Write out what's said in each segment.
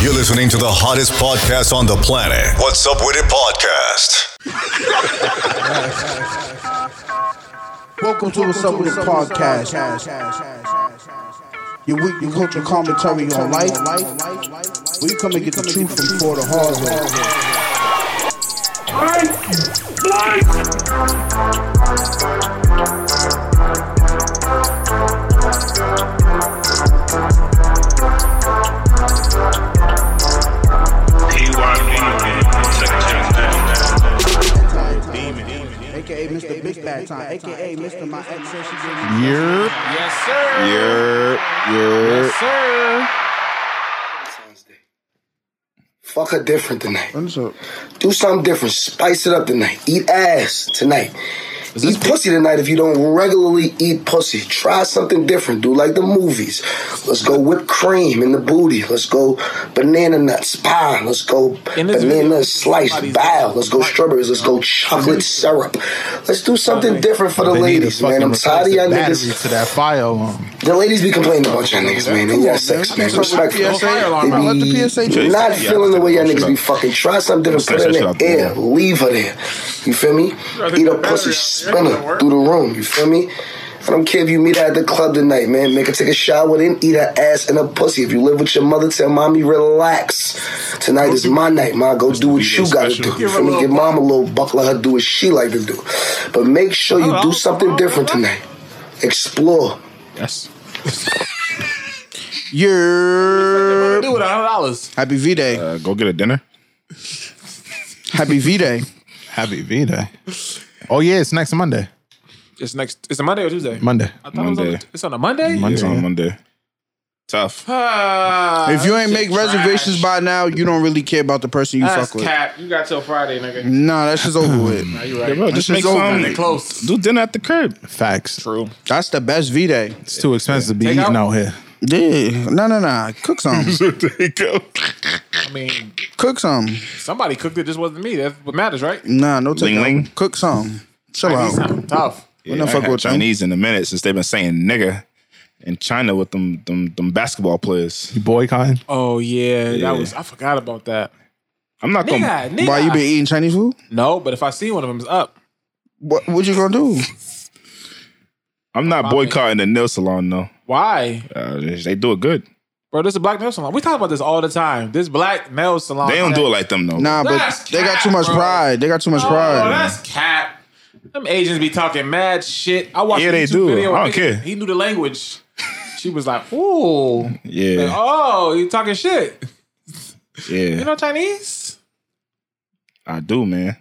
You're listening to the hottest podcast on the planet. What's up with it podcast? Welcome to What's Up With It podcast. Your weekly culture commentary on life. Where you come and get the truth from for the hard way. AKA Mr. Big Bad Time. AKA Mr. My Ex Says She Didn't. Yes, sir. Yes, sir. Fuck her different tonight. Do something different. Spice it up tonight. Eat ass tonight. Eat pussy tonight if you don't regularly eat pussy. Try something different. Do like the movies. Let's go whipped cream in the booty. Let's go banana nuts pie. Let's go In this video, banana slice somebody's- bow. Let's go strawberries. Let's go chocolate syrup. Let's do something different for the They need to ladies, man. fucking I'm tired of y'all replace the battery niggas. to that fire alarm. The ladies be complaining about y'all niggas, man. And y'all sex, man. Respectful. Let the Fire alarm They out. Let be- the PSA do not it. feeling the way y'all niggas be fucking. Try something different. Put it in the air. Leave her there. You feel me? Eat a pussy spinner through the room. You feel me? I don't care if you meet her at the club tonight, man. Make her take a shower, then eat her ass and her pussy. If you live with your mother, tell mommy relax. Tonight is my night, ma. Go do what you gotta do. You feel me? Give mom a little buck. Let her do what she like to do. But make sure you do something different tonight. Explore. Yes. Yeah. Do it hundred dollars. Happy V Day. Uh, go get a dinner. Happy V Day. Happy V Day. Oh yeah, it's next Monday. It's next. It's a Monday or Tuesday. Monday. I thought it was on Monday. the- it's on a Monday. Monday. It's on Monday. Tough. Ah, If you that ain't shit make reservations trash. by now, you don't really care about the person you that's fuck with. cap. You got till Friday, nigga. Nah, that's just over with. Nah, you right. bro, That just shit's make over. some- They close. Do dinner at the curb. Facts. True. That's the best V Day. It's too expensive to be Take eating out? out here. Yeah. No, no, no. Cook some. I mean, Cook some. somebody cooked it. Just wasn't me. That's what matters, right? Nah, no take Ling ling. Cook some. Chill Like, these out. sound tough. We not I fuck had with them. Chinese in a minute since they've been saying nigga in China with them them them basketball players. You boycotting? Oh yeah, Yeah. that was. I forgot about that. I'm not gonna Nigga, nigga. Why you been eating Chinese food? No, but if I see one of them's up, What what you gonna do? I'm not boycotting the nail salon though. why? Uh, they they do it good. Bro, this is a black nail salon. We talk about this all the time. This black nail salon. They don't do it like them though. Nah, but That's they got cap, too much bro. pride. They got too much Oh, pride. that's cap. Them Asians be talking mad shit. I watched Yeah, a they YouTube do. video. I where don't nigga- care. He knew the language. She was like, "Ooh, Yeah, oh, you talking shit? yeah. You know Chinese?" I do, man.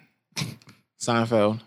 Seinfeld.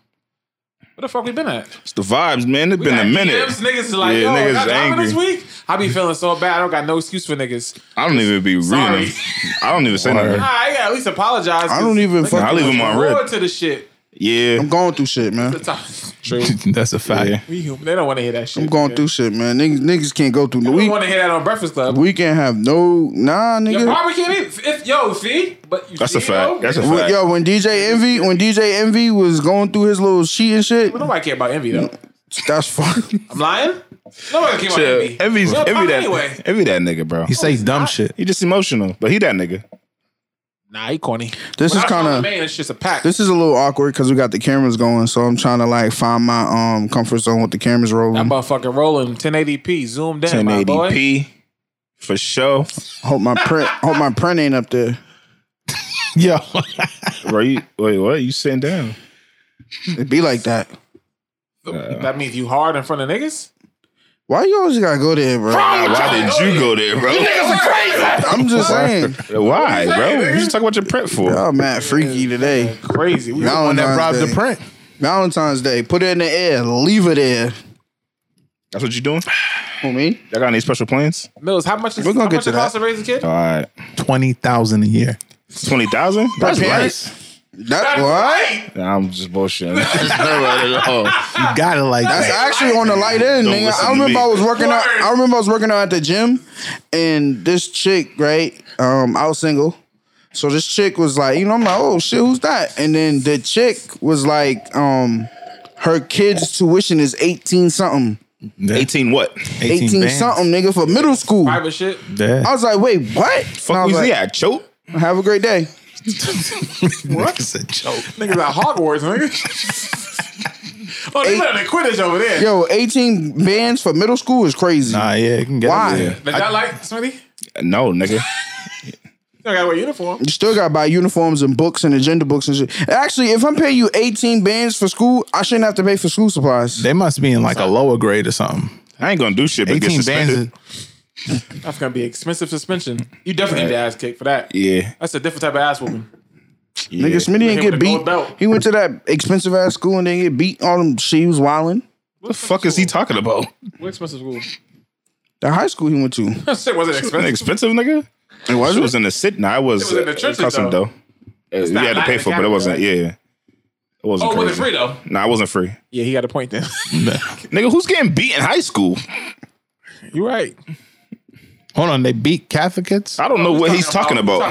Where the fuck we been at? It's the vibes, man. It's We been a got minute. DMs, niggas is like, Yeah, yo, niggas I got is angry. this angry. week. I be feeling so bad. I don't got no excuse for niggas. I don't even be Sorry. reading them. I don't even say nothing. Nah, I gotta at least apologize. I don't even I fucking leave them on forward red. to the shit. Yeah. I'm going through shit, man. True. That's a fact. Yeah. We human. They don't want to hear that shit. I'm going through shit, man. Niggas, niggas can't go through. We We want to hear that on Breakfast Club. we can't have no nah, Yo, nigga. Barbara can't even. If yo, see, but you That's see, a fact. Yo, That's a When- fact. Yo, when DJ Envy, when DJ Envy was going through his little sheet and shit, But nobody care about envy though. Mm. that's fucked. I'm lying. Nobody care about envy. Shit. Envy's- We don't Envy fuck that anyway. Envy that nigga, bro. He say dumb shit. He just emotional, but he that nigga. Nah, he corny. This When is I saw kinda- the man. It's just a pack. This is a little awkward because we got the cameras going, so I'm trying to like find my um comfort zone with the cameras that rolling. motherfucker rolling 1080p zoomed in. 1080p. My boy. 1080p for sure. Hope my print, hope my print ain't up there. Yo. Bro, you, wait, what? You sitting down? It be like that. That means you hard in front of niggas. Why you always gotta go there, bro? Why did you go there, bro? I'm just saying. Why, bro? You just talk about your prep for. Y'all mad freaky today. Crazy. We Y'all One don't that know robbed his the day. print. Valentine's Day. Put it in the air. Leave it there. That's what you doing? For me? Y'all got any special plans? Mills, how much is We're gonna how get much to it that. cost to raise a kid? All right. Twenty thousand a year. 20,000? That's parents? nice. That what? Nah, I'm just bullshitting. That's not right at all. Oh. You got it like That's that. actually on the light end, Don't nigga. listen I to remember me. I was working out. Word. I remember I was working out at the gym, and this chick, right? Um, I was single, so this chick was like, you know, I'm like, oh shit, who's that? And then the chick was like, um, her kid's tuition is eighteen something. Yeah. 18 what? 18, 18 bands. something, nigga, for middle school. I private shit. Yeah. was like, wait, what? And I Fuck was was he like, at? Choke? Have a great day. What? It's a joke. Niggas at Hogwarts, nigga. oh, they let the Quidditch over there. Yo, 18 bands for middle school is crazy. Nah, Ah, yeah, you can get Why? It yeah. Did y'all like Smithy? You No, nigga. don't gotta wear uniform. You still gotta buy uniforms and books and agenda books and shit. Actually, if I'm paying you 18 bands for school, I shouldn't have to pay for school supplies. They must be in like a lower grade or something. I ain't gonna do shit but get 18 bands. is- suspended. That's gonna be expensive suspension. You definitely need the ass kick for that. Yeah. That's a different type of ass whooping. yeah. Nigga, Smitty Hit didn't with get the gold beat. belt. He went to that expensive ass school and then get beat. All them shit he was wilding. What the fuck is he talking about? What expensive school? The high school he went to. That shit wasn't expensive. expensive, nigga? It was. It was in the city. Nah, I was. It was in the trenches, custom, though. though. Uh, we not had to like pay the for, it, but it camera, wasn't. right? Yeah, it wasn't. Oh, was it crazy. free though? Nah, it wasn't free. Yeah, he got a point then. Nigga, who's getting beat in high school? you right. Hold on, they beat Catholic kids? I don't know what he's talking about. Oh,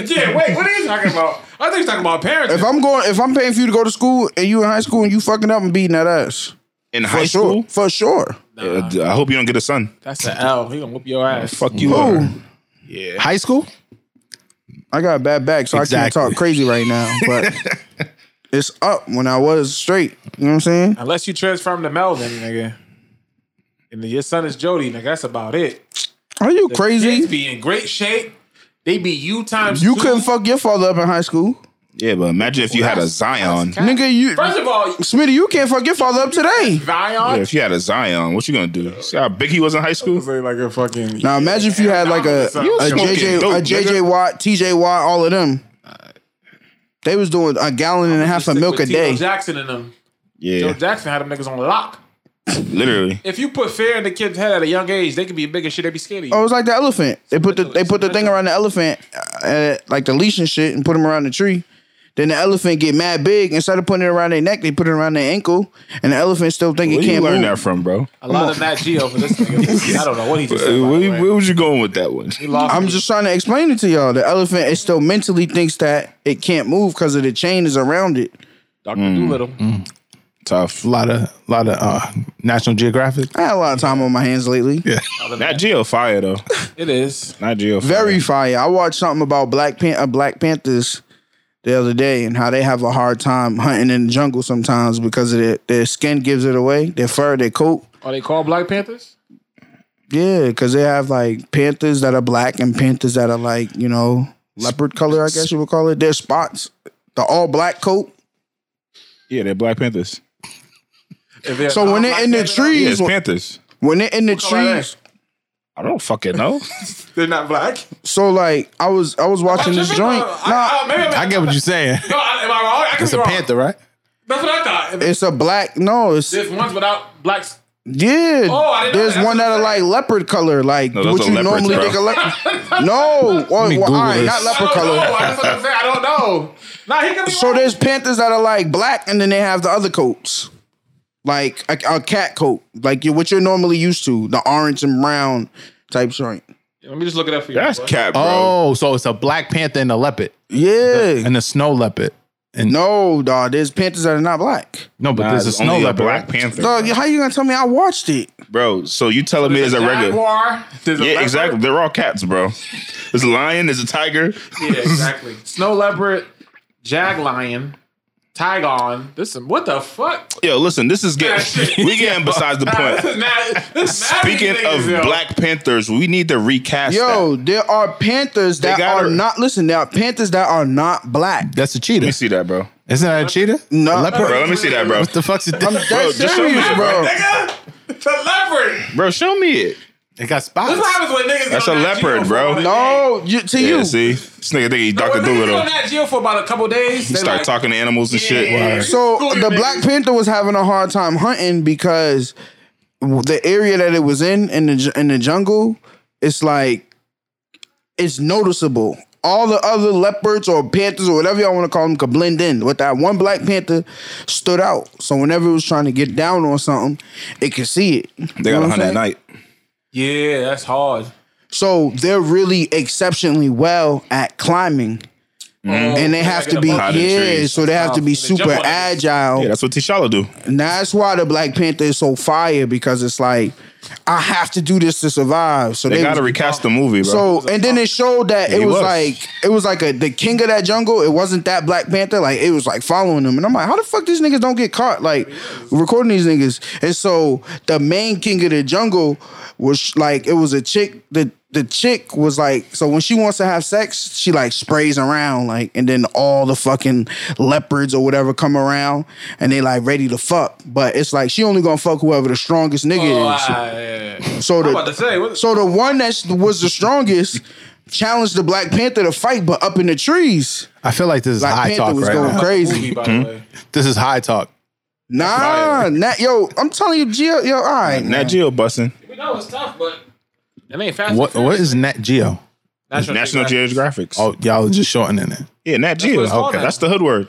yeah, wait, what are you talking about? I think he's talking about parents. If I'm going, if I'm paying for you to go to school and you in high school and you fucking up and beating that ass, In for high sure, school? for sure. Uh, d- I hope you don't get a son. That's an L. He gonna whoop your ass. Fuck you. Oh, up. Yeah. High school? I got a bad back, so I Exactly. can't talk crazy right now. But it's up when I was straight. You know what I'm saying? Unless you transform to Melvin, nigga. And then your son is Jody, nigga. That's about it. Are you Kids crazy? be in great shape. They be you times You two. couldn't fuck your father up in high school, Yeah, but imagine if you had a Zion. That's- nigga. You, First of all, Smitty, you can't fuck your father up today. Yeah, Zion. if you had a Zion, what you gonna do? See how big he was in high school? Say like a fucking. Now imagine if you had like a a You smoking JJ dope, a JJ nigga. Watt, TJ Watt, all of them. They was doing a gallon and a half of milk a Tito day. Jackson and them. Joe Yeah, Jackson had them niggas on lock. literally. If you put fear in the kid's head at a young age, they could be big as shit. They be scared of you. Oh, it was like the elephant. They put the they put the thing around the elephant, uh, like the leash and shit, and put him around the tree. Then the elephant get mad big. Instead of putting it around their neck, they put it around their ankle, and the elephant still think Where it you can't learn move. that from, bro? a lot of Nat Geo for this nigga. I don't know what he just said. Uh, by the Where, way. where was you going with that one? He lost I'm me. just trying to explain it to y'all. The elephant it still mentally thinks that it can't move because of the chain is around it. Dr. Mm. Doolittle. Tough. A lot of, lot of uh, National Geographic. I had a lot of time on my hands lately. Yeah. Not Geo Fire though. It is. Not Geo. Fire. Very fire. I watched something about Black Pan- uh, Black Panthers the other day and how they have a hard time hunting in the jungle sometimes because of their, their skin gives it away. Their fur, their coat. Are they called Black Panthers? Yeah, because they have like panthers that are black and panthers that are like you know leopard color. I guess you would call it. Their spots, the all black coat. Yeah, they're Black Panthers. If they're So not when they're Black in the Panthers, Yeah, trees, it's Panthers. when they're in the color are they? trees. I don't fucking know. they're not black. So like I was I was watching this joint. Nah, I, I, maybe, I get what you're saying. No, I, am I wrong? I could It's be a wrong. panther, right? That's what I thought. If it's a black. No, it's There's ones without blacks. Yeah, Oh, I didn't know there's that. one that are like leopard color, like No, those what are you leopards, normally bro. think a leopard. no, well, me well, all Google right, this. not I leopard don't know. color. I just want to say I don't know. Nah, he could be So wrong. there's panthers that are like black, and then they have the other coats, like a, a cat coat, like you, what you're normally used to, the orange and brown type joint. Let me just look it up for you. That's boy. cap, bro. Oh, so it's a black panther and a leopard Yeah, and a snow leopard. And no, no, dog. There's panthers that are not black. no but Nah, there's a it's snow only a leopard. Black Black Panther, Dog, how you gonna tell me I watched it? bro. So you telling me There's there's a regular? jaguar. There's a Yeah, leopard. exactly. They're all cats, bro. There's a lion. There's a tiger. Yeah, exactly. Snow leopard, jag lion, tigon. This some what the fuck? Yo, listen. This is getting we getting besides the This is point. mad. This is mad Speaking these of niggas, yo. Black Panthers, we need to recast. that. Yo, there are panthers that gotta- are not. Listen, there are panthers that are not black. That's a let me cheetah. see that, bro. Isn't that a cheetah? No. A leopard? Bro, let me see that, bro. What the fuck's it? I'm that just show me serious, that, bro. nigga. It's a leopard. Bro, show me it. It got That's spots. what happens when niggas. That's get on a Nat leopard, Geo for bro. all the day. No, you, to Yeah, you. see, this nigga think he Doctor When niggas get on Doolittle. Nat Geo for about a couple days. He they start like, talking to animals and shit. Yeah. Wow. So Screw you, the nigga. Black Panther was having a hard time hunting because the area that it was in in the ju- in the jungle, it's like it's noticeable. All the other leopards or panthers or whatever y'all want to call them could blend in. But that one Black Panther stood out. So whenever it was trying to get down on something, it could see it. They got a hunt at night. Yeah, that's hard. So they're really exceptionally well at climbing. Oh, and they have to be above the yeah, trees. so they have to be jump super on it. agile. Yeah, that's what T'Challa do. And that's why the Black Panther is so fire because it's like I have to do this to survive. So They, they, gotta recast the movie, bro. so and then it showed that it He was, was. like it was like a the king of that jungle. It wasn't that Black Panther. Like it was like following him, and I'm like, how the fuck these niggas don't get caught? Like recording these niggas. And so the main king of the jungle was like it was a chick. The the chick was like so when she wants to have sex, she like sprays around like, and then all the fucking leopards or whatever come around, and they like ready to fuck. But it's like she only gonna fuck whoever the strongest nigga Oh, is. ah, yeah, yeah. So I'm the, about to say, what- so the one that was the strongest challenged the Black Panther to fight, but up in the trees. I feel like this is Black high Panther talk was right going now. Movie, crazy. by the way. This is high talk. Nah, not, yo, I'm telling you, Gio, yo, all right. Nat man. Geo busting. We know it's tough, but it ain't fast. What what is Nat Geo? National, National Geographic. Geographics. Oh, y'all are just shortening it. yeah, Nat what Geo. it's called Okay, now. that's the hood word.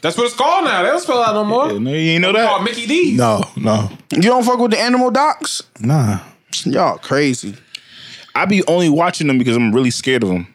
That's what it's called now. They don't spell out no more. Yeah, no, you ain't know Called that. Mickey D. No, no, You don't fuck with the animal docs? nah. Y'all crazy. I be only watching them because I'm really scared of them.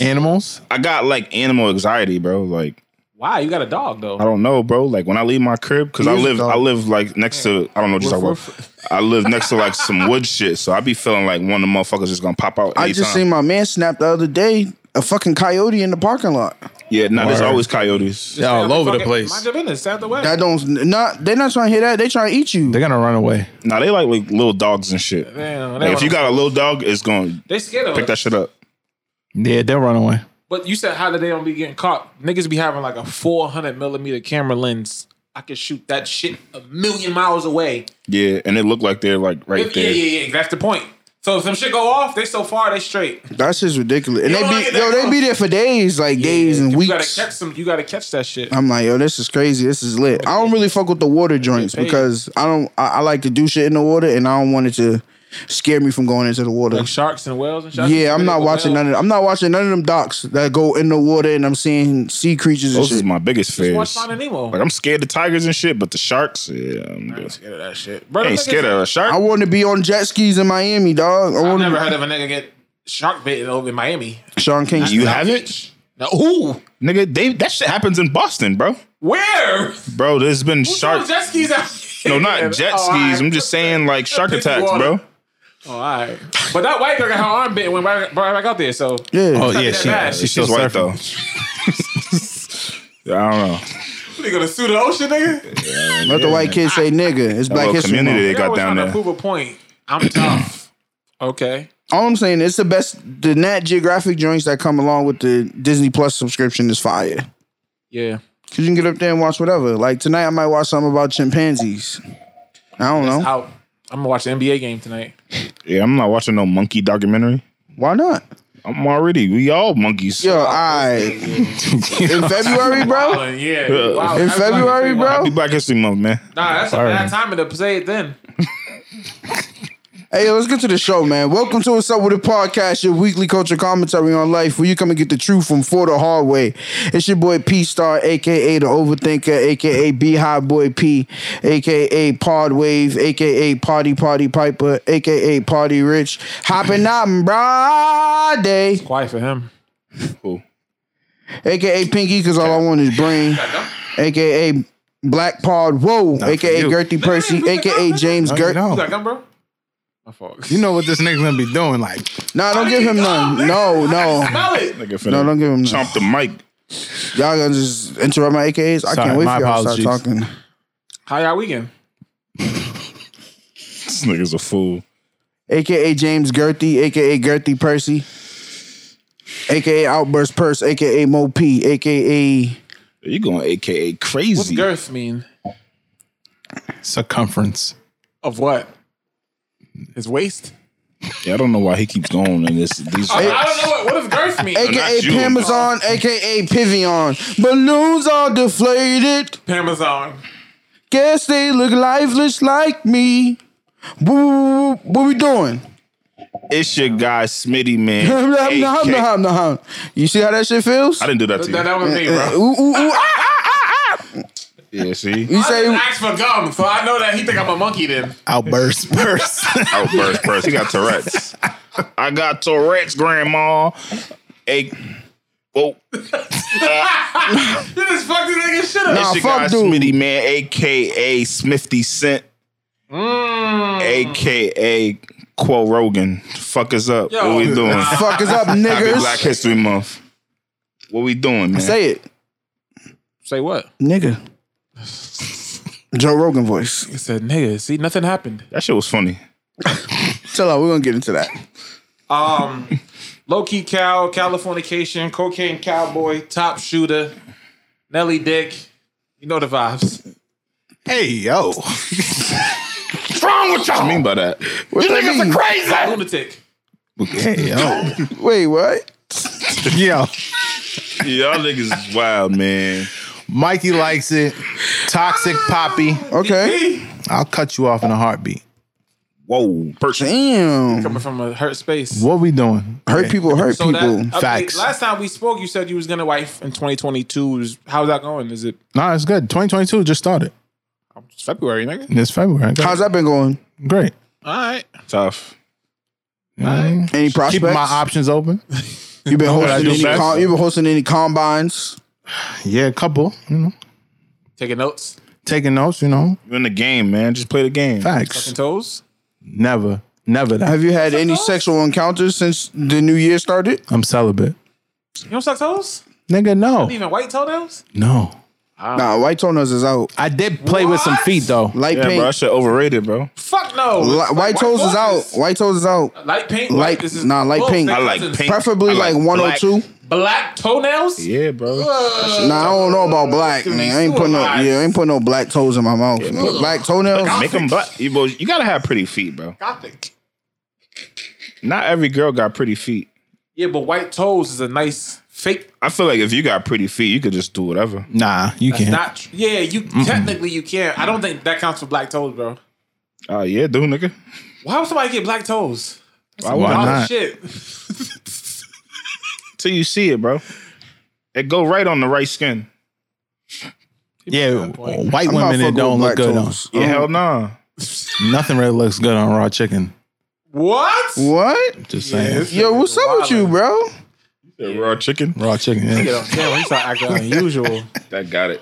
Animals. I got like animal anxiety, bro. Like Wow, you got a dog I though. don't know, bro. Like when I leave my crib, because I He is a live, dog. I live like next to, I don't know what you're talking about. I live next to like some wood shit, so I be feeling like one of the motherfuckers is gonna pop out. I just anytime. seen my man snap the other day a fucking coyote in the parking lot. Yeah, no, there's Word. always coyotes. They're all over the Mind place. your business. Out the way. That don't not they're not trying to hear that. They trying to eat you. They're gonna run away. Now they like, like little dogs and shit. Damn, they Like, if wanna- you got a little dog, it's gonna they scared of pick it. that shit up. Yeah, they'll run away. But you said how did they don't be getting caught? Niggas be having like a 400 millimeter camera lens. I could shoot that shit a million miles away. Yeah, and it looked like they're like right yeah, there. yeah, yeah. That's the point. So if some shit go off, they so far they straight. That's just ridiculous. And You they don't like it be that yo, they close. be there for days, like days and you weeks. Uh, gotta catch some. You gotta catch that shit. I'm like, yo, this is crazy. This is lit. I don't really fuck with the water drinks paid. because I don't. I, I like to do shit in the water, and I don't want it to scare me from going into the water. Like sharks and whales and shit. Yeah, I'm not watching none of. I'm not watching none of them docs that go in the water, and I'm seeing sea creatures and Those is shit. my biggest Watch fears. Finding Nemo. Like I'm scared of tigers and shit, but the sharks, yeah, I'm good. scared of that shit. Bro, I ain't niggas- scared of a shark. I want to be on jet skis in Miami, dog. I I've want never heard to. of a nigga get shark bitten over in Miami. Sean King. You South haven't, Beach. No. Ooh. nigga. They that shit happens in Boston, bro. Where? Bro, there's been Who's shark. throwing jet skis out here? No, not jet Oh, all skis. right. I'm just saying like shark Pissy attacks, water. bro. Oh, all right. But that white girl got her arm bitten when right, right back out there. So Yeah. Oh yeah, she, bad. She's she's still white surfing. though. Yeah, I don't know. you gonna sue the ocean, nigga? Let the white kids say nigga. It's Black little History community Month. They got Girl was down trying there. to prove a point. I'm tough. okay. All I'm saying, it's the best. The Nat Geographic joints that come along with the Disney Plus subscription is fire. Yeah. Cause you can get up there and watch whatever. Like tonight, I might watch something about chimpanzees. I don't know. Out. I'm gonna watch the NBA game tonight. Yeah, I'm not watching no monkey documentary. Why not? I'm already we all monkeys. Yo, I in February, bro. But yeah. Wow. In That's like- February, bro. Happy Black History Month, man. Nah, that's a bad time to say it then. Hey, let's get to the show, man. Welcome to What's Up with the Podcast, your weekly culture commentary on life, where you come and get the truth from for the hard way. It's your boy P Star, aka the Overthinker, aka Beehive Boy P, aka Pod Wave, aka Party Party Piper, aka Party Rich. Hopping out, brah day, Quiet for him. Cool. aka Pinky, because all I want is brain. aka Black Pod Whoa, aka you. Gertie Percy, aka James No, you Gert. don't. No, Oh. You got gum, bro? My fault. You know what this nigga's gonna be doing? Like, nah, don't give him none. No, no. Smell it. Nigga No, don't give him none. chomp the mic. Y'all gonna just interrupt my AKAs? I Sorry, can't wait my for y'all to start apologies. talking. How y'all weekend? This nigga's a fool. AKA James Gertie, aka Gertie Percy, aka Outburst Purse, aka Mo P, aka You going AKA What's crazy? girth mean? circumference. Of what? His waist? Yeah, I don't know why he keeps going in this. These I, I don't know what. What does girth mean? aka not you. Pamazon, aka Pivion. Balloons are deflated. Amazon. Guess they look lifeless like me. Woo, What we doing? it's your guy Smitty man. Nom, nom, nom, AKA. nom, nom. You see how that shit feels? I didn't do that to That, you. that was me, Uh, bro. ooh, ooh, ooh, ah! Yeah, see, You I didn't say ask for gum, so I know that he think I'm a monkey. Then Outburst burst. outburst first. He got Tourette's. I got Tourette's, grandma. A Whoa. You just fucked this nigga shit up. It's your fuck guy dude. Smitty, man, aka Smithy Cent, aka Quo Rogan. Fuck us up. Yo. What we doing? Fuck is up, Happy Black niggas. History Month. What we doing, man? Say it, Say what? nigga. Joe Rogan voice. He said, nigga, see, nothing happened. that shit was funny. Chill out. We're gonna get into that. Um, Low Key Cow, Californication, Cocaine Cowboy, Top Shooter, Nelly Dick. You know the vibes. Hey yo, What's wrong with y'all? What you mean by that? What that mean? Lunatic. hey yo, Wait, what? yo. Y'all niggas is wild, man. Mikey likes it. Toxic Poppy. Okay. I'll cut you off in a heartbeat. Whoa, person. Damn. Coming from a hurt space. What we doing? Hurt people. Hurt So that people. update- facts. last time we spoke, you said you was gonna wife in 2022. Is- How's that going? Is it Nah, it's good. 2022 just started. it's February, nigga? It's February. How's that been going? Great. All right. Tough. Mm. Any prospects? Keeping my options open. You've been I hosting do any. best? Com- you've been hosting any combines? Yeah, a couple. You know, Taking notes, taking notes. You know, You in the game, man. Just play the game. facts. and toes. Never, never that. Have you had any sexual encounters since the new year started? I'm celibate. You don't suck toes? Nigga, no, Even white toenails? no. Nah, white toenails is out. I did play with some What? feet though. Light Yeah, paint. bro. That shit overrated, bro. Fuck no. Li- Like white toes is out. forces. White toes is out. Light pink. Light- white- this is nah, light bull. pink. They I like cousins. pink. Preferably I like, 102. Black toenails? Yeah, bro. Nah, I don't know about black. Could be Man. I ain't putting no suicide. yeah, I ain't putting no black toes in my mouth. black toenails. Make them black. You, boys, you gotta have pretty feet, bro. Gothic. Not every girl got pretty feet. Yeah, but white toes is a nice fake. I feel like if you got pretty feet, you could just do whatever. Nah, you can't. Not tr- yeah, you technically you can't. I don't think that counts for black toes, bro. Oh yeah, do nigga. Why would somebody get black toes? Why Why Oh would not? shit. Till you see it, bro. It go right on the right skin. yeah, point. white I'm not women fucking that with don't black look good toes. Yeah, hell nah. on nothing really looks good on raw chicken. What? What? Just saying, Yo, what's up with you, bro? Raw chicken. raw chicken. Get Yeah. on camera. He's not acting unusual. That got it.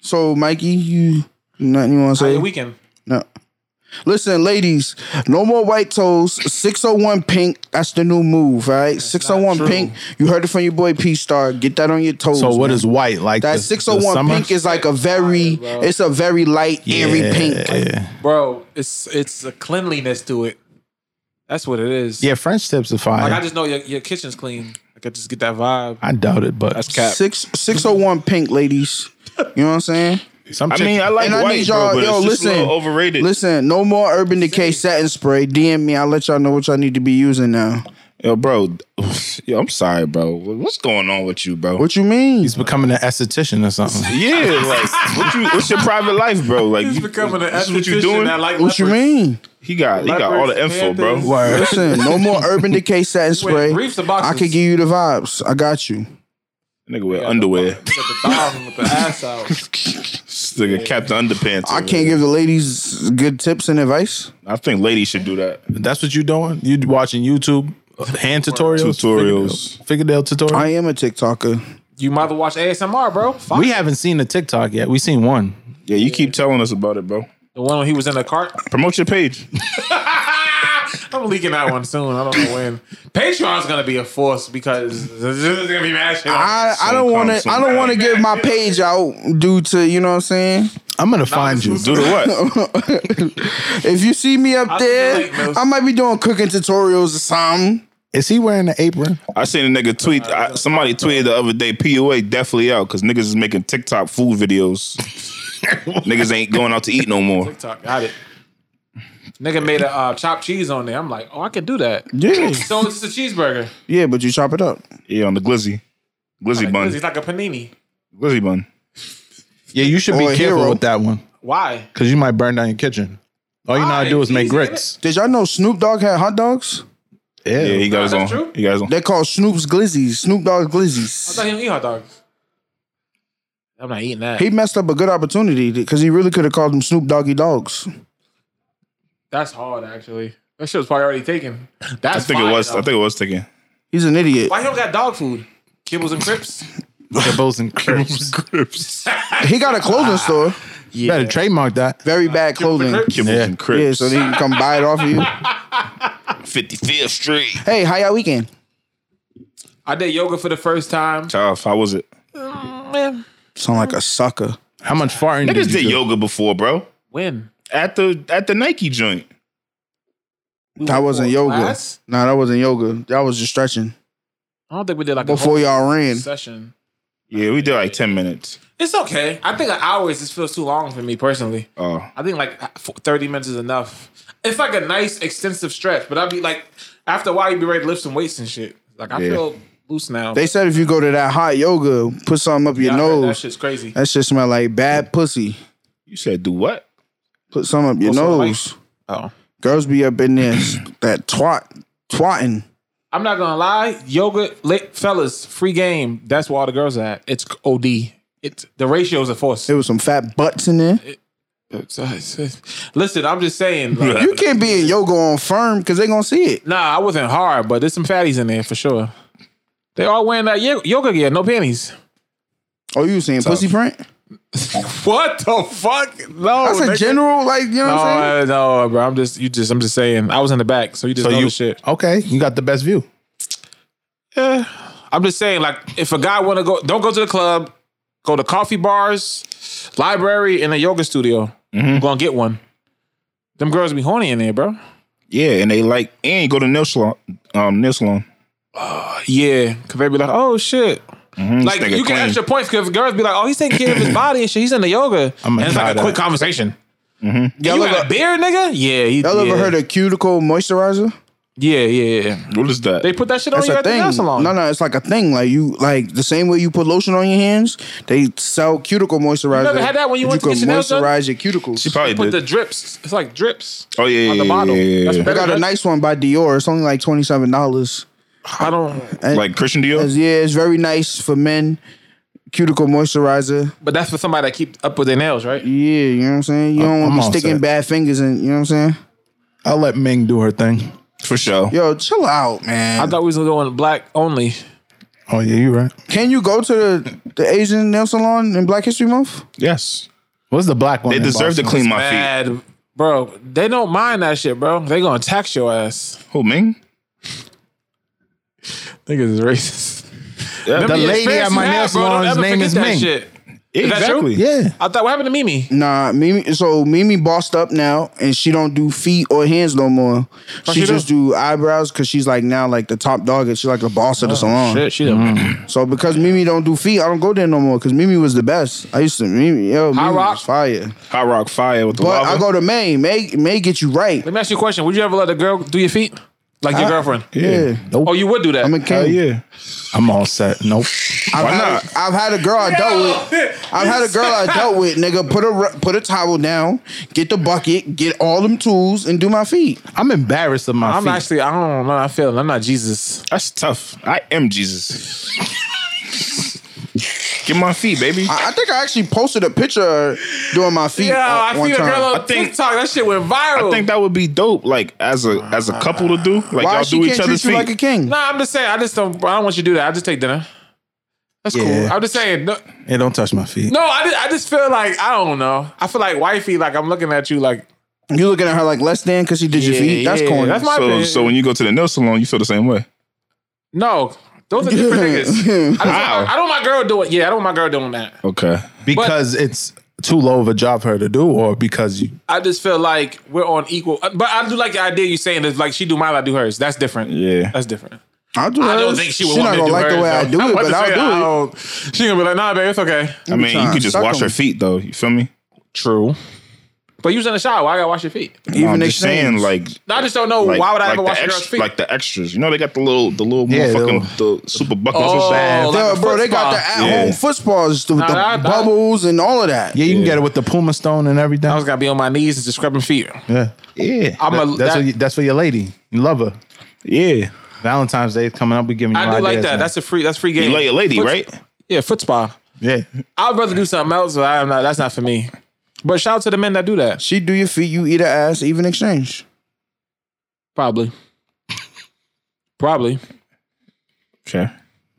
So, Mikey, you nothing you want to Hey, say? weekend. no. Listen, ladies, no more white toes. 601 pink. That's the new move, all right? 601 pink. You heard it from your boy P Star. Get that on your toes. So what man. is white like? that the- the 601 summer? pink is like a very it's a very light, airy Yeah, pink. Yeah. Bro, it's it's a cleanliness to it. That's what it is. yeah, French tips are Like I fire. just know your, your kitchen's clean. I could just get that vibe. I doubt it, but Six six oh one pink, ladies. You know what I'm saying? some I chick- mean, I like And I white, need y'all- bro, but yo, it's just a listen. little overrated. Listen, no more Urban Decay satin spray. DM me. I'll let y'all know what y'all need to be using now. Yo, bro. Yo, I'm sorry, bro. What's going on with you, bro? What you mean? he's becoming an esthetician or something. yeah, like what you, what's your private life, bro? Like He's you, becoming an this is what you doing? That like What you mean? he got he got all the Leopards, info, bro. panthers. Listen, no more Urban Decay satin Wait, spray. briefs or I boxes? could give you the vibes. I got you. Nigga wear underwear. Get the thong with the ass out. This nigga cap the underpants. I over. can't give the ladies good tips and advice. I think ladies should do that. That's what you doing? You watching YouTube hand tutorials, Tutorials. fingernail, fingernail tutorial. I am a TikToker. You might as well watch ASMR, bro. Fuck. We haven't seen the TikTok yet. We seen one. Yeah, you keep telling us about it, bro. the one when he was in the cart. Promote your page. I'm leaking that one soon. I don't know when. Patreon's gonna be a force because there's gonna be mad shit. on I, I Some don't want come, to. some I don't back. want to give my page out due to you know what I'm saying. I'm gonna find you. Do the what? If you see me up I'll there, be late, Mills. I might be doing cooking tutorials or something. Is he wearing an apron? I seen a nigga tweet. I, somebody tweeted the other day. PUA definitely out because niggas is making TikTok food videos. niggas ain't going out to eat no more. TikTok. Got it. Nigga made a uh, chopped cheese on there. I'm like, oh, I can do that. Yeah, So it's just a cheeseburger. yeah, but you chop it up. Yeah, on the glizzy, glizzy bun, It's like a panini. glizzy bun. Yeah, you should be Or a careful hero. with that one why? because you might burn down your kitchen. All you know how to Why? do is make Easy, grits. Did y'all know Snoop Dogg had hot dogs? Yeah, Yeah, he got his own. That's true. He got his own. They're called Snoop's Glizzies. Snoop Dogg I Glizzies. thought he don't eat hot dogs. I'm not eating that. He messed up a good opportunity because he really could have called them Snoop Doggy Dogs. That's hard, actually. That shit was probably already taken. That's I think it was. I think it was taken. He's an idiot. Why he don't got dog food? Kibbles and Crips. Kibbles and Crips. Crips. He got a clothing store. Better trademark that. Very bad clothing. Kibbles Yeah. and Yeah, Crips. so they can come buy it off of you. 55th Street. Hey, how y'all weekend? I did yoga for the first time. Tough. How was it? Sound like a sucker. How much farting did Niggas you did do? yoga before, bro. When At the at the Nike joint. We That went wasn't for a yoga. class? Nah, that wasn't yoga. That was just stretching. I don't think we did like Before a y'all ran. whole session. Yeah, we did like 10 minutes. It's okay. I think an hour is- just feels too long for me personally. Oh. I think like f- thirty minutes is enough. It's like a nice extensive stretch, but I'd be like, after a while, you'd be ready to lift some weights and shit. Like I Yeah. feel loose now. They said if you go to that hot yoga, put something up your Yeah, I heard that nose. shit's crazy. That shit smell like bad pussy. You said do what? Put some up your Also, like- nose. Oh. Girls be up in there that twat twatting. I'm not gonna lie, yoga, lit, fellas, free game. That's where all the girls are at. It's OD. It's the ratios are forced. There was some fat butts in there. Listen, I'm just saying. like, You can't be in yoga on firm because they gonna see it. nah, I wasn't hard, but there's some fatties in there for sure. They all wearing that yo- yoga gear, no panties. Oh, you saying pussy print? What the fuck? No, That's a nigga. general, like you know No, what I'm saying. uh, no, bro. I'm just you. Just I'm just saying. I was in the back, so you just So know you- the shit. Okay, you got the best view. Yeah. I'm just saying, like, if a guy want to go, don't go to the club. Go to coffee bars, library, and a yoga studio. Mm-hmm. I'm gonna get one. Them girls be horny in there, bro. Yeah, and they like and you go to nail salon. Um, nail salon. Yeah, cause they be like, oh shit. Like Mm-hmm. nigga you get clean. extra points because girls be like, oh, he's taking care of his body and shit. He's in the yoga, I'm and it's like tired a of quick it. conversation. Mm-hmm. Y'all, you ever, had a beard, nigga? Yeah, he, y'all yeah. ever heard of cuticle moisturizer? Yeah, yeah, yeah. What is that? They put that shit That's on you a at the thing. nail salon. No, no, it's like a thing. Like you, like the same way you put lotion on your hands, they sell cuticle moisturizer. You never had that when you went to can get your nails done? moisturize your cuticles. she probably did. Put the drips. It's like drips. oh yeah, on yeah, the yeah, bottle. yeah, That's yeah. I better. got a nice one by Dior. It's only like twenty seven dollars. I don't. Like Christian Dior. Yeah, it's very nice for men. Cuticle moisturizer. But that's for somebody that keep up with their nails, right? Yeah, you know what I'm saying. You don't I'm want to all be sticking set. bad fingers in. You know what I'm saying? I'll let Ming do her thing. For sure. Yo, chill out, man. I thought we was going black only. Oh yeah, you right. Can you go to the, the Asian nail salon in Black History Month? Yes. What's the black one? They in deserve to Boston? clean my feet. Bad, bro. They don't mind that shit, bro. They gonna tax your ass. Who Ming? Niggas is racist. The Remember your lady experience at my you nail had, bro. Don't salon's ever name forget is that Ming. shit. that true? Exactly. Yeah, I thought what happened to Mimi? Nah, Mimi. So Mimi bossed up now, and she don't do feet or hands no more. she she just do eyebrows because she's like now like the top dog, and she's like the boss of the salon. Shit, she done. So because Mimi don't do feet, I don't go there no more. Because Mimi was the best. I used to Mimi, yo, Mimi Rock. was fire. Hot Rock Fire with the But lava. I go to May. May May get you right. Let me ask you a question. Would you ever let a girl do your feet? Like your girlfriend? Yeah, Nope. Oh, you would do that. I'm a Hell king. yeah. I'm all set. Nope. I've Why had not? A, I've had a girl I dealt with. I've had a girl I dealt with. Nigga, put a ru- put a towel down, get the bucket, get all them tools, and do my feet. I'm embarrassed of my I'm feet. actually, I don't know. I feel I'm not Jesus. That's tough. I am Jesus. Get my feet, baby. I, I think I actually posted a picture doing my feet. Yeah, at I one see a time. girl on I think- TikTok. That shit went viral. I think that would be dope, like as a as a couple to do. Like Why y'all she do can't each other's treat you feet. like a king? nah, I'm just saying. I just don't. I don't want you to do that. I just take dinner. That's cool. Yeah. I'm just saying. No, Hey, don't touch my feet. no I, just, I just feel like I don't know. I feel like wifey. Like I'm looking at you. Like You looking at her like less than because she did your Yeah, feet? That's yeah, corny. that's my- so opinion. so when you go to the nail salon, you feel the same way. no, those are different niggas. I, just, Wow. I don't want my girl doing. Yeah, I don't want my girl doing that. Okay. Because it's too low of a job for her to do, or because you I just feel like we're on equal. But I do like the idea you saying that like she do mine, I do hers. That's different. Yeah. that's different. I'll do I don't hers. think she would She want not gonna me to like do the way I hers, do though. it, about but to say, I'll do it. I'll- She gonna be like, nah, babe, it's okay. I mean, you trying could to just suck wash her them. feet though. You feel me? True. But you was in the shower. Why I gotta wash your feet? No, I'm if just they change. saying, like, No, I just don't know like, Oh, why would I like ever the wash a girl's ex- feet. like the extras. You know, they got the little, the little Yeah, motherfucking, the super buckets. Oh, bad. like Yeah, a bro, they got football. the at-home Yeah. foot spas, the, the that- that- bubbles and all of that. yeah, you can get it with the Puma Stone and everything. I was gonna be on my knees and just scrubbing feet. yeah, yeah. I'm a- that's that- for you, that's for your lady. You love her. Yeah, Valentine's Day is coming up. We giving you I do like ideas that. now. That's a free. That's free game. you like a lady, Foot- right? Yeah, foot spa. yeah. I'd rather do something else, but I'm not. That's not for me. But shout out to the men that do that. She do your feet, you eat her ass, even exchange. Probably. Probably. Okay.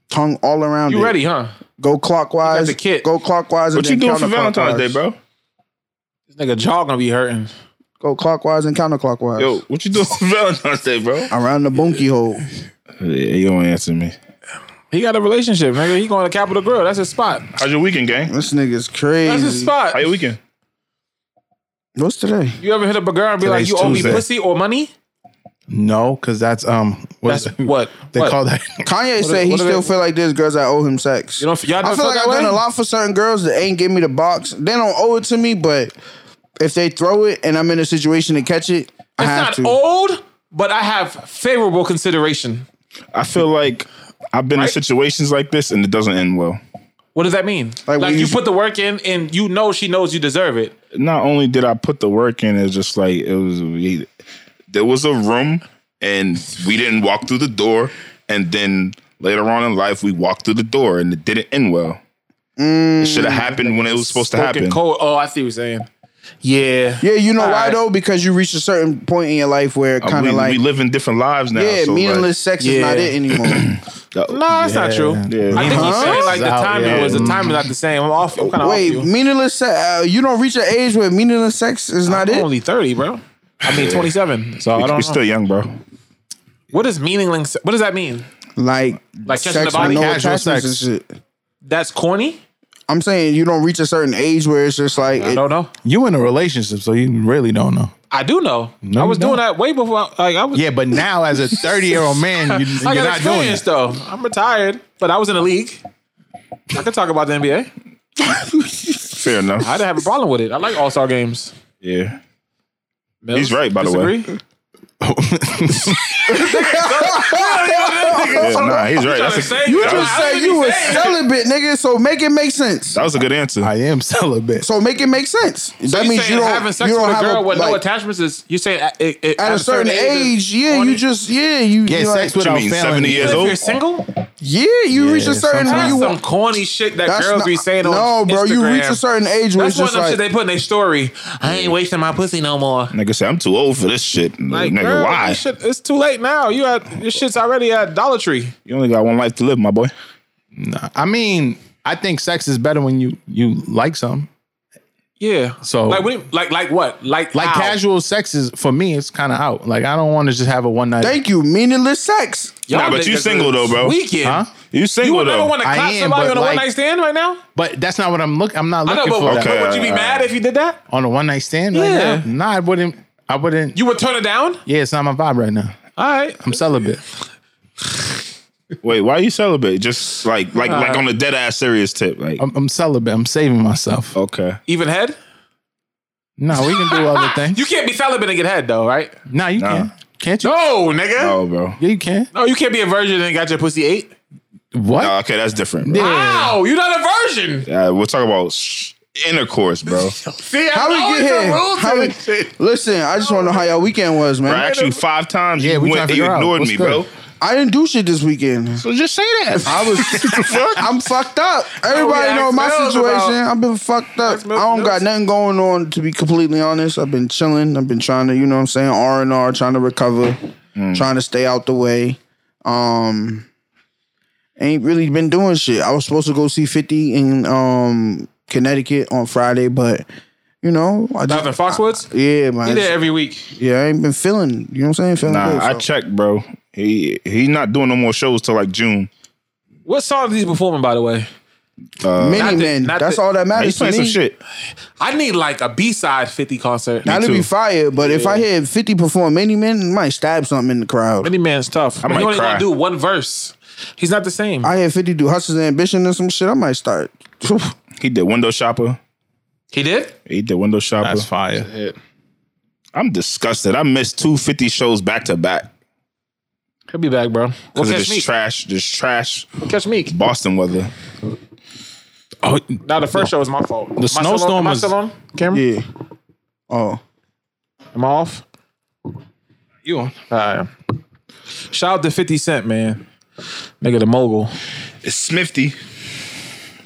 tongue all around You it. ready, huh? Go clockwise. You got the kit. Go clockwise. What you and then doing for Valentine's counterclockwise. Day, bro? This nigga jaw gonna be hurting. Go clockwise and counterclockwise. Yo, what you doing for Valentine's Day, bro? Around the bunkie hole. Yeah, you don't answer me. He got a relationship, nigga. He going to Capitol Grill. That's his spot. How's your weekend, gang? This nigga's That's his crazy. spot. How your weekend? What's today? You ever hit up a girl and be like, Today's "You owe me Tuesday. pussy or money"? No, because that's um. What is That's it? what they what? call that. Kanye What said are- he what are still they- feel like there's girls that owe him sex. You don't- y'all I don't feel feel like I've that done way? a lot for certain girls that ain't give me the box. They don't owe it to me, but if they throw it and I'm in a situation to catch it, I It's have not to. old, but I have favorable consideration. I feel like I've been in situations like this and it doesn't end well. What does that mean? Like, Like, we you usu- put the work in, and you know she knows you deserve it. Not only did I put the work in, it's just like it was. There was a room, and we didn't walk through the door. And then later on in life, we walked through the door, and it didn't end well. It should have happened when it was supposed to Broken happen. Cold. Oh, I see what you're saying. Yeah. Yeah, you know All why right. though? Because you reach a certain point in your life where Uh, kind we, of like we living different lives now. yeah, so, like, meaningless sex is not Yeah. it anymore. uh, No, that's not true. Yeah. I think Huh? he's saying like the Out, timing yeah. was the timing not the same. I'm off. I'm kind of off. Wait, You. meaningless sex? Uh, you don't reach an age where meaningless sex is not I'm it. only thirty, bro. I mean, twenty seven. So I we, don't. we know. still young, bro. what is meaningless? What does that mean? like Like catching the with body? no Casual attachments sex. and shit. That's corny. I'm saying you don't reach a certain age where it's just like I it- don't know. You in a relationship, so you really don't know. I do know. No, I was you doing don't. that way before. I- Like I was. Yeah, but now as a thirty year old man, you, I you're got not doing experience it. though. I'm retired, but I was in the league. I could talk about the NBA. Fair enough. I didn't have a problem with it. I like All Star games. yeah. Mills, He's right, by the way. disagree? yeah nah, he's right. trying That's to a, say- You that, I was- just was, I said was you was saying- celibate, nigga. So make it make sense. that was a good answer. I am celibate. So make it make sense. that you means saying you don't having sex you don't with a have girl with no like, attachments is you saying at, it, it, At a certain age, yeah, corny. you just yeah you yeah, you like- sex What you without mean, family. 70 years If old? you're single, yeah you reach a Yeah, certain sometimes. where that's you some want- corny shit that that's girls not- be saying on no bro you reach a Instagram. certain age where it's That's one just of them shit like they put in their story. I ain't wasting my pussy no more. Nigga said, I'm too old for this shit. Like, nigga, girl, why? this shit- it's too late now. You at your shit's already at Dollar Tree. You only got one life to live, my boy. I mean, I think sex is better when you you like something. Yeah. So- like, what, do you- like, like what? Like, Like how? casual sex is for me, it's kind of out. Like I don't want to just have a one night. thank you meaningless sex Y'all Nah, but you niggas single is though, bro. Weekend. Huh? You You single would never though. want to I clap am, somebody but on a like- one night stand right now. but that's not what I'm looking. I'm not I know, looking but, for but that. Okay. would you be uh, mad if you did that? on a one night stand. right Yeah. now? nah, I wouldn't. I wouldn't. You would turn it down. yeah, it's not my vibe right now. All right. I'm celibate. Wait, why you celibate? Just like like Uh, like on a dead ass serious tip. Like I'm, I'm celibate. I'm saving myself. okay. Even head. No, we can do other things. You can't be celibate and get head though, right? nah, you No. can. Can't you? No, nigga. Oh bro. Yeah, you can. No, you can't be a virgin and got your pussy ate. What? Nah, okay, that's different. Bro. Yeah. Ow, you're not a virgin. Uh, we're talking about sh- intercourse, bro. See, how I'm we always get here the rules How to we- this shit. listen I just want to know how y'all weekend was Bro, man I asked you five times. Yeah, you we trying went, to you figure out ignored what's me, good. bro. I didn't do shit this weekend So just say that. I was I'm fucked up everybody asked know my Mills situation about- I've been fucked up I Mills- don't got Mills- nothing going on to be completely honest I've been chilling I've been trying to you know what I'm saying R and R trying to recover Mm. trying to stay out the way um ain't really been doing shit. I was supposed to go see 50 in um Connecticut on Friday, but you know, I Down in just Foxwoods. yeah, He man. there every week. Yeah, I ain't been feeling, you know what I'm saying? Feeling Nah, good, I so. checked, bro. He he's not doing no more shows till like June. What songs is he performing, by the way? Many Not that- men. not That's that- all that He's matters to playing some me. shit. I need like a B side 50 concert. That'd too. be fire, but if I had 50 perform many men, I might stab something in the crowd. Many man's tough. I might he only cry. gonna do one verse. He's not the same. I had 50 do Hustles and Ambition and some shit, I might start. He did window shopper. he did? He did window shopper. That's fire. I'm disgusted. I missed two fifty shows back to back He'll be back, bro. Well, because of catch this me. trash, this trash catch me. Boston weather. Oh, Now the first show was my fault. The snowstorm Am I was- still on camera? Yeah. Oh. Am I off? you on? All right. Shout out to 50 Cent, man. Nigga, the mogul. It's Smithy.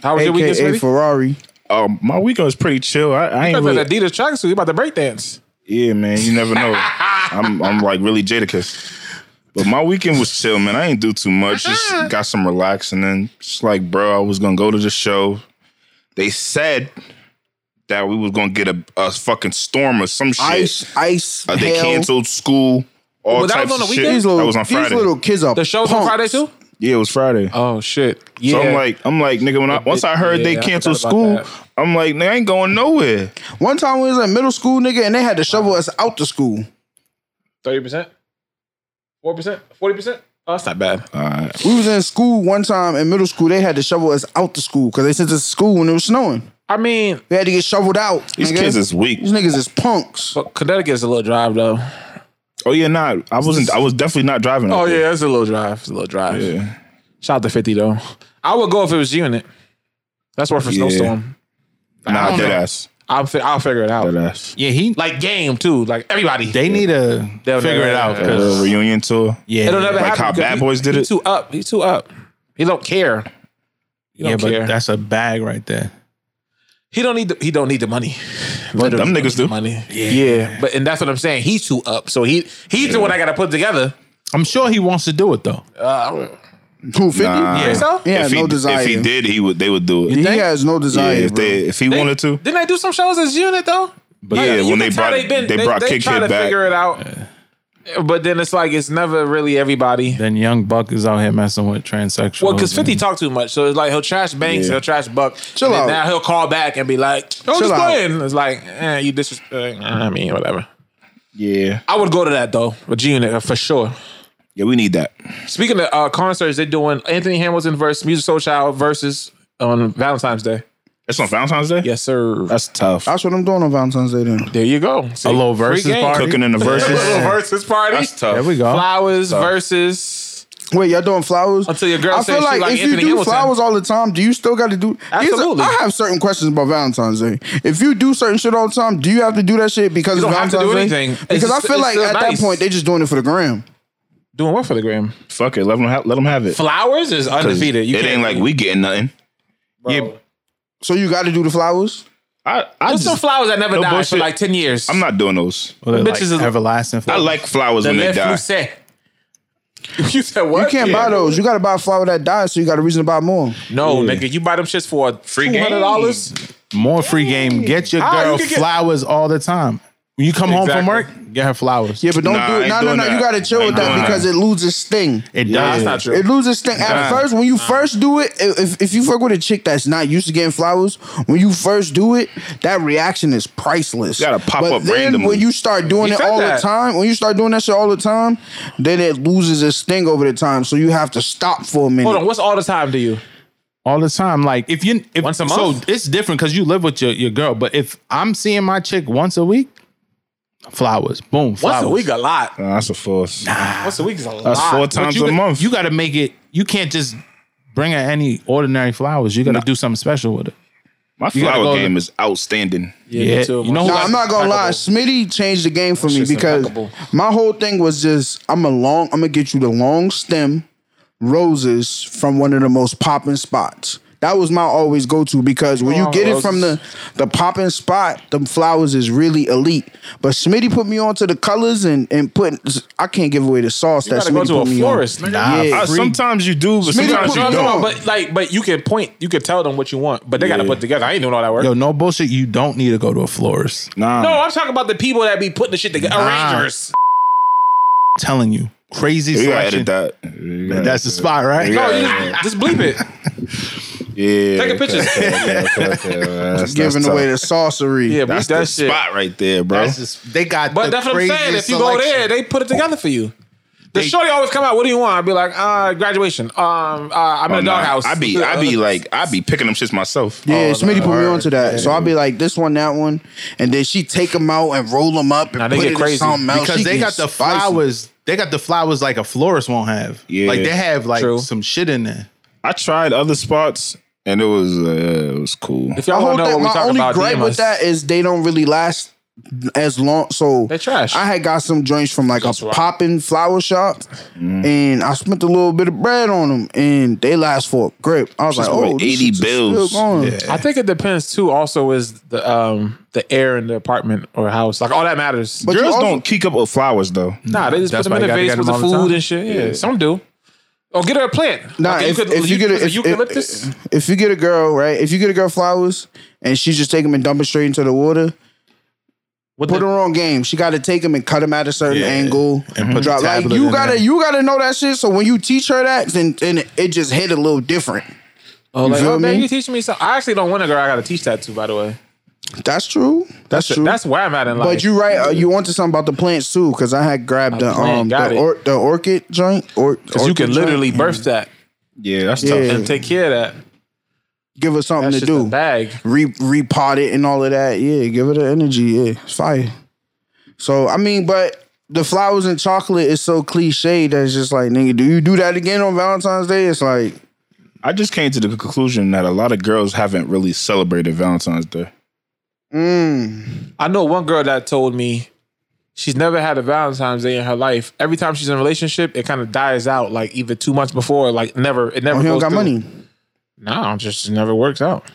How was your weekend, AKA Smitty? Ferrari. Um, my weekend was pretty chill. I, I ain't Because of really. that Adidas tracksuit, you about to break dance. Yeah, man. You never know. I'm I'm like really Jadakiss. But my weekend was chill, man. I ain't do too much. Uh-huh. Just got some relax, and then just like, bro, I was gonna go to the show. They said that we was gonna get a, a fucking storm or some shit. Ice, ice. Uh, they hail. canceled school. All Well, that types was on of the shit. weekend? These little, that was on Friday. These little kids are The show's on punks. Friday too. yeah, it was Friday. Oh shit! Yeah. So I'm like, I'm like, nigga. When I once I heard they yeah, I canceled forgot school, about that. I'm like, nigga, I ain't going nowhere. One time we was at middle school, nigga, and they had to shovel us out the school. thirty percent, four percent, forty percent. Oh, that's not bad. All right. We was in school one time in middle school. They had to shovel us out the school because they sent us to school when it was snowing. I mean, We had to get shoveled out. These nigga. kids is weak. These niggas is punks. but Connecticut's a little drive though. Oh yeah, nah. I wasn't. I was definitely not driving. up Oh there. yeah, it's a little drive. It's a little drive. Yeah. Shout out to fifty though. I would go if it was unit. That's worth a Yeah. snowstorm. I Nah, don't dead know. ass. I'll fi- I'll figure it out. Dead ass. Yeah, he. Like game too. Like everybody. They need to They'll figure never- it out. That little 'cause- reunion tour. yeah, It'll never Like happen how because Bad he- Boys did he it? too up. He's too up. He don't care. He yeah, don't but care. that's a bag right there. He don't need the he don't need the money. them Literally, niggas the do. money. Yeah. but and that's what I'm saying. He's too up, so he he's the one I got to put together. I'm sure he wants to do it though. Uh, Who fifty? Nah. think so? He has if he, no desire. If he did, he would. They would do it. He think? has no Yeah, desire. if, bro. they, if he wanted to. Didn't they do some shows as unit though? But Like, yeah, you when can they tell brought they've been- they, brought they Kid try Kid to back. figure it out. But then it's like it's never really everybody. Then Young Buck is out here messing with transsexuals. Well, because Fifty and- talk too much, so it's like he'll trash Banks, Yeah. he'll trash Buck. Chill and then out. Now he'll call back and be like, "Oh, Chill just out. playing." It's like, eh, you disrespect. I mean, whatever. Yeah, I would go to that though, with G Unit uh, for sure. yeah, we need that. Speaking of uh, concerts, they're doing Anthony Hamilton versus Music Soul Child versus on Valentine's Day. It's on Valentine's Day. Yes, sir. that's tough. That's what I'm doing on Valentine's Day. Then there you go. See, a little free versus game. party. Cooking in the A little verses. versus party. that's tough. There we go. Flowers versus. wait, y'all doing flowers? Until your girl I says feel she like like if you Anthony do Hamilton. flowers all the time, do you still got to do? These are- Absolutely. I have certain questions about Valentine's Day. If you do certain shit all the time, do you have to do that shit because You don't it's have Valentine's to do Day? anything. It's Because I just- feel it's like still at nice. that point they just doing it for the gram. Doing what for the gram? Fuck it. Let them have, let them have it. Flowers is 'Cause undefeated. You it can't- ain't like we getting nothing. Yeah, So you got to do the flowers. I, I There's some just, flowers that never No died for bullshit. like ten years. I'm not doing those. well, The they're bitches like is- everlasting. I like flowers The when they left die. you say. You said what? You can't buy those. You got to buy a flower that dies, so you got a reason to buy more. No, nigga, you buy them shits for free Free game. hundred dollars. more free game. Get your Ah, you girl can get- flowers all the time. When you come home from Exactly. work, get her flowers. Yeah, but don't Nah, do I it. ain't No, no, doing no. You that. got to chill I with ain't that doing because that. it loses sting. It Nah, that's does. not true. It loses sting at Nah. first when you first do it. i- If, if you fuck with a chick that's not used to getting flowers, when you first do it, that reaction is priceless. You gotta pop but up then randomly. When you start doing He it said all that. the time, when you start doing that shit all the time, then it loses its sting over the time. So you have to stop for a minute. Hold on, what's all the time to you? all the time. Like if you if, Once a month? so it's different because you live with your, your girl. But if I'm seeing my chick once a week, flowers, boom, Once flowers. a week, uh, a lot. Nah, that's a force. Once a week is a lot. that's four But times you a got- month. You got to make it. You can't just bring her any ordinary flowers. You got to do something special with it. My you gotta flower go- game is outstanding. Yeah, you know who No, got- I'm not gonna lie. Smitty changed the game for me shit's because impeccable. my whole thing was just I'm a long. I'm gonna get you the long stem roses from one of the most popping spots. That was my always go to because when you Oh, get it roses. from the the popping spot, the flowers is really elite. But Smitty put me onto the colors and and put. I can't give away the sauce You that gotta Smitty go to put a me florist. on. nigga. Nah, Yeah. Uh, sometimes you do, but Smitty sometimes put me you No, on. don't. no, but like, but you can point, you can tell them what you want, but they got to put together. I ain't doing all that work. Yo, no bullshit. You don't need to go to a florist. I'm Nah, no, I'm talking about the people that be putting the shit together. Nah. Arrangers. telling you, crazy you gotta selection. edit that. That's the spot, right? Yeah. No, you just, just bleep it. Yeah. Take a picture. Giving away the sorcery. Yeah, bleep That's that the shit. spot right there, bro. That's just, they got. But the that's what I'm saying. If craziest you go selection. there, they put it together for you. The shorty always come out. What do you want? I'd be like, uh, graduation. Um, uh, I'm Oh, in a Oh, Nah, doghouse. I be, I be like, I be picking them shits myself. Yeah, Smitty put me onto that. So I'll be like, this one, that one. And then she take them out and roll them up and Nah, they put get it crazy in something else. because She they get got the spicy. flowers. They got the flowers like a florist won't have. Yeah. like they have like True. some shit in there. I tried other spots and it was, uh, it was cool. if My y'all whole want to know thing, what we my talking only about, gripe DM with us. that is they don't really last as long. So They're trash. I had got some joints from like a poppin' flower shop, and I spent a little bit of bread on them, and they last for a grip. I was Just like, over oh, 80 eighty bills. going. Yeah. I think it depends too. Also, is the um the air in the apartment or house like all that matters. But you Girls also- don't kick up with flowers though. nah, they just put That's them why in the you gotta vase get with the them all the food time. and shit. Yeah, some do. Oh, get her a plant. Nah, Like, if, if you get a, if, eucalyptus, If, if you get a girl, right? If you get a girl flowers and she just take them and dump them straight into the water, What put the- her on game. She got to take them and cut them at a certain Yeah. angle. And put the drop. Like tablet you in gotta there. you gotta know that shit. So when you teach her that, then and it just hit a little different. oh, you like, feel oh, man, me? you teaching me something. I actually don't want a girl. I gotta teach that to. By the way, That's true. That's, true. that's where I'm at in life. but you right. Uh, you wanted something about the plants too, because I had grabbed the plant, um got the, it. or, the orchid joint. Or because you orchid can joint. literally Mm. birth that Yeah, that's Yeah. tough. and take care of that. give her something That's to just a do. bag. re repot it and all of that. Yeah, give it the energy. Yeah, it's fire. So I mean, but the flowers and chocolate is so cliche that it's just like, nigga, do you do that again on Valentine's Day? It's like, I just came to the conclusion that a lot of girls haven't really celebrated Valentine's Day. mm, I know one girl that told me she's never had a Valentine's Day in her life. Every time she's in a relationship, it kind of dies out, like either two months before, or like never. It never. oh, he don't goes got through. money. No, it just never works out.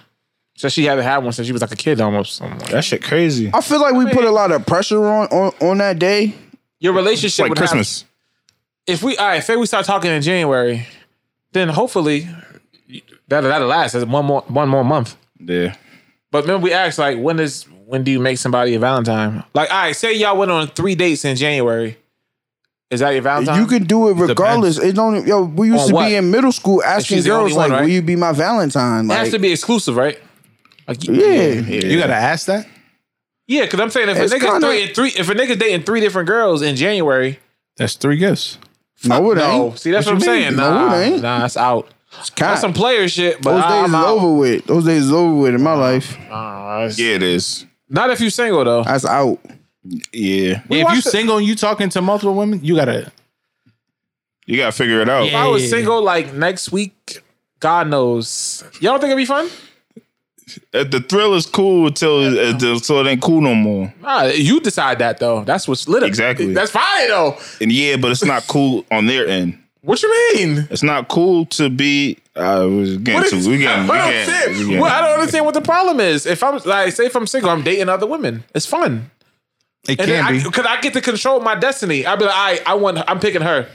So she haven't had one since she was like a kid almost. I'm like, That shit crazy. I feel like we put a lot of pressure on on, on that day. Your relationship like would have- Christmas. if we, all right, say we start talking in January, then hopefully that that'll last. That's one more one more month. yeah. But remember, we asked like, when is when do you make somebody a Valentine? Like, all right, say y'all went on three dates in January. Is that your Valentine? You can do it regardless. It don't. Yo, we used On to what? be in middle school asking she's the only girls like, one, right? "Will you be my Valentine?" It has Like, to be exclusive, right? Like, yeah. You gotta ask that. yeah. Because I'm saying if It's a nigga kinda- three, three, if a nigga dating three different girls in January, That's three gifts. No, it no, ain't. see that's what, I'm you mean? saying. No, Nah, it ain't. nah, that's out. It's cap. That's some player shit, but Those days I'm is out. over with. Those days is over with in my life. Nah, it's- Yeah, it is. Not if you single though. That's out. Yeah. if you watched it- single and you talking to multiple women, you gotta. You gotta figure it out. If I was single like next week, God knows. Y'all don't think it'd be fun? Uh, The thrill is cool until until it ain't cool no more. Nah, you decide that though. That's what's lit. up. Exactly. That's fine though. And yeah, but it's not cool on their end. What you mean? It's not cool to be. Uh, we're What getting is- to we getting, we I don't getting- understand. we getting- Well, I don't understand what the problem is. If I'm like, say, if I'm single, I'm dating other women. It's fun. And It can then be. I, cause I get to control my destiny. I'd be like, I, I want, I'm picking her.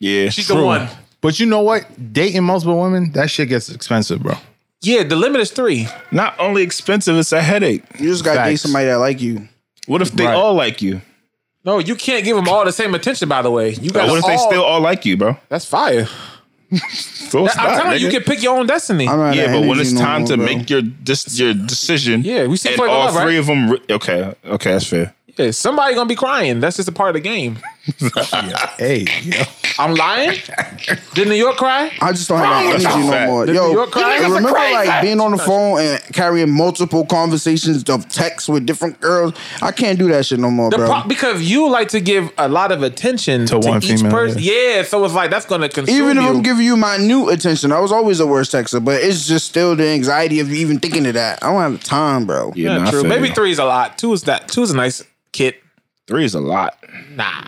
Yeah, She's the one. But you know what? Dating multiple women, that shit gets expensive, bro. Yeah, the limit is three. Not only expensive, it's a headache. You just gotta date Facts. somebody that like you. What if they Right. all like you? No, you can't give them all the same attention. By the way, you got. What if they still all like you, bro? That's fire. So it's I'm not, telling you, nigga. you can pick your own destiny. I'm not yeah, that but when energy it's no time more, to bro. make your dis- your decision, Yeah, we see and Flavor all Love, right? three of them. Re- okay, okay, that's fair. Yeah, somebody gonna be crying. That's just a part of the game. Hey, yo. I'm lying. Did New York cry? I just don't have That's that energy not no fact. more. The New Yo, York Cry- remember like being on the phone and carrying multiple conversations of text with different girls? I can't do that shit no more, The bro. pro- because you like to give a lot of attention to, one each female, person. Yeah. so it's like that's gonna consume even if you. I'm giving you my new attention, I was always the worst texter, but it's just still the anxiety of you even thinking of that. I don't have the time, bro. Yeah, Yeah, nah, I true. feel Maybe you. three is a lot. Two is that. Two is a nice kid. Three is a lot. Nah,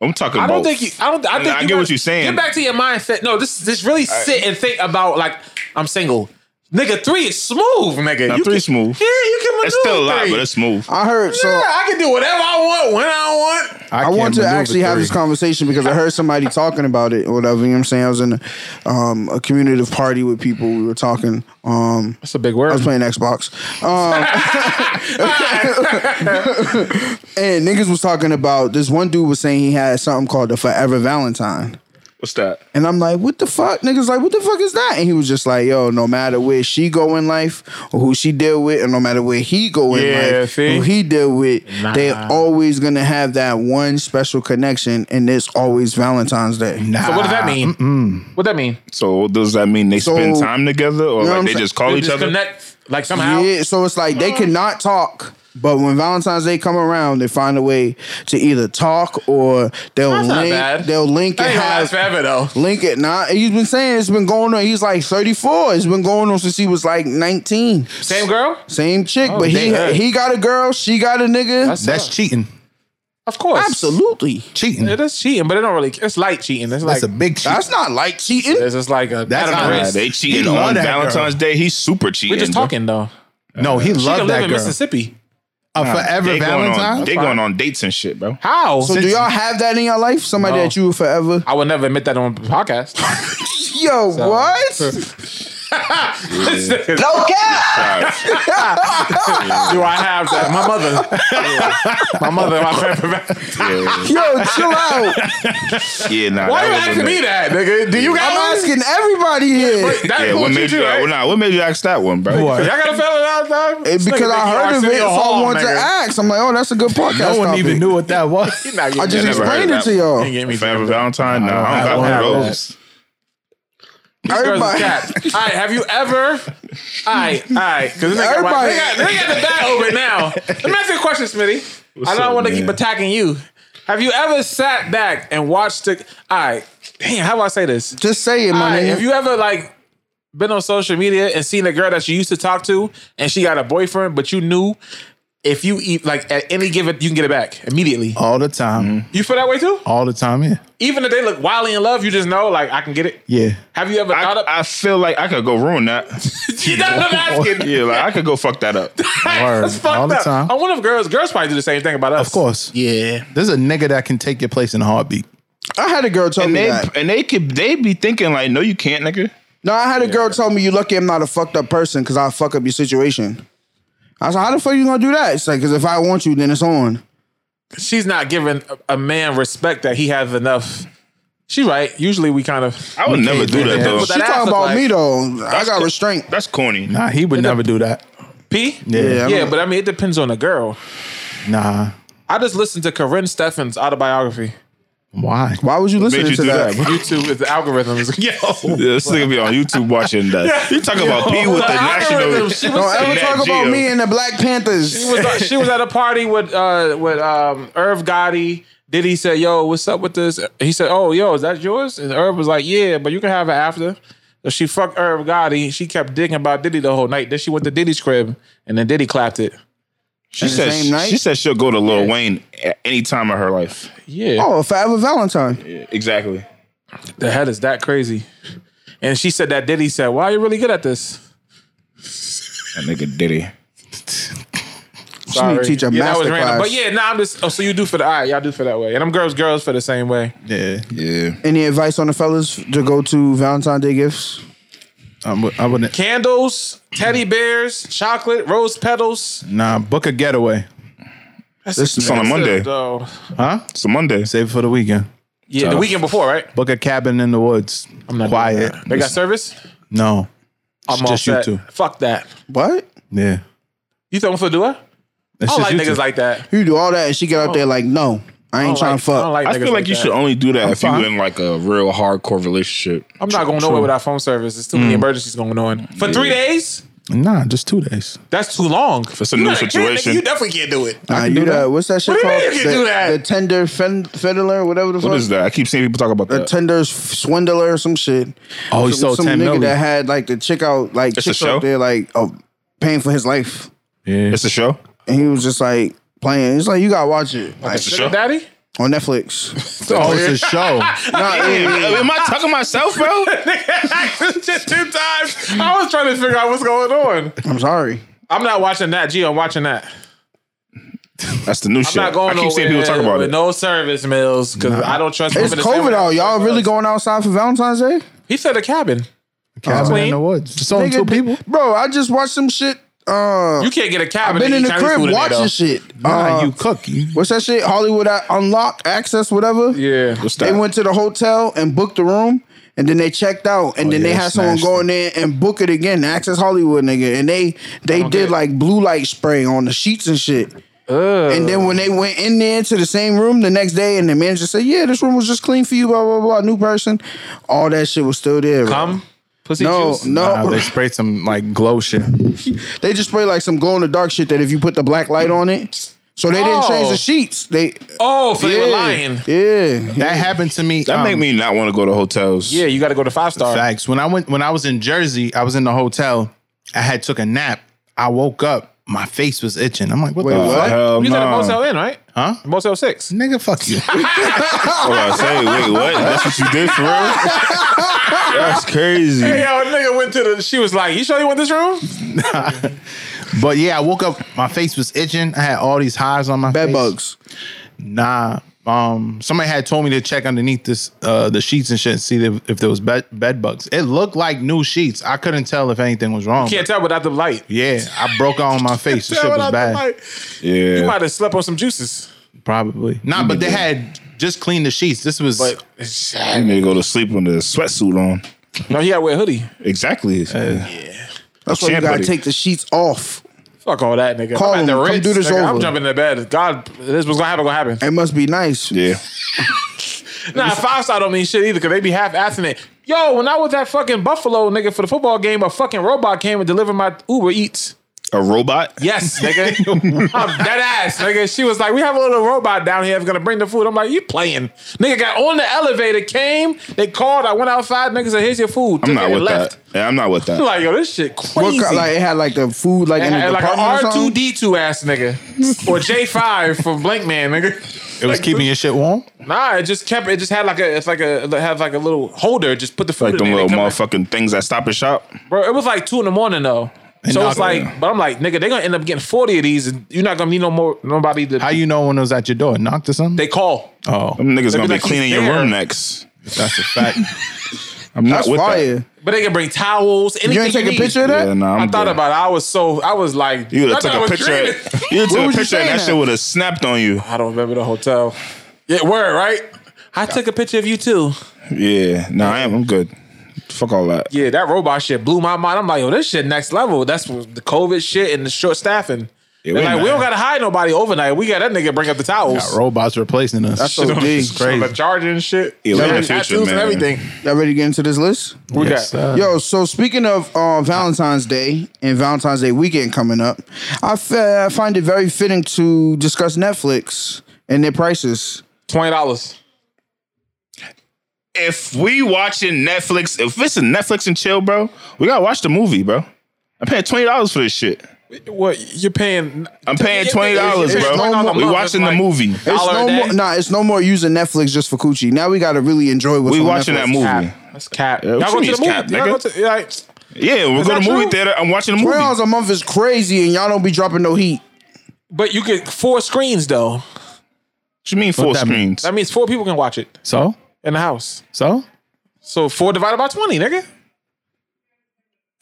I'm talking. I don't about- think you. I don't. I Nah, think I you get what gotta you're saying. Get back to your mindset. No, this just really sit and think about like I'm single. Nigga, three is smooth. Nigga, Nah, You three can- smooth. Yeah, you can. It's still a maneuver lot, three. but it's smooth. I heard so yeah, I can do whatever I want when I want. I want to actually have this conversation. conversation because I heard somebody talking about it or whatever. You know what I'm saying? I was in um, a community party with people. We were talking. Um, That's a big I word. was playing Xbox. Um, and niggas was talking about this one dude was saying he had something called the Forever Valentine. What's that? And I'm like, what the fuck? Niggas like, what the fuck is that? And he was just like, yo, no matter where she go in life or who she deal with, and no matter where he go in Yeah, life, see? who he deal with, Nah. they always gonna have that one special connection, and it's always Valentine's Day. Nah. So what does that mean? What that mean? So does that mean they So- spend time together, or know what like I'm they saying? just call They each other? disconnect Like somehow. Yeah, so it's like they cannot talk. But when Valentine's Day come around, they find a way to either talk or they'll That's not link. bad. They'll link That and ain't gonna have last forever though. link it. Not he's been saying it's been going on. He's like thirty four. It's been going on since he was like nineteen. Same girl? Same chick, but he damn. he got a girl. She got a nigga. That's cheating. Of course. Absolutely. Cheating. It is cheating, but it don't really. It's light cheating. It's like That's a big cheat. That's not like cheating. It's just like a. That's That's not- Nah, not they cheating love on that girl. Valentine's Day. He's super cheating. We're just bro. talking though. no, he She can loved live that in girl. Mississippi. A Nah, forever they Going on, Valentine. they going on dates and shit, bro. How? So do y'all have that in your life? Somebody No. that you will forever? I would never admit that on podcast. Yo, what? No cap. Do I have that? My mother. My mother. My family. Yeah, Yo, chill out. yeah nah. Why that you wasn't asking it. me that, nigga? Do you got I'm one? asking everybody here. That Yeah, cool what with made you, you? right? Well, nah, what made you ask that one, bro? Y'all got a fella out time? It's because I heard of it, so I wanted to ask. I'm like, oh, that's a good podcast. No one even topic. knew what that was. I just never heard explained of it to that. y'all. Forever Valentine? Nah, I I don't don't got have one of that. those. Everybody, All right, have you ever? All right, all right, because they, Everybody- got, they got the bat over now. Let me ask you a question, Smitty. I up, don't want to man? keep attacking you. Have you ever sat back and watched the? All right, damn, how do I say this? just say it, All my right, nigga. have you ever like been on social media and seen a girl that you used to talk to and she got a boyfriend, but you knew if you eat like at any given, you can get it back immediately. Oh. All the time. You feel that way too? All the time, yeah. Even if they look wildly in love, you just know like I can get it. Yeah. Have you ever thought I, of? I feel like I could go ruin that. That's what I'm asking. yeah, like I could go fuck that up. Word. That's fucked All the up. time. I wonder if girls girls probably do the same thing about us. Of course. Yeah. There's a nigga that can take your place in a heartbeat. I had a girl tell And me they that. and they could they be thinking like, no, you can't, nigga. No, I had a girl tell me, "You lucky I'm not a fucked up person because I fuck up your situation." I was like, "How the fuck you gonna do that?" It's like, "Cause if I want you, then it's on." She's not giving a, a man respect that he has enough. She right. Usually we kind of I would never do that yeah. though. But She That ass talking look about like- me though. I got cool. restraint. That's corny. Nah, he would never do that. P. Yeah, I yeah, don't- but I mean it depends on the girl. Nah. I just listened to Corinne Steffens' autobiography. Why? Why would you listen to you do that? that? YouTube is the algorithm is yo. Yeah, this nigga be on YouTube watching that. You talking about P with the national? She Don't was, ever Nat talk Geo. about me and the Black Panthers. she was uh, she was at a party with uh with um Irv Gotti. Diddy said, "Yo, what's up with this?" He said, "Oh, yo, is that yours?" And Irv was like, "Yeah, but you can have it after." So she fucked Irv Gotti. She kept digging about Diddy the whole night. Then she went to Diddy's crib, and then Diddy clapped it. She the said same night? she said she'll go to Lil Wayne at any time of her life. Yeah, Oh, Forever Valentine. Exactly. the hell is that crazy? And she said that Diddy said, "Why are you really good at this?" That nigga Diddy. She need to teach a yeah, that was master random. class. But yeah, nah, I'm just. Oh, so you do for the eye, y'all do for that way, and them girls, girls for the same way. Yeah. Yeah. Any advice on the fellas to go to Valentine's Day gifts? I'm, I wouldn't. Candles, teddy bears, chocolate, rose petals. Nah, book a getaway. It's on a Monday. Though. Huh? It's a Monday. Save it for the weekend. Yeah, the weekend before, right? Book a cabin in the woods. I'm not doing Quiet. They got service. no. I'm just you all set. two. Fuck that. What? Yeah. You throwing for do I? It's I don't like just you niggas two. like that. You do all that and she get out there like, no, I ain't trying to Oh. I fuck. don't like I niggas feel like you that. should only do that if you fine. in like a real hardcore relationship. I'm not going nowhere without phone service. There's too Mm. many emergencies going on for three days. Nah, just two days. That's too long. For It's a new situation. you definitely can't do it. Nah, you that. What's that shit What do you called? mean you can the, do that? the tender fen- fiddler, whatever the fuck. What is that? I keep seeing people talk about A that. tender swindler or some shit. Oh, he Some- sold some 10 nigga million. that had like the chick out, like It's a chicks out show? there, like oh, paying for his life, yeah. it's a show. and he was just like playing. It's like you gotta watch it like, It's a Sugar show. daddy? on Netflix. oh, it's a show. Nah, yeah, Am I talking myself, bro? Just two times. I was trying to figure out what's going on. I'm sorry. I'm not watching that. G, I'm watching that. That's the new I'm shit. not going I keep seeing people nowhere talk about with it. no service meals because I don't trust. It's women to stay COVID with- out. Y'all really going outside for Valentine's Day? He said a cabin. cabin Queen. in the woods. Just only two Nigga, people. Bro, I just watched some shit. Uh, You can't get a cabin. I've been to in eat the Chinese food crib in there, watching though. shit. Nah, Uh, you cook. You, what's that shit? Hollywood uh, Unlock Access, whatever. Yeah. What's They that? went to the hotel and booked the room, and then they checked out, and then yeah, they had that's someone nasty. go in there and book it again. Access Hollywood, nigga, and they they did like blue light spray on the sheets and shit. And then when they went in there to the same room the next day, and the manager said, "Yeah, this room was just clean for you, blah blah blah." New person, all that shit was still there. bro. Come. Pussy No, juice? no. Nah, they sprayed some like glow shit. They just spray like some glow in the dark shit that if you put the black light on it. So they didn't change Oh. the sheets. They Oh, so they were lying. Yeah. That happened to me. That um, make me not want to go to hotels. Yeah, you got to go to five star. Facts. When I went when I was in Jersey, I was in the hotel. I had took a nap. I woke up. My face was itching. I'm like, what Wait, the what? fuck? Hell You was at a no. Motel Inn, right? Huh? Motel Six. Nigga, fuck you. Oh, I say, wait, what? That's what you did for real? That's crazy. Hey, yo, nigga went to the. She was like, "You sure you want this room?" but yeah, I woke up. My face was itching. I had all these hives on my Bed face. bugs. Nah. Um, somebody had told me to check underneath this uh the sheets and shit and see if, if there was bed, bed bugs. It looked like new sheets. I couldn't tell if anything was wrong. Can't tell without the light. Yeah, I broke out on my face. The shit was without the bad. light. You Yeah. might have slept on some juices. Probably. Nah, but they had just cleaned the sheets. This was But You need to go to sleep with a sweatsuit on. no, he had to wear a hoodie. Exactly. uh, That's why you Champ gotta hoodie. take the sheets off. Fuck all that, nigga. Call I'm at the him. Come Ritz, do this nigga. I'm over. jumping in the bed. God, this was gonna happen. Gonna happen. It must be nice. yeah. Nah, five star don't mean shit either because they be half assing it. Yo, when I was at fucking Buffalo, nigga, for the football game, a fucking robot came and delivered my Uber Eats. A robot? Yes, nigga. I'm dead ass, nigga. She was like, we have a little robot down here that's gonna bring the food. I'm like, you playing. Nigga got on the elevator, came, they called, I went outside, nigga said, here's your food. I'm Took not it and with that. Yeah, I'm not with that. I'm like, yo, this shit What crazy. kind, like it had like the food like in and, the and like an department or something? R2D2 ass nigga. or J5 from Blank Man, nigga. it was keeping your shit warm. Nah, it just kept. It just had like a. It's like a. It had like a little holder. Just put the food. like in them there, little they come in. motherfucking things that stop and shop. Bro, it was like two in the morning though. And so not- it's like, but I'm like, nigga, they're gonna end up getting 40 of these, and you're not gonna need no more nobody to How you know when it was at your door? Knocked or something? they call. oh, Them niggas They be gonna be like, he's cleaning your there. room next. that's a fact. I'm not That's with fire. that. But they can bring towels, anything. You ain't take a need. picture of that? Yeah, nah, I'm I thought good. about it. I was so I was like, You would I have took thought I a was picture. dreaming. You What would took was a you picture and saying that shit at? would have snapped on you. I don't remember the hotel. Yeah, word, right? I took a picture of you too. Yeah. No, I am. I'm good. Fuck all that. Yeah, that robot shit blew my mind. I'm like, yo, this shit next level. That's what the COVID shit and the short staffing. Yeah, They're we like, not- we don't gotta hide nobody overnight. We got that nigga bring up the towels. Got robots replacing us. That's so big. It's crazy. The charger and shit. Yeah, we in the and future, tattoos and man. everything. Y'all ready to get into this list? We Yes, got uh, sir. Yo, so speaking of uh, Valentine's Day and Valentine's Day weekend coming up, I fi- I find it very fitting to discuss Netflix and their prices. twenty dollars. If we watching Netflix, if it's a Netflix and chill, bro, we gotta watch the movie, bro. I'm paying twenty dollars for this shit. What you're paying? I'm paying Yeah, twenty dollars, it's- it's no bro. more- We it's watching the like- movie. It's Dollar a no day? more, nah, it's no more using Netflix just for coochie. Now we got to really enjoy what's We on watching that Netflix. movie. Cap. That's cap. what Y'all you go mean to the it's movie. cap, Y'all go nigga? to like. Yeah, we go to that movie true? theater. I'm watching the movie. Twenty dollars a month is crazy, and y'all don't be dropping no heat. But you get four screens though. What you mean four that mean? screens? That means four people can watch it So, in the house. so So four divided by twenty, nigga.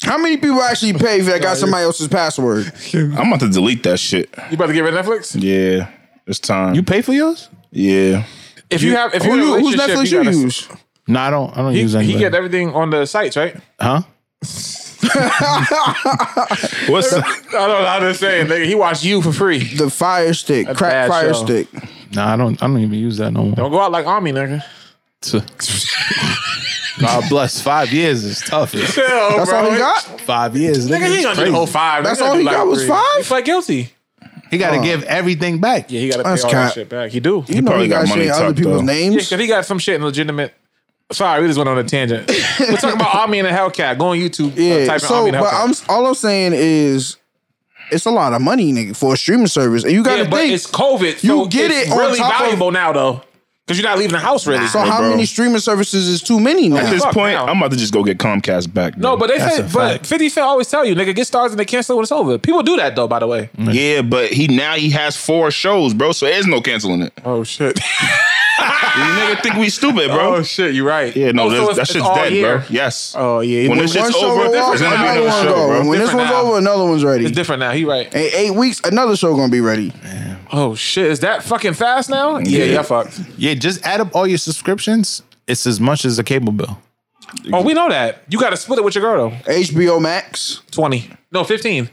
How many people actually pay if that got somebody else's password? I'm about to delete that shit. You about to get rid of Netflix? Yeah, it's time. you pay for yours? yeah, If you have, if Who you're in a you, who's relationship, Netflix you you, gotta- use? No, I don't. I don't use He, anything. he get everything on the sites, right? huh? what's I don't know how to say it, nigga. He watched you for free. The Fire Stick, bad crack Fire show. Stick. Nah, I don't. I don't even use that no more. Don't go out like Army, nigga. God bless. Five years is tough. It's Hell, That's bro. all he got. Five years. Nigga, he ain't it's gonna do crazy. the whole five. That's gonna all do he got was three. five? He pled guilty. He got to give everything back. Yeah, he got to pay all That's that cap. shit back. He do. You know probably he got got money shit in other tucked, people's though. names. because he got some shit in legitimate. Sorry, we just went on a tangent. We're talking about Army and the Hellcat. Go on YouTube. uh, Yeah. type in so, Army and but Hellcat. I'm all I'm saying is, it's a lot of money, nigga, for a streaming service, and you got to yeah, but think. it's COVID. You so get it's it on really top of- valuable now though, because you're not leaving the house really. so, how bro. many streaming services is too many now? at this fuck point? now. I'm about to just go get Comcast back. no, but they That's said, a but fact. 50 Cent always tell you, nigga, get stars and they cancel when it's over. People do that though, by the way. yeah, but he now he has four shows, bro. So there's no canceling it. Oh shit. You nigga think we stupid, bro? oh shit, you're right. yeah, no, Oh, so this- it's- that it's shit's all dead, here. bro. Yes. Oh yeah, When this One shit's show over, will there's off, gonna be another another one show, go. bro. And When this Different one's now. over, another one's ready. it's different now. He right. In eight weeks, another show gonna be ready. Oh shit, is that fucking fast now? Yeah, yeah, fucked. Yeah, just add up all your subscriptions. It's as much as a cable bill. Oh, we know that. You got to split it with your girl though. HBO Max. Twenty, no, fifteen.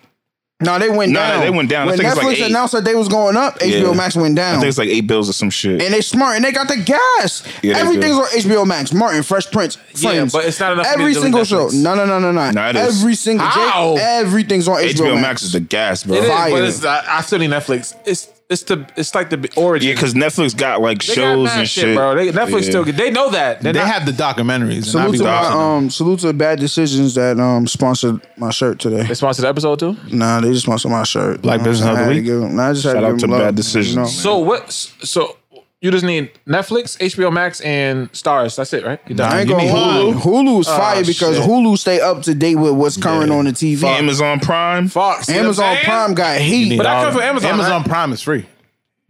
No, they went No, down. they went down. I When think it's like Netflix eight. announced that they was going up, HBO Yeah. Max went I down. think it's like eight bills or some shit. and they smart and they got the gas. Yeah, they Everything's on HBO Max. Martin, Fresh Prince, Friends. but it's not enough for me Every to single delete show. Netflix. No, no, no, no, no. Nah, it is. Every single. How? everything's on HBO, HBO Max. Max is the gas, bro. It is, Yeah, Fire. but it's I, I still need Netflix. It's it's the it's like the origin. because Netflix got like They got shows mad and shit, bro. They, Netflix Yeah. still get. They know that. They're They not- have the documentaries. and I Salute be to my watching them. um, salute to bad decisions that um sponsored my shirt today. They sponsored the episode too. Nah, they just sponsored my shirt. Black You know, Business I of the had to Week? give them- nah, I just had Shout to out give to them love, Bad Decisions. you know. So what? So you just need Netflix, HBO Max, and Stars. That's it, right? You done. Nah, I ain't You gonna mean Hulu. Hulu? Hulu's Ah, fire because shit. Hulu stay up to date with what's current on the TV. Amazon Prime. Fox, you know what I'm Amazon saying? Prime got heat. But I All come of from them. Amazon, Amazon right? Prime is free.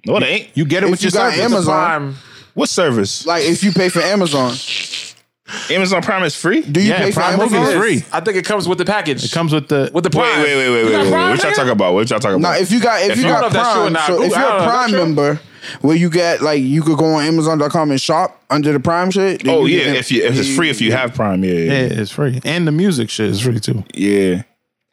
No, it ain't. You get it If with you your got service. Amazon- Prime. What service? Like if you pay for Amazon, Amazon Prime is free. do you Yeah, pay for Prime Movie Amazon? is free. I think it comes with the package. It comes with the with the Wait, Prime. wait, wait, wait, You wait, got wait. Prime, What y'all nigga? talking about? What y'all talking No, about? if you got if, If you you got don't know if that's true or Prime, not, so if Google- you're I don't a know, Prime that's true. member, where you get like you could go on Amazon.com and shop under the Prime shit. then oh you yeah, can- if you if it's free, if you have Prime, yeah, yeah, yeah. it's free, and the music shit is free too. yeah.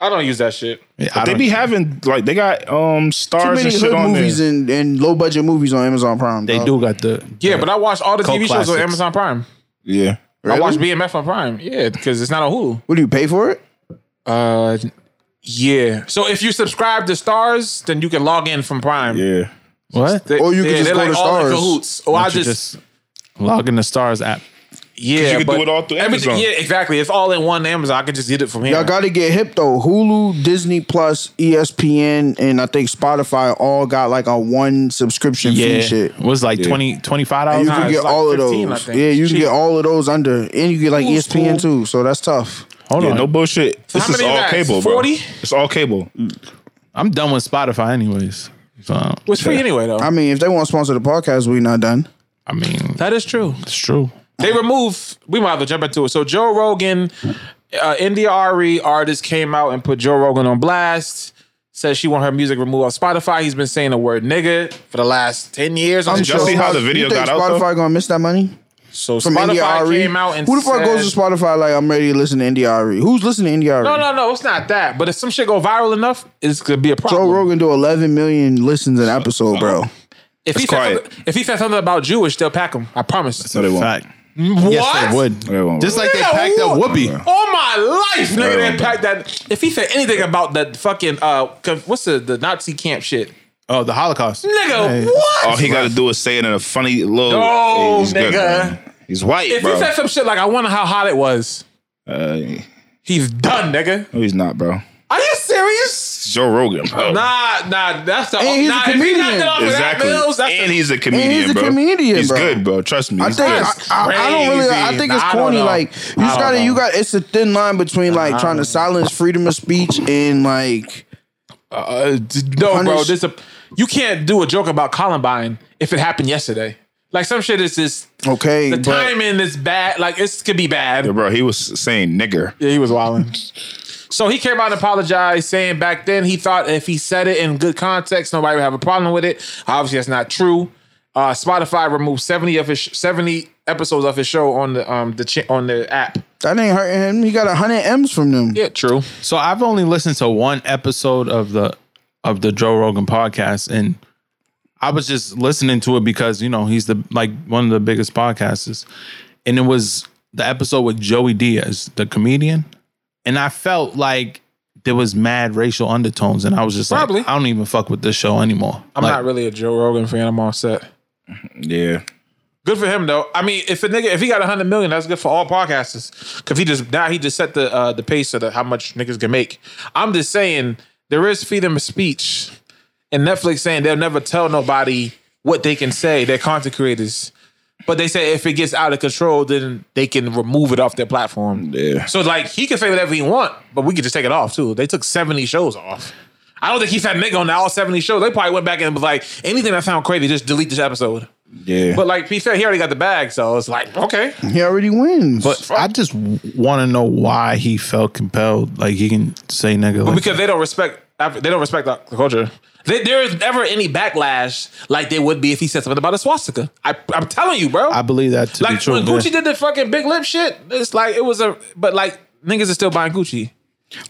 I don't use that shit. Yeah, I But they don't- be having like they got um too stars many and shit hood on movies there. and, and low budget movies on Amazon Prime. they dog. do got the Yeah, but I watch all the Cult TV shows on classics. Amazon Prime. Yeah, I watch BMF on Prime. Yeah, because it's not on Hulu. What do you pay for it? Uh, yeah. So if you subscribe to Stars, then you can log in from Prime. yeah. what? They- Or you can yeah, just they're go like to all in Starz. cahoots. Or I Don't you just, log in the Stars app. yeah, you can but do it all through everything- Amazon. Yeah, exactly. It's all in one Amazon. I can just get it from here. Y'all got to get hip though. Hulu, Disney Plus, E ESPN, and I think Spotify all got like a one subscription fee shit. It was like twenty twenty five You dollars. Nah, can it's get like all of 15, I those. think. Yeah, you It's can cheap. get all of those under, and you get like E Who's ESPN cool? too. So that's tough. Hold Yeah, on, no bullshit. This How is many all racks? cable, bro. 40? It's all cable. Mm. I'm done with Spotify anyways. So Well, It's free anyway, though. I mean, if they want to sponsor the podcast, we not done. I mean, that is true. it's true. They remove. We might have to jump into it. So Joe Rogan, uh, NDRE artist came out and put Joe Rogan on blast. Says she want her music removed off Spotify. He's been saying the word nigga for the last ten years. On his y'all show. see how the Spot- video you think got out, Spotify gonna miss that money so from Spotify NDRE. came out and Who the fuck said- goes to Spotify like I'm ready to listen to NDRE? Who's listening to E? NDRE? No, no, no. It's not that. But if some shit go viral enough, it's gonna be a problem. Joe Rogan do 11 million listens an episode, bro. If he It's said quiet. something, if he said something about Jewish, they'll pack him. I promise. No, they won't. Fact. What? Yes, they would. They won't. Just like they Yeah, packed up what? Whoopi. All my life, nigga, Right on, they packed that. If he said anything about that fucking uh, co- what's the the Nazi camp shit, Oh, the Holocaust. nigga, Hey. what? All he got to do is say it in a funny little. No, he's good, nigga. man. he's white, if bro. he said some shit like, "I wonder how hot it was," Uh, he's done, nigga. no, he's not, bro. Are you serious? It's Joe Rogan, bro. Nah, nah, that's the. And he's a nah, if he knocked comedian. it off of that, exactly. Mills, that's and the- he's a comedian, he's a bro. comedian, he's bro. good, bro. Trust me. I he's think good. I, I, I don't really. I crazy. think Nah, it's I don't corny. know. Like you I just don't gotta, know. you got. It's a thin line between like trying to silence freedom of speech and like. Uh, d- no, bro. Punish- This a you can't do a joke about Columbine if it happened yesterday. Like some shit is just Okay, the but timing is bad. Like it could be bad. Yeah, bro, he was saying nigger. Yeah, he was wilding. so he came out and apologized, saying back then he thought if he said it in good context, nobody would have a problem with it. Obviously, that's not true. Uh, Spotify removed seventy of his seventy episodes of his show on the um the ch- on the app. that ain't hurting him. He got hundred m's from them. Yeah, true. So I've only listened to one episode of the of the Joe Rogan podcast, and I was just listening to it because you know he's the like one of the biggest podcasters, and it was the episode with Joey Diaz, the comedian, and I felt like there was mad racial undertones, and I was just Probably. like, I don't even fuck with this show anymore. I'm Like, not really a Joe Rogan fan. I'm all set. Yeah. Good for him though. I mean, if a nigga if he got hundred million, that's good for all podcasters. Cause he just now he just set the uh, the pace of the, how much niggas can make. I'm just saying there is freedom of speech, and Netflix saying they'll never tell nobody what they can say. They're content creators, but they say if it gets out of control, then they can remove it off their platform. Yeah. So like he can say whatever he want, but we could just take it off too. They took seventy shows off. I don't think he said nigga on all seventy shows. They probably went back and was like anything that sound crazy, just delete this episode. Yeah. But like he said, he already got the bag, so it's like okay. He already wins. But I just want to know why he felt compelled, like he can say nigga. Like, Because they don't respect, they don't respect the culture. They, there is never any backlash like there would be if he said something about a swastika. I, I'm telling you, bro. I believe that to be like true. when yeah. Gucci did the fucking big lip shit, it's like it was a, but like niggas are still buying Gucci.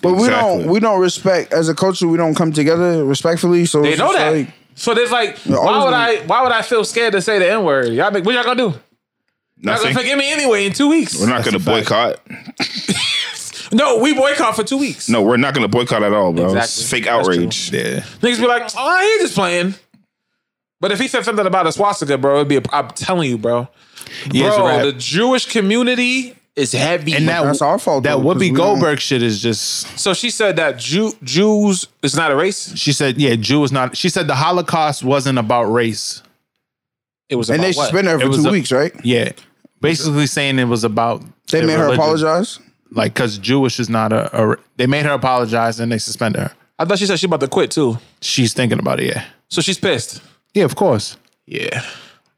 But we Exactly. don't we don't respect as a culture. We don't come together respectfully. So They it's know just that. like- so there's like, always why would gonna- I? Why would I feel scared to say the N word? Y'all, be- what y'all gonna do? Y'all gonna Nothing. forgive me anyway in two weeks? We're not going to boycott. no, we boycott for two weeks. No, we're not going to boycott at all, bro. Exactly. It's fake That's true. outrage. Yeah. Niggas be like, oh, he's just playing. But if he said something about a swastika, bro, it'd be. A, I'm telling you, bro. Yeah, it's a bro, wrap. the Jewish community is heavy. And that That's our fault, That though, 'cause Whoopi we Goldberg shit is just. so she said that Jew, Jews is not a race. She said, "Yeah, Jew is not." She said the Holocaust wasn't about race. It was and about they what? suspended her It for was two a- weeks, right? Yeah, basically saying it was about. They their made her religion. apologize. like because Jewish is not a, a. They made her apologize and they suspended her. I thought she said she about to quit too. She's thinking about it. Yeah, So she's pissed. yeah, of course. Yeah.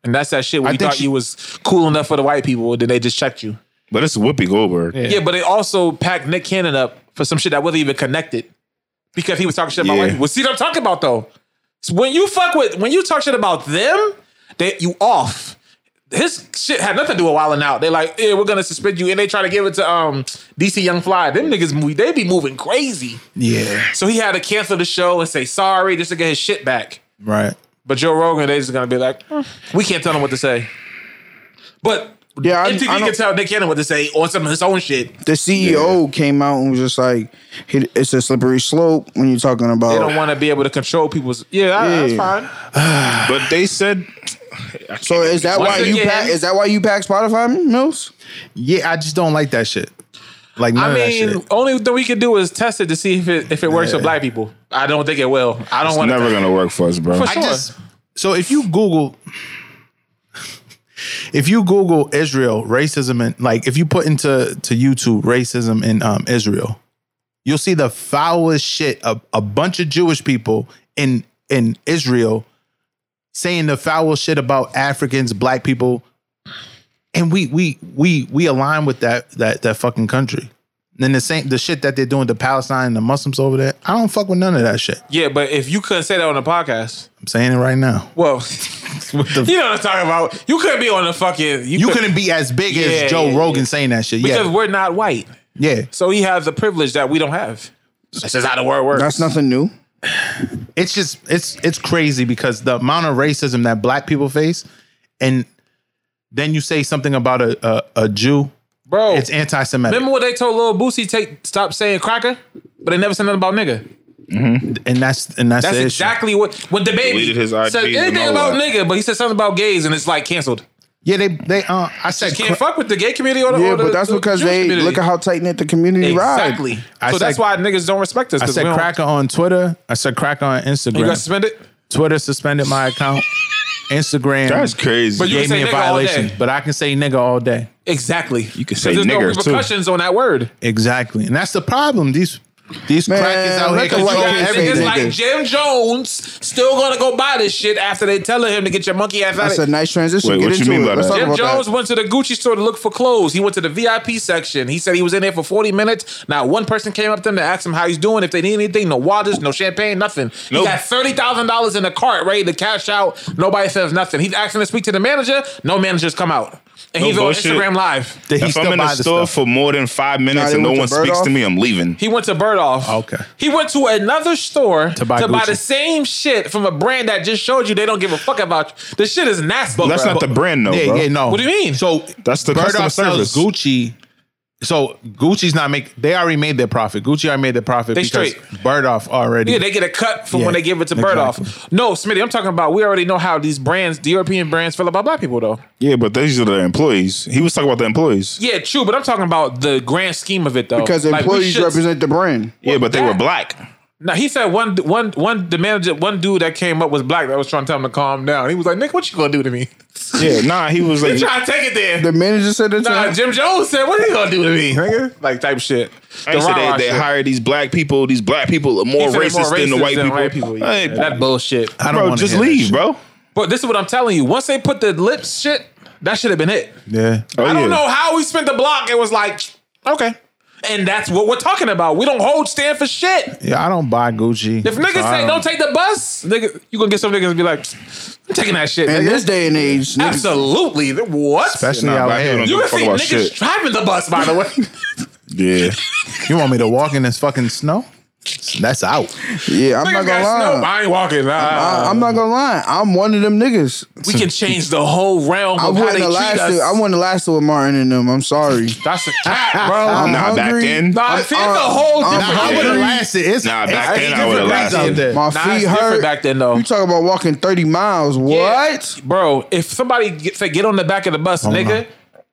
And that's that shit I where you think thought she- you was cool enough for the white people, then they just checked you. But it's Whoopi Goldberg. Yeah. Yeah, but they also packed Nick Cannon up for some shit that wasn't even connected because he was talking shit about Yeah. white people. Well, see what I'm talking about though. So when you fuck with, when you talk shit about them, they you off. His shit had nothing to do with wilding out. They like, yeah, we're gonna suspend you, and they try to give it to um DC Young Fly. Them niggas, move- they be moving crazy. Yeah, So he had to cancel the show and say sorry just to get his shit back. right. But Joe Rogan, they just gonna be like, "Mm, we can't tell them what to say. But Yeah, I, MTV I know- can tell Nick Cannon what to say on some of his own shit. the CEO came out and was just like, "It- "It's a slippery slope when you're talking They don't about." want to be able to control people's. Yeah, I- that's Oh. Yeah. fine. But they said So is that Once why you again- pack? Is that why you pack Spotify Mills? Yeah, I just don't like that shit. Like none I of that mean, shit. only thing we can do is test it to see if it if it works for black people. I don't think it will. I don't it's want never to. going to work for us, bro. I just so if you Google, if you Google Israel racism and like if you put into to YouTube racism in um, Israel, you'll see the foulest shit. A, a bunch of Jewish people in in Israel saying the foul shit about Africans, black people, and we we we we align with that that that fucking country. Then the same the shit that they're doing to Palestine and the Muslims over there, I don't fuck with none of that shit. Yeah, but if you couldn't say that on the podcast, I'm saying it right now. well, With the you know what I'm talking about. You couldn't be on the fucking. You, You could, couldn't be as big Yeah, as Joe yeah, Rogan saying that shit. because Yeah, we're not white, yeah. so he has the privilege that we don't have. That's just how the world works. That's nothing new. It's just it's it's crazy because the amount of racism that black people face, and then you say somthing about a a, a Jew, bro. it's anti-Semitic, Remember what they told Lil Boosie take stop saying cracker, but they never said nothing about nigga. and that's and that's, That's the issue. exactly what when the baby Deleted his IDs said and anything all about that. nigga, but he said something about gays and it's like canceled. Yeah, they they uh, I said Can't cra- fuck with the gay community or the Yeah, or the- but that's the because Jewish they community. look at how tight knit the community exactly. I so said- that's why niggas don't respect us. I 'cause we said don't- cracker on Twitter. I said cracker on You got Instagram. suspended, Twitter suspended my account. Instagram That's crazy. But you- gave can me say a nigga all violation, day. but I can say nigga all day. exactly. You can say there's no nigger, too. repercussions on that word. Exactly, and that's the problem. These these Man, crackers out here let the control white You got can't everything. say niggas like nigga. Jim Jones still gonna go buy this shit after they telling him to get your monkey ass out. That's of a nice transition. Wait, Get what you into mean it. by Let's that? talk Jim about Jones that. went to the Gucci store to look for clothes. He went to the VIP section. He said he was in there for 40 minutes. Not one person came up to him to ask him how he's doing, if they need anything, no waters, no champagne, nothing. He Nope. got $30,000 in the cart ready to cash out. Nobody says nothing. He's asking to speak to the manager. No managers come out. And No he's bullshit. on Instagram Live. Did he if still I'm in the buy the store stuff? for more than five Nah, minutes they and no went one to speaks Birdoff? to me, I'm leaving. He went to Birdoff. Okay. He went to another store to buy buy, Gucci. the same shit from a brand that just showed you they don't give a fuck about you. This shit is nasty. That's bruh. not the brand, though, yeah, bro. yeah, no. What do you mean? So That's the Bird customer Dog sells service. Gucci. So Gucci's not make. They already made their profit. Gucci already made their profit They because straight. Birdoff already. Yeah, they get a cut from Yeah, when they give it to exactly. Birdoff. No, Smitty, I'm talking about we already know how these brands, the European brands, feel about black people though. Yeah, but these are the employees. He was talking about the employees. Yeah, true, but I'm talking about the grand scheme of it though. Because Like, we employees should- represent the brand. Yeah, but they that- were black. Now he said one one one the manager one dude that came up was black that was trying to tell him to calm down. He was like, Nick, what you gonna do to me? Yeah, nah, he was like, He trying to take it there. The manager said that. to Nah, him? Jim Jones said, "What are you gonna do to me, nigga?" Like type shit. I The rah-rah said they, shit. they hire these black people. These black people are He more, said they're racist, than the white people. yeah. Hey, that bullshit. I don't bro, wanna just hear that leave, shit. bro. But this is what I'm telling you. Once they put the lips shit, that should have been it. Yeah. Oh, I don't yeah. know how we spent the block. It was like, okay. And that's what we're talking about. We don't hold stand for shit. Yeah, I don't buy Gucci. If niggas So I say don't take the bus, nigga, you gonna get some niggas and be like, I'm taking that shit. In nigga." this day and age, niggas- Absolutely. What? especially Nah, out black here. people don't you give a can fuck see about niggas shit. driving the bus, by the way. Yeah. You want me to walk in this fucking snow? That's out. Yeah, I'm not gonna lie. I ain't walking. I, I'm not gonna lie. I'm one of them niggas. we can change the whole realm I of how they wouldn't treat have lasted. us. I wouldn't have lasted with Martin and them. I'm sorry. That's a tap, bro. I'm nah, back hungry. then. Nah, see, it's a whole I'm- different. I Yeah. would have lasted. It's, Nah, it's back then I different would've things out lasted. there. My Nah, feet it's different hurt. back then, though. You talking about walking 30 miles? What? Bro, if somebody get, say get on the back of the bus, nigga,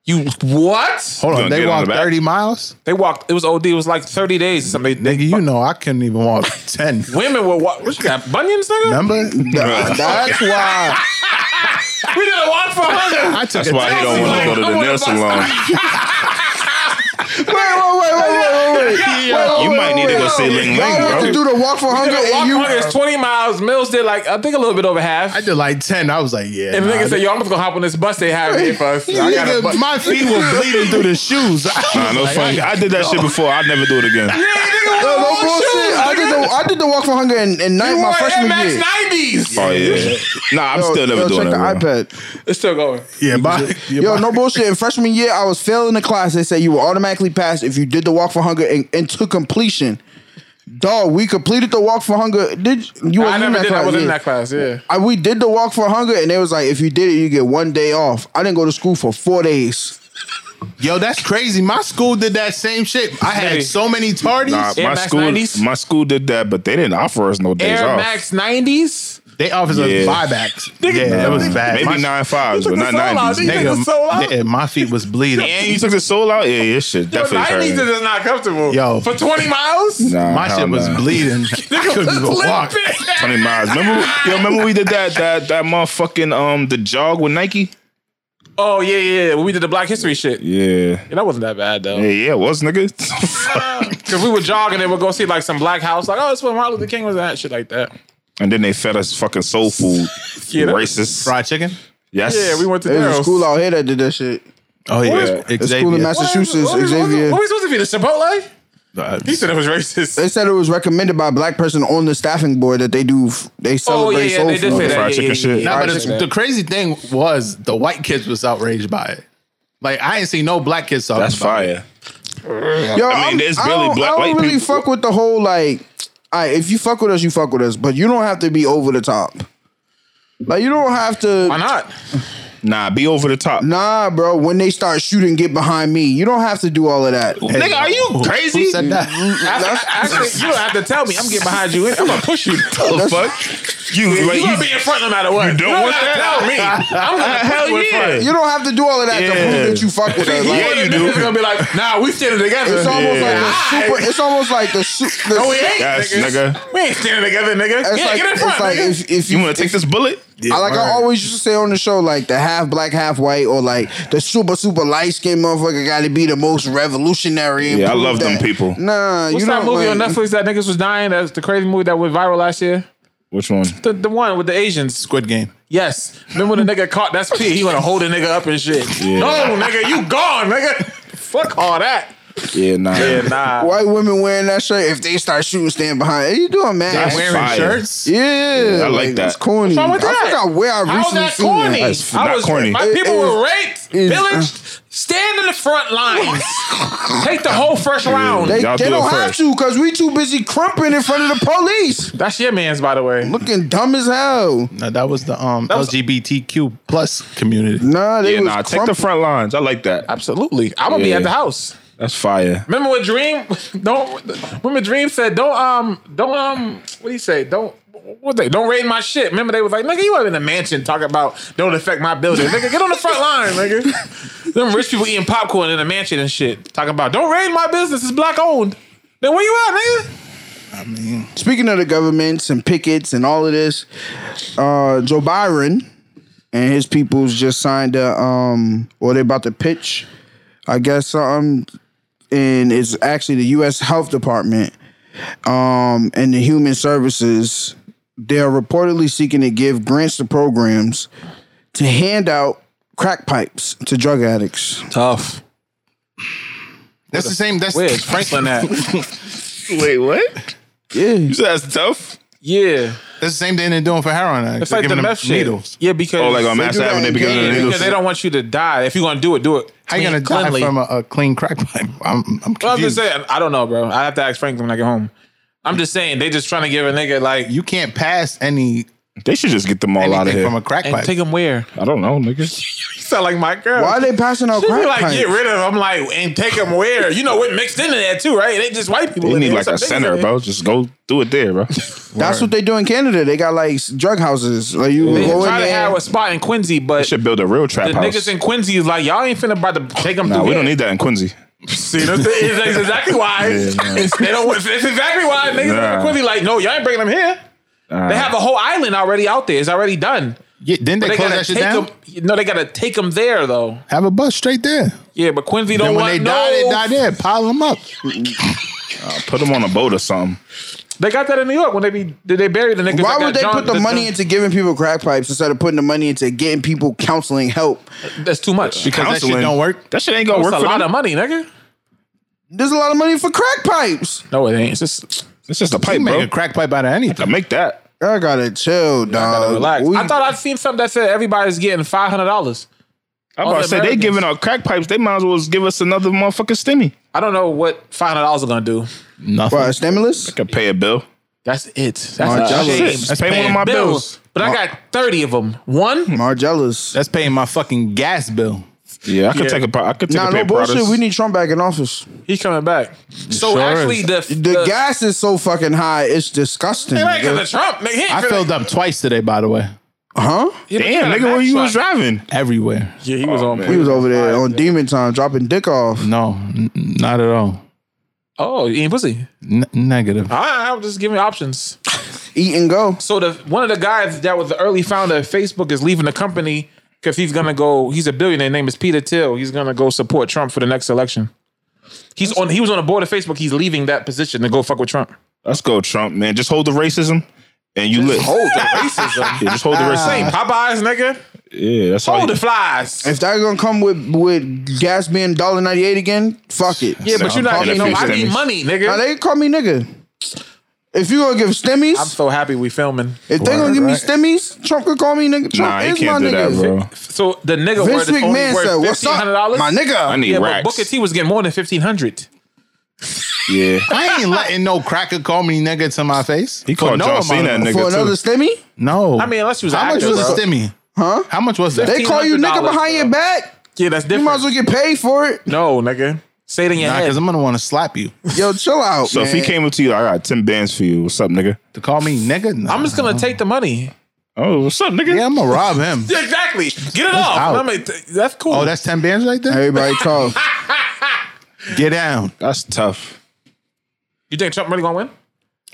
you what? Hold You on, gonna get they on walked the back? thirty miles, They walked. It was OD. It was like thirty days. or Something. They, nigga. You know I couldn't even walk ten. women were walk. What's that? Bunions, nigga. Remember? Nah, that's why We did a walk for hundred. I took. That's a why he taxi. don't want to like, go to I the wanna nail bust salon. Wait, wait, wait, wait, wait, wait, wait. You might need to go see Ling Y'all want to Ling, bro. do the walk for hunger Did a walk and you for hundred. It's twenty miles. Mills did like I think a little bit over half. I did like ten. I was like, yeah. and the nah, nigga said, "Yo, I'm just gonna hop on this bus they have here for us." I gotta Nigga, bu- my feet were bleeding through the shoes. I was Nah, no like, funny. I did that shit before. I'd never do it again. No, Oh, no bullshit. I did the I did the walk for hunger and, and night my freshman year. nineties. Oh yeah. Nah, I'm Yo, still never yo, doing check that. the bro. iPad. It's still going. yeah, bye. Yo, no bullshit. In freshman year, I was failing the class. They said you were automatically passed if you did the walk for hunger and, and to completion. Dog, we completed the walk for hunger. Did you? I wasn't never did. I was yeah. in that class. Yeah. I, we did the walk for hunger, and they was like, if you did it, you get one day off. I didn't go to school for four days. Yo, that's crazy. My school did that same shit. I Hey. had so many tardies. Nah, Air my Max school, 90s? my school did that, but they didn't offer us no days Air off. Max nineties. They offered us Yeah. buybacks. Yeah, that was bad. Maybe my, nine fives, but not the soul out, nineties. nigga. nigga, was so loud. yeah, my feet was bleeding. And you took the soul out. Yeah, your shit definitely Nineties hurt. is not comfortable. Yo. for twenty miles. Nah, my hell shit was nah. bleeding. I couldn't even walk. Twenty miles. Remember, yo, remember we did that that that motherfucking um the jog with Nike. Oh yeah, yeah. yeah. When we did the Black History shit, yeah, Yeah, that wasn't that bad though. yeah, yeah. It was nigga. Cause we were jogging and we'd go see like some black house, like oh, that's where Martin Luther King was at, shit like that. and then they fed us fucking soul food. Yeah, that- Racist. Fried chicken? Yes. Yeah, we went to There was a Daryl's. school out here that did that shit. Oh yeah, The school in Massachusetts, What, what, what, Xavier. what we supposed to be the Chipotle? Uh, He said it was racist. They said it was recommended by a black person on the staffing board that they do. f- They Oh celebrate yeah, yeah, soul they did food. say that. fried yeah, chicken yeah, shit. yeah, Nah, yeah. but it's, Fried the chicken. crazy thing was the white kids was outraged by it. Like I ain't seen no black kids talking That's about it. fire. Yo, I mean, I'm- there's I barely don't- black- I white don't really people. fuck with the whole like. all right, if you fuck with us, you fuck with us, but you don't have to be over the top. Like you don't have Why to. not? Nah, be over the top. Nah, bro. When they start shooting, get behind me. You don't have to do all of that. Nigga, are you crazy? Who said that? Actually, actually, you don't have to tell me. I'm getting behind you. I'm gonna push you. the fuck? You, You wait, you, gonna be in front no matter what. You don't want gotta that? Tell me. I'm gonna Hell hell you in yeah. front. You don't have to do all of that to Yeah. prove that you fuck with us. Like, Yeah, you Niggas do. is gonna be like, nah, we standing together. It's almost Yeah. like the super. It's almost like the. Su- the no, we ain't. Yes, niggas. nigga. We ain't standing together, nigga. It's Oh, yeah, like, get in front, it's like nigga. if, if you, want to take this bullet? I, like I always used to say on the show, like the half black, half white, or like the super super light skinned motherfucker got to be the most revolutionary. and Yeah, I prove love them that. people. Nah, What's you that not movie on like- Netflix that niggas was dying? That's the crazy movie that went viral last year. Which one? The, the one with the Asians. Squid Game. Yes. Remember when the nigga caught that's P, he wanna hold a nigga up and shit. No, nigga, you gone, nigga. Fuck all that. Yeah, nah. Yeah, nah. White women wearing that shirt. If they start shooting, stand behind. What you doing, man? That's yeah, wearing fire. shirts. I like that. It's corny. wrong with that? I forgot where I How is recently that seen corny? that. That's I not was corny. my It- people it were is- raped, is- pillaged. Stand in the front lines. Take the whole first round. They, Y'all they do it don't have first. to because we too busy crumping in front of the police, That's your man's, by the way. looking dumb as hell. No, that was the um was- LGBTQ plus community. Nah, they Yeah, was nah. Take the crumping. front lines. I like that. Absolutely. I'm gonna be Yeah. at the house. That's fire. Remember what Dream don't remember Dream said don't um don't um what do you say don't what they don't raid my shit. Remember they was like nigga you up in the mansion talking about don't affect my building nigga get on the front line nigga. Them rich people eating popcorn in the mansion and shit talking about don't raid my business it's black owned. Then where you at nigga? Speaking of the governments and pickets and all of this, uh, Joe Byron and his peoples just signed a um, or they about to pitch, I guess something, and it's actually the U.S. Health Department um, and the Human Services. They are reportedly seeking to give grants to programs to hand out crack pipes to drug addicts. Tough. That's the same. That's Where's Franklin at? Wait, what? Yeah, You said that's tough? yeah, that's the same thing they're doing for heroin. addicts. it's They're like the giving them meth shit. needles. Yeah, because Oh, like on they Mass do that Avenue, in beginning Canada. of the because needles. they don't want you to die. If you gonna do it, do it I ain't gonna die cleanly. from a, a clean crack pipe. I'm, I'm Well, I'm just confused. saying, I don't know, bro. I have to ask Franklin when I get home. I'm just saying they just trying to give a nigga like you can't pass any They should just get them all out of anything here. from a crack and pipe. take him where? I don't know, nigga. You sound like my girl. Why are they passing out She be crack like pipes? get rid of him, like and take him where? You know what mixed into that too, right? They just white people. They in need there. like a Some niggas in center, there. bro. Just go do it there, bro. That's what they do in Canada. They got like s- drug houses. Like you They go in try to there. have a spot in Quincy, They but should build a real trap the house. niggas in Quincy is like y'all ain't finna about to take him. nah, through we here. don't need that in Quincy. See, that's, the- it's- it's exactly why it's, they don't. want- It's exactly why niggas Nah. in Quincy like no, y'all ain't bringing them here. They have a whole island already out there. It's already done. yeah, didn't they, But they close gotta that shit take down? them. No, they gotta take them there though. Have a bus straight there. Yeah, but Quincy Then don't when want they no. die, they die there. Pile them up. Put them on a boat or something. They got that in New York when they be did they bury the niggas. Why that got would they John- put the that's- money into giving people crack pipes instead of putting the money into getting people counseling help? That's too much. Because that shit Counseling. don't work. That shit ain't gonna It's work a for lot them. of money, nigga. There's a lot of money for crack pipes. No, it ain't. It's just It's just a You pipe, make bro. a crack pipe out of anything. I make that. I gotta chill, dog. relax. We- I thought I'd seen something that said everybody's getting five hundred dollars. I'm about the to say they Americans. giving out crack pipes. They might as well just give us another motherfucking stimmy. I don't know what five hundred dollars are gonna do. Nothing. What, stimulus? Could pay a bill. That's it. That's Margellas. a shame. Shit, That's pay one paying of my bills. Bills, but I got thirty of them. One, Margellas. That's paying my fucking gas bill. Yeah, I could take a. pro- I could take Nah, a pay no bullshit. products. We need Trump back in office. he's coming back. So sure actually, is. the the, The gas is so fucking high, it's disgusting. It ain't 'cause nigga. of Trump. Nigga, he ain't I finna- filled up twice today, by the way. Huh? he ain't Damn, finna nigga, where you backslide. was driving? Everywhere. Yeah, he was on. man. He was over there on demon time, dropping dick off. No, n- not at all. Oh, you ain't pussy. N- negative. I, I'm just giving you options. Eat and go. So the one of the guys that was the early founder of Facebook is leaving the company because he's gonna go. He's a billionaire. His name is Peter Thiel. He's gonna go support Trump for the next election. He's on. He was on the board of Facebook. He's leaving that position to go fuck with Trump. Let's go, Trump, man. Just hold the racism, and you lit. Hold the racism. Yeah, just hold the Same racism. Popeyes, nigga. Yeah, that's all. Hold you- Oh, the flies. If that gonna come with with gas being dollar ninety eight again, fuck it. Yeah, but you're not. Call me No, Benefits I nigga. that need means- money, Now nigga. they call me nigga. If you gonna give stimmies, I'm so happy we filming. if they gonna give me stimmies, Trump could call me nigga. Trump Nah, is you can't my do that, nigga. bro. So the nigga word Vince is only McMahon said, worth "What's fifteen hundred up, dollars. my I nigga?" need Yeah, but racks. Booker T was getting more than fifteen hundred. Yeah, I ain't letting no cracker call me nigga to my face. he For called no John amount Cena of that money. nigga For another too. stimmy, No. I mean, unless she was an How much actor, was bro. a stimmy? huh? How much was They that? call you nigga $1,500, behind your bro. back. Yeah, that's different. You might as well get paid for it. No, nigga. Say it in your Nah, head. because I'm gonna want to slap you. Yo, chill out. So if he man. came up to you, I got ten bands for you. What's up, nigga? To call me nigga? Nah. I'm just gonna take the money. Oh, what's up, nigga? Yeah, I'm gonna rob him. Exactly. Get it off. out. I'm like, th- that's cool. Oh, that's ten bands right there. everybody talk. Get down. That's tough. you think Trump really gonna win?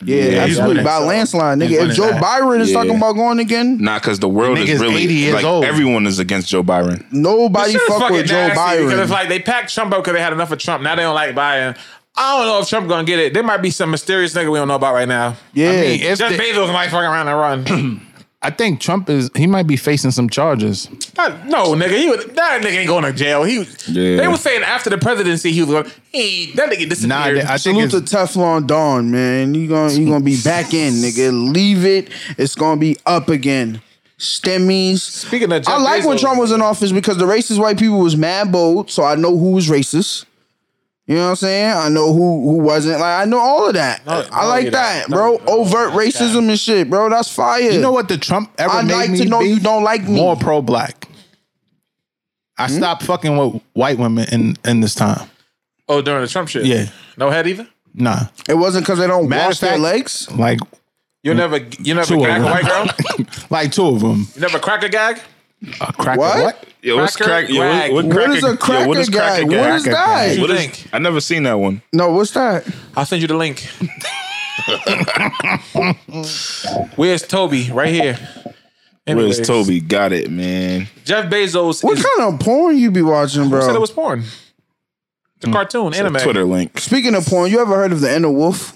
Yeah, he's absolutely. winning. By landslide, He's nigga. If winning Joe that. Byron is Yeah. talking about going again, Nah, because the world Nigga's is really 80 years like old. everyone is against Joe Byron. nobody Shit is fuck fucking with Joe nasty Because Byron. it's like they packed Trump up because they had enough of Trump. Now they don't like Biden. I don't know if Trump gonna get it. There might be some mysterious nigga we don't know about right now. yeah, I mean, if Jeff they- Bezos might fucking around and run. I think Trump is. He might be facing some charges. Not- no, nigga, he would, that nigga ain't going to jail. He, Yeah. they were saying after the presidency he was going. He that nigga disappeared. Nah, I I think Salute it's, to Teflon Dawn, man. You gonna you gonna be back in, nigga. Leave it. It's gonna be up again. Stemmies. Speaking of Jeff I like when Bezos- Trump was in office because the racist white people was mad bold, so I know who was racist. You know what I'm saying? I know who who wasn't. Like I know all of that. I no, like you that, don't. bro. No, no, Overt racism and shit, bro. That's fire. You know what the Trump ever I'd made like me to know be? you don't like me. Hmm? More pro black. I stopped fucking with white women in in this time. oh, during the Trump shit. Yeah. no head either. Nah, It wasn't because they don't Matter of wash their fact- legs. like You Mm. never, you never Two of gag a them. white girl. like two of them. You never crack a gag. A cracker. What? What? Yo, what's Cracker crack? Yo, rag. what, what, What cracker, is a yo, what is cracker cracker guy? What is gag? that? What What you is- think? I never seen that one. No, what's that? I'll send you the link. Where's Toby? Right here. Where's Anyways, Toby? Got it, man. Jeff Bezos. What is- kind of porn you be watching, bro? said it was porn. The cartoon, anime. Twitter link. Speaking of porn, you ever heard of the inner wolf?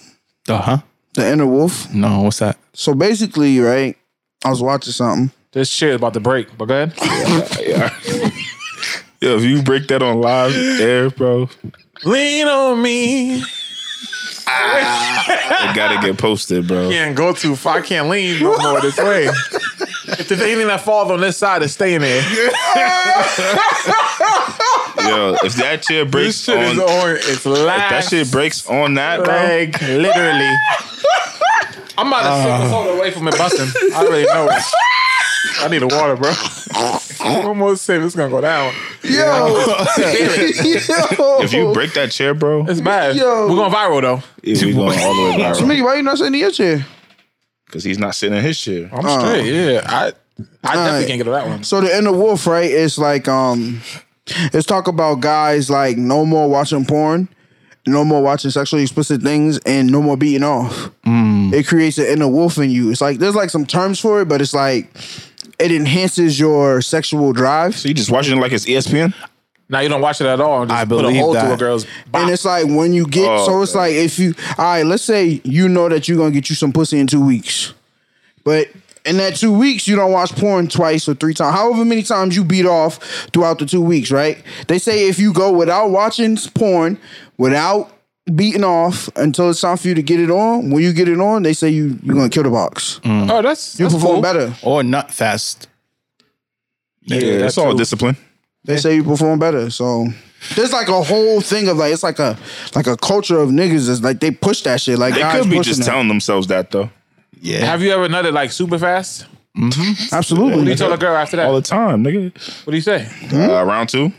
Uh huh. The inner wolf. No, what's that? So basically, right, I was watching something. This shit is about to break. But go ahead. Yeah. Yo, if you break that on live air, bro, it Lean on me. gotta get posted, bro. Can't go too far. I can't lean no more this way. If there's anything that falls on this side, it's staying there. Yo, if that shit breaks shit is on, on its if last that shit breaks on that, bro. leg, literally. I'm about to uh, soda away from it busting. I already know it. I need a water, bro. I'm almost safe. It's gonna go down. yo, If you break that chair, bro, It's bad. Yo. We're going viral though. yeah, we going all the way viral Smitty, why you not sitting in your chair? because he's not sitting in his chair. I'm straight. Yeah, I, I definitely right. can't get to that one. So the inner wolf, right? It's like um, it's talk about guys like no more watching porn, no more watching sexually explicit things, and no more beating off. Hmm. It creates an inner wolf in you. It's like there's like some terms for it, but it's like it enhances your sexual drive. So you just watching it like it's E ESPN. Now you don't watch it at all. Just I put a believe hole through a that. girl's. Bop. And it's like when you get, Oh, so it's like if you, all right, let's say you know that you're gonna get you some pussy in two weeks, but in that two weeks you don't watch porn twice or three times, however many times you beat off throughout the two weeks, right? They say if you go without watching porn, without beating off until it's time for you to get it on, when you get it on, they say you you're gonna kill the Mm. box. oh, that's You that's perform cool. better. or nut fest. Yeah, that's it's all true. discipline. They say you perform better. So there's like a whole thing of like it's like a like a culture of niggas is like they push that shit. Like They guys could be pushing just that. telling themselves that though, Yeah. Have you ever nutted like super fast? What do Absolutely. you tell a girl after that? all the time, nigga. What do you say? Hmm? Uh, round two,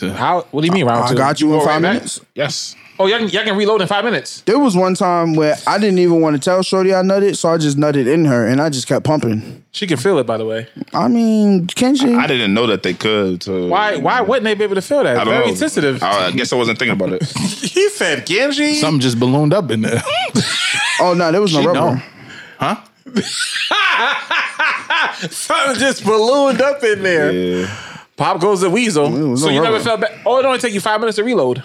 How? What do you mean round I two? got you in go right five back? minutes. yes. Oh, y'all can, y'all can reload in five minutes. There was one time where I didn't even want to tell Shorty I nutted, so I just nutted in her and I just kept pumping. She can feel it, by the way. I mean, can she? I didn't know that they could. So Why? Why wouldn't they be able to feel that? I don't Very know. sensitive. I, I guess I wasn't thinking about it. he said, "Genji." Something just ballooned up in there. oh no, there was no rubber. know. Something just ballooned up in there. Yeah. Pop goes the weasel. was so no you never rubber. felt bad. Oh, it only take you five minutes to reload.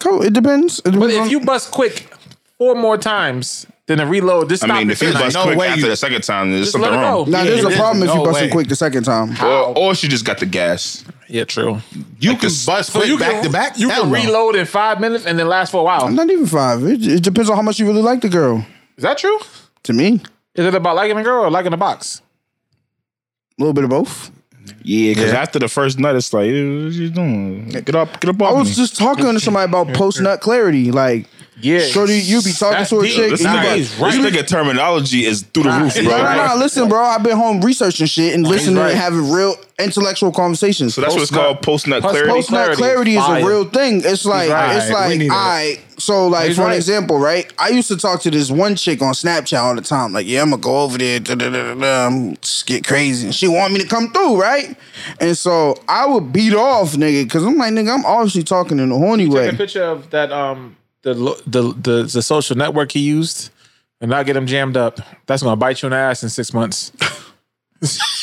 Cool. It depends. It depends But um, on- if you bust quick four more times than a reload, this I stop. mean, if you the- bust no quick way after you- the second time, there's Just something let it wrong. go. now there's Yeah, a there's problem if you no bust it way. quick the second time. Or, or she just got the gas. yeah, true. You Like can this- bust So quick you back can, to back. You can Hell no. reload in five minutes and then last for a while. Not even five. It, it depends on how much you really like the girl. Is that true? To me, Is it about liking a girl or liking a box? a little bit of both. Yeah, because after the first nut, it's like, "Ew, what you doing? Get up, get up I off me. was just talking to somebody about post nut clarity. Like, Yeah. Shorty, you be talking That's to a deep. chick. this and you nigga, be- he's right. this nigga terminology is through the Nah, roof, bro. he's No, no, no. right. Listen, bro. I've been home researching shit and listening right. and having real intellectual conversations. So that's what it's Post-nut- called post nut Post- clarity. post nut clarity clarity is is a fire. real thing. It's like right. it's We like need it. I so like He's for right. an example, right? I used to talk to this one chick on Snapchat all the time. Like, yeah, I'm gonna go over there, da, da, da, da, da, I'm just get crazy. And she want me to come through, right? And so I would beat off, nigga, because I'm like, nigga, I'm obviously talking in a horny Take a way. picture of that um the lo- the the, the social network he used, and not get him jammed up. That's gonna bite you in the ass in six months.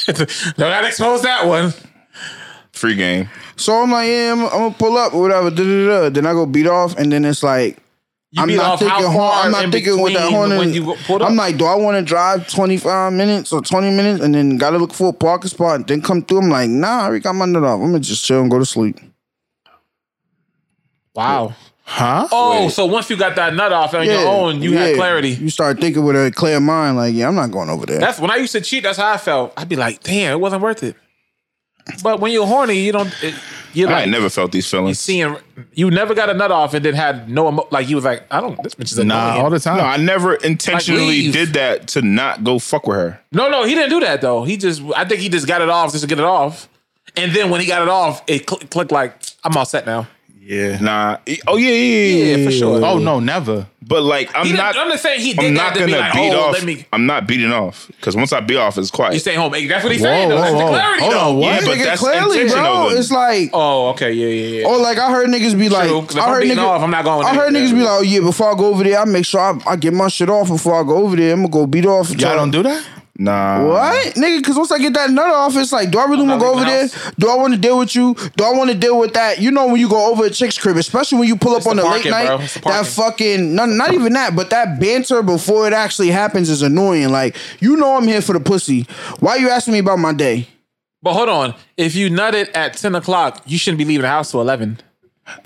Don't gotta expose that one. Free game. So I'm like, yeah, I'm, I'm gonna pull up or whatever. Da, da, da, da. Then I go beat off, and then it's like. You I'm beat not off how thinking horn. far I'm not in thinking with that between horn. when you go- pulled up. I'm like, do I want to drive 25 minutes or 20 minutes and then gotta look for a parking spot and then come through? I'm like, nah, I already got my nut off. I'm gonna just chill and go to sleep. Wow. Huh? Oh, so once you got that nut off on your own, you had yeah. clarity. You start thinking with a clear mind, like, yeah, I'm not going over there. That's when I used to cheat. That's how I felt. I'd be like, damn, it wasn't worth it. But when you're horny, you don't. It, you're I like ain't never felt these feelings. seeing. You never got a nut off and then had no emo- like you was like, I don't. This bitch is Nah, annoying. all the time. no, I never intentionally leave. did that to not go fuck with her. No, no, he didn't do that though. He just, I think he just got it off just to get it off. And then when he got it off, it cl- clicked like, I'm all set now. yeah. Nah. E- Oh yeah, yeah, yeah, Yeah, for sure. Oh no, never. But like, I'm He didn't- not. I'm just saying he did I'm that not to gonna be like, beat oh, off. let me- I'm not beating off because once I beat off, it's quiet. You stay home. Hey, That's what he's Whoa, saying though. whoa, That's the whoa. clarity Hold though. on, yeah, what? but Nigga, that's clearly, intentional. bro. though. It's like, Oh, okay, yeah, yeah, yeah. or like I heard niggas be like, 'cause if I I'm heard beating off, I'm not going I heard there. niggas be like, oh yeah, before I go over there, I make sure I, I get my shit off before I go over there. I'm gonna go beat off. Y'all don't do that? nah. What? Nigga, because once I get that nut off, it's like, do I really want to go over leaving the there? Do I want to deal with you? Do I want to deal with that? You know, when you go over a chick's crib, especially when you pull up on the the parking, late night, bro. It's the that parking. fucking, no, not even that, but that banter before it actually happens is annoying. Like, you know I'm here for the pussy. Why you asking me about my day? But hold on. If you nutted at 10 o'clock, you shouldn't be leaving the house till 11.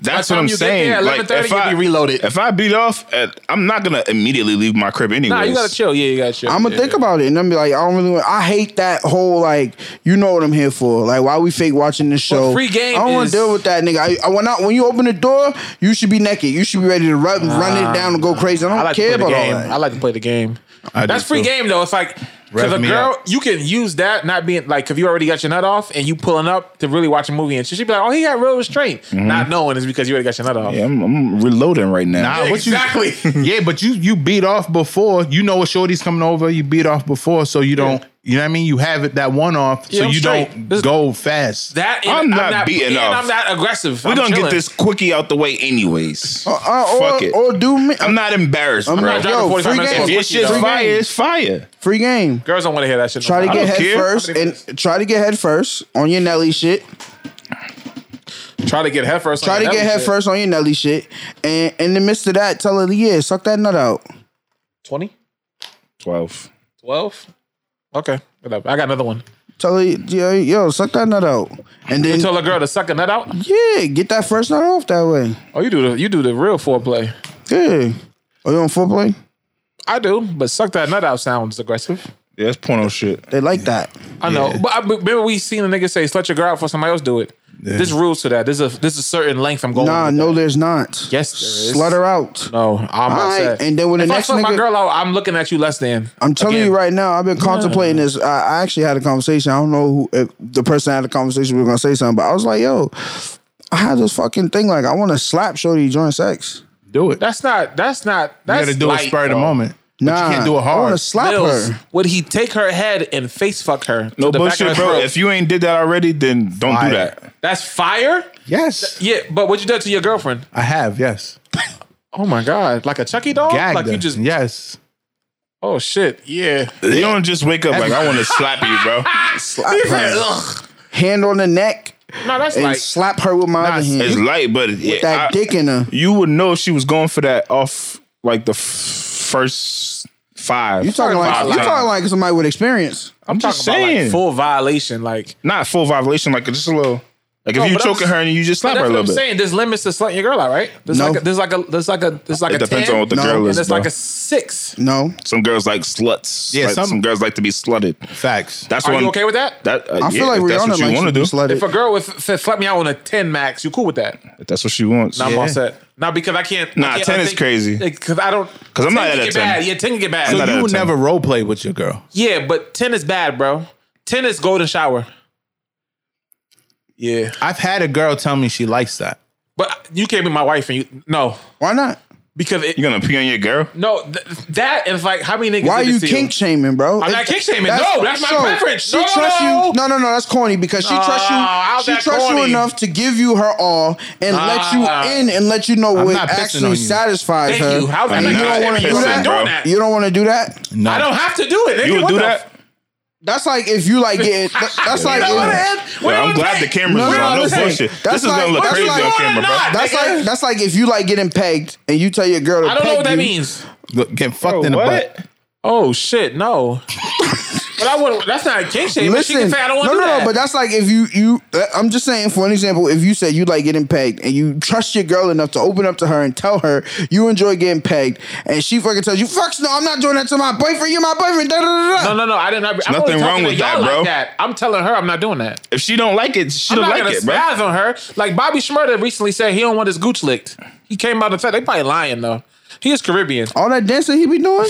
That's By the what time I'm you get saying. there, like 11:30, if you'll I be reloaded. if I beat off, at, I'm not gonna immediately leave my crib anyway. Nah, you gotta chill. Yeah, you gotta chill. I'm gonna think about it and then be like, I don't really. Want, I hate that whole like, you know what I'm here for. Like, why we fake watching this show? Well, free game I don't want is- to deal with that, nigga. I, I when I, when you open the door, you should be naked. You should be ready to run, run it down and go crazy. I don't I like care to play about the all game. that. I like to play the game. I do That's free too. game though. It's like because Rev a me girl, up. you can use that not being like if you already got your nut off and you pulling up to really watch a movie and she should be like, oh, he got real restraint, not knowing it's because you already got your nut off. Yeah, I'm, I'm reloading right now. Nah, what you- exactly. yeah, but you you beat off before. You know what shorty's coming over. You beat off before, so you don't. You know what I mean? You have it that one off, Yeah, so I'm you straight. don't This- go fast. That and I'm not beating and off. I'm not aggressive. We're I'm gonna chilling. get this quickie out the way anyways. Uh, or, Fuck it. or do me. I'm not embarrassed, I'm bro. not driving yo, 45 free minutes game. if on it's Quickie, shit though. fire, it's fire. Free game. Girls don't want to hear that shit. no Try to more. get don't head care. first and try to get head first on your Nelly shit. try to get head first. Try to get head first on your Nelly shit, and in the midst of that, tell her, yeah, suck that nut out. 20? Twelve. 12? Okay, whatever. I got another one. Tell her, yo, yo suck that nut out, and You then tell a girl to suck a nut out. yeah, get that first nut off that way. Oh, you do the you do the real foreplay. Yeah. Are you on foreplay? I do, but suck that nut out sounds aggressive. Yeah, that's porno shit. They like that. I know, but I, but remember we seen a nigga say slut your girl out for somebody else do it. There's rules to that. There's a there's a certain length I'm going. Nah, with no, that. there's not. Oh, Yes, there is. Slut her out. No, I'm Alright, upset. and then when the If I next slut my nigga- girl out, I'm looking at you less than. I'm telling Again. you right now, I've been contemplating this. I, I actually had a conversation. I don't know who if the person I had a conversation was gonna say something, but I was like, yo, I had this fucking thing like I wanna slap Shorty during sex. do it. That's not. That's not. you That's gotta do light, it spur of the bro. moment. Nah, but you can't do it I hard. wanna slap Mills, her. would he take her head and face fuck her? to No the back of bullshit, her bro. throat? If you ain't did that already, then don't Fire. do that. That's fire. yes, Yeah, but what you done to your girlfriend? I have. Yes, Oh my god, like a Chucky doll? gagged. like her. you just? yes. Oh shit, yeah. You don't just wake up like I want to slap you, bro. Slap her. Hand on the neck No, that's and like slap her with my other hand. It's light, but yeah, that I- dick in her. you would know if she was going for that off like the f- first five. You talking like Five you times. talking like somebody with experience. I'm, just about, like, saying, full violation. Like not full violation, like just a little. Like No, if you but I'm choking s- her and you just slap that's her a what little I'm bit. saying. There's limits to slutting your girl out, right? There's No. like a, there's like a there's like a there's like It a depends 10, on what the No. girl And is. and it's bro. like a six. No. some girls like sluts. Yeah, like, some, some- girls like to be slutted. Facts. That's Are what you I'm- okay with that? That uh, I yeah, feel like if that's Rihanna what you likes want to to be do. slutted. If a girl with f- slap me out on a ten max, you cool with that? If that's what she wants. Now I'm Yeah. all set. Now because I can't. Nah, I can't 10 is crazy. Because I don't. 'Cause I'm 10 not can at a get 10. Bad. Yeah, ten can get bad. I'm So not out you of would time. never role play with your girl. yeah, but ten is bad, bro. Ten is golden shower. Yeah, I've had a girl tell me she likes that. but you can't be my wife and you no Why not? because it, You gonna pee on your girl? no th- that is like how many niggas. Why are did you this to kink shaming, bro? I'm not kink shaming. No, that's my preference. She No. Ah, trusts you. No, no, no. That's corny because she trusts how's you. She that trusts you corny? enough to give you her all and Nah. let you in and let you know what not pissing on actually you. satisfies Thank her. you. How's that? I'm Like, you not don't want to do pissing, that. bro. that. You don't want to do that. No, I don't have to do it. Nigga. You would What do the that? That's like if you like get. That's like. F- you know what yeah. it is? What Yeah, do I'm you glad the think? camera's No, no, on. No listen. bullshit. That's This is like- gonna look that's crazy like- on camera, bro. Nah, That's nigga. like that's like if you like getting pegged and you tell your girl to I don't know peg what that you. means. Look, getting fucked in the What? butt. Oh shit, no. but I would. That's not a kink shame. but she Listen, can say I don't want no, to do no, that. no, but that's like if you you. uh, I'm just saying for an example, if you said you like getting pegged and you trust your girl enough to open up to her and tell her you enjoy getting pegged, and she fucking tells you, "Fucks no, I'm not doing that to my boyfriend. You're my boyfriend." Da, da, da, da. no, no, no. I didn't. I, I'm only nothing wrong talking to with y'all that, bro. Like that. I'm telling her I'm not doing that. If she don't like it, she I'm don't not like gonna it, bro. spaz on her. Like Bobby Schmurda recently said, he don't want his gooch licked. He came out and said they probably lying though. He is Caribbean, All that dancing he be doing.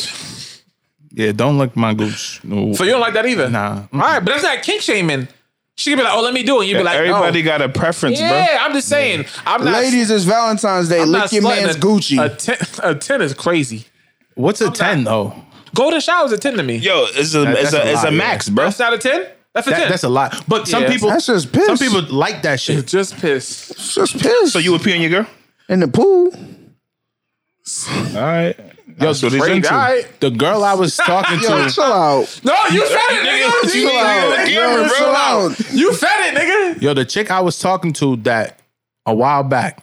Yeah, don't lick my gooch. No. so you don't like that either. Nah. All right, but that's not kink shaming. She could be like, oh, let me do it. You'd be like, Everybody no. got a preference, bro. Yeah, I'm just saying. I'm not. Ladies, it's Valentine's Day. I'm Lick not your slutting man's a, Gucci. A ten, a ten is crazy. What's a ten though? Golden shower's a ten to me. Yo, it's a That- it's that's a, a it's lot, a yeah. max, bro. That's not a ten. That's a That, ten. that's a lot. But some Yeah. people, That's just piss. some people like that shit. just piss. It's just piss. So you would pee on your girl? in the pool. All right. Yo, so Crazy. All right. The girl I was talking Yo, to, chill out. No, you said it, Nigga, nigga. you You, Chill out. nigga, Yo, bro. chill out. you said it, nigga. yo, the chick I was talking to that a while back,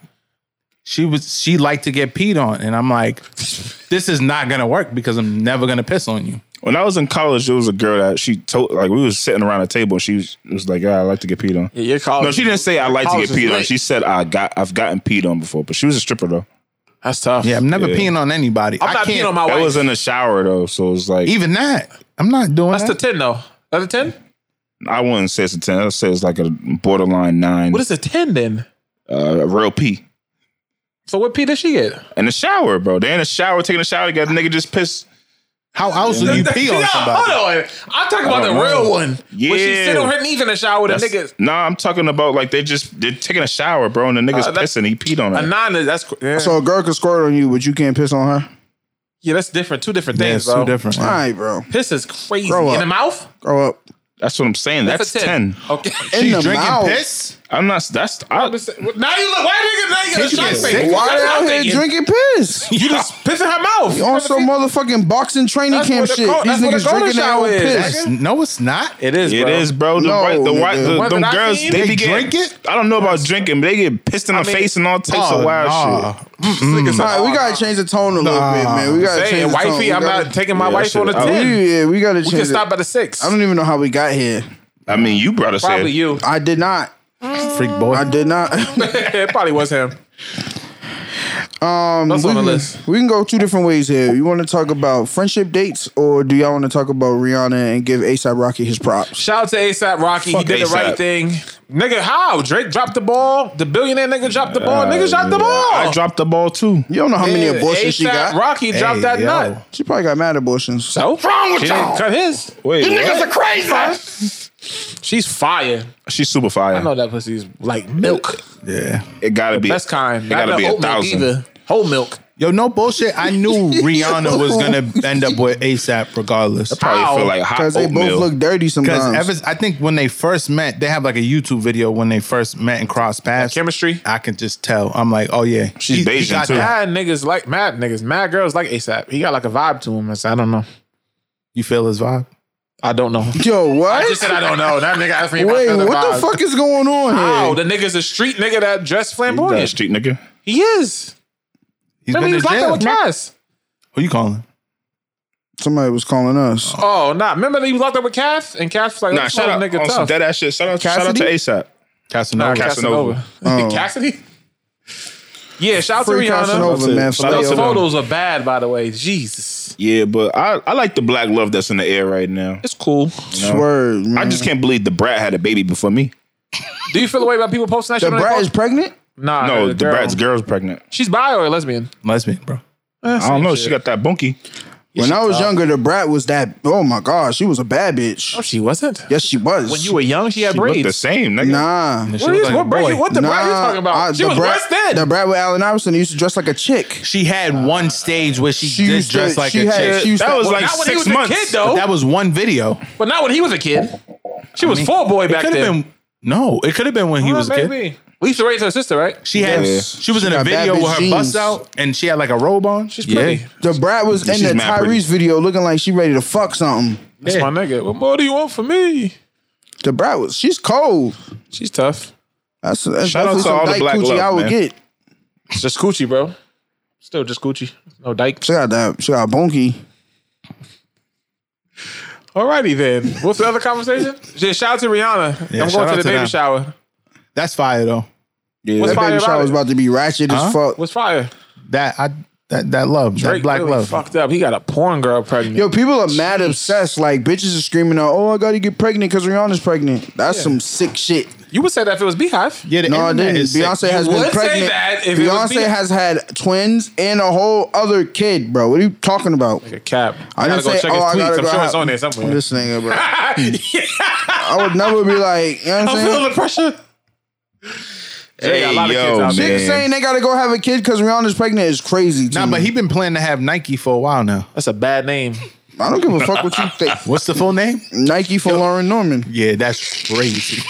she was she liked to get peed on, and I'm like, this is not gonna work because I'm never gonna piss on you. When I was in college, there was a girl that she told like we was sitting around a table. and She was, was like, ah, "I like to get peed on." Yeah, your college. No, she didn't say I like to college get is peed on. lit. She said I got I've gotten peed on before, but she was a stripper though. That's tough. Yeah, I'm never Yeah. peeing on anybody. I'm I not can't, peeing on my That wife. was in the shower though, so it's like even that. I'm not doing That's the that. ten though. That's a ten. I wouldn't say it's a ten. I'd say it's like a borderline nine. What is a ten then? uh, a real pee So what P did she get? in the shower, bro? They in the shower taking a shower. Got a nigga just pissed. How else do you pee on Yeah, somebody? Hold on. I'm talking about the don't know. real one. When she Yeah. sit on her knees in the shower with a nigga. Nah, I'm talking about like they just they're taking a shower, bro, and the niggas Uh, that- pissing. He peed on A her. nine is that's yeah. So a girl can squirt on you, but you can't piss on her. yeah, that's different. Two different Yeah, things, it's bro. too different. All right, bro. Piss is crazy. Grow up. In the mouth? Grow up. That's what I'm saying. That's a ten. Okay. In the Drinking mouth. piss? I'm not. That's I, now you look. Why nigga? Now you got a you shot get face. Why That's they what out I'm here thinking. drinking piss? You just piss in her mouth. On some motherfucking boxing training That's camp what the shit. co- These that's what the niggas golden drinking their own shower is. piss. That's, no, it's not. It is. It bro. is, bro. The No, white, the white, nigga. the, What them did I girls, see? they, They be getting- drink it? I don't know about drinking, but they get pissed in the mean- face and all types Oh, oh, of wild shit. Niggas All are- right, we gotta change the tone a little bit, man. We gotta Hey, change the tone. We wifey, I'm gotta- not taking my Yeah, wife shit. on a I- ten. We, Oh, yeah, we gotta We change. can it. stop at a six. I don't even know how we got here. I mean, you brought us Probably here. you. I did not. Freak boy. I did not. it probably was him. Um, That's we, on the can- list. we can go two different ways here. You want to talk about friendship dates, or do y'all want to talk about Rihanna and give ASAP Rocky his props? Shout out to ASAP Rocky. he Fuck did the A$AP. right thing. Nigga, how? Drake dropped the ball. The billionaire nigga dropped the ball. Uh, Oh, Nigga dropped the yeah. ball. I dropped the ball too. You don't know how many Yeah, abortions she A$AP got. Rocky dropped that yo. nut. She probably got mad abortions. So? What's wrong with y'all? Cut his. Wait, what? Niggas are crazy. She's fire. she's super fire. I know that pussy's like milk. Yeah. It gotta be. Best kind. It Not gotta the be a oat milk thousand. either. Whole milk. Yo, no bullshit. I knew Rihanna was gonna end up with ASAP regardless. Probably feel like Because hot they oatmeal. both look dirty Because sometimes. ever, I think when they first met, they have like a YouTube video when they first met and crossed paths. Chemistry. I can just tell. I'm like, oh yeah, She's He- he Bayesian, got too. that. Mad niggas like mad niggas. Mad girls like ASAP. He got like a vibe to him. I said, I don't know. You feel his vibe? I don't know. Yo, what? I just said I don't know. That nigga asked me if I Wait, feel what the vibe. fuck is going on here? Wow, the nigga's a street nigga that dressed You got a flamboyant. street nigga. He is. He's Remember, he been was to like that jail. with Cass. Who you calling? Somebody was calling us. Oh, nah. Remember that he was locked up with Cass? And Cass was like, Nah, nah, shout out nigga on some tough. dead ass shit. Shout out, shout out to Cassidy? ASAP. Nah, Casanova. Casanova. Oh. Cassidy? Yeah, shout out to Free Rihanna. Casanova, man. Shout out Those to Flavio. them. photos are bad, by the way. Jesus. Yeah, but I, I like the black love that's in the air right now. It's cool. Swerve, man. I just can't believe the brat had a baby before me. Do you feel the way about people posting that the shit on their brat is post? pregnant. Nah, No, the girl. brat's girl's pregnant. She's bi or a lesbian? Lesbian, bro. I don't know. She got that bunky. When I was younger, the brat was that. Oh my gosh, she was a bad bitch. No, she wasn't. Yes, she was. Oh, When you were young, she had She looked the braids. same, nigga. nah, What, is, looked like what, a braid- boy. what the nah, brat you talking about? I- she the was brat, worse then. The brat with Allen Iverson used to dress like a chick. She had one stage where she, She did used to- dress like she a had- chick. she used that to- was Well, like not when he six was months. a kid, though. that was one video. but not when he was a kid. She was full boy back Could have then. been no. It could have been when he Well, was a kid. maybe. We used to raise her sister, right? She had. Yes. She was in a got bad video bitch with her jeans. bust out, and she had like a robe on. She's pretty. The brat was in she's the mad pretty. Tyrese video looking like she ready to fuck something. That's my nigga. What more do you want from me? The brat was. She's cold. She's tough. That's, that's Shout out definitely to some all the dyke black coochie love, I would man. get. Just coochie, bro. Still just coochie. No dyke. She got that. She got bonky. Alrighty then. What's the other conversation? Just shout out to Rihanna. I'm shout going out to the to baby them. shower. That's fire though. Yeah. That fire baby about shower was it? about to be ratchet Huh? as fuck. What's fire? That I that that love. that Drake black really love. Fucked up. He got a porn girl pregnant. Yo, people are mad obsessed. Like bitches are screaming out, "Oh, I gotta get pregnant because Rihanna's pregnant." That's some sick shit. You would say that if it was Beehive. Yeah, the No, I internet didn't. is sick. Beyonce has You been would say pregnant. that if it was Beyonce Beyonce. has had twins and a whole other kid, bro. What are you talking about? A cap. I gotta didn't go say, check "Oh, his I tweets. gotta I'm go sure have- it's on there somewhere. This nigga, bro. I would never be like, you know what I'm I saying? feel the pressure. They got a lot Hey, of yo, kids out there. man. Niggas saying they gotta go have a kid because Rihanna's pregnant is crazy. To Nah, me. but he been planning to have Nike for a while now. That's a bad name. I don't give a fuck what you think. What's the full name? Nike for Lauren Norman. Yeah, that's crazy.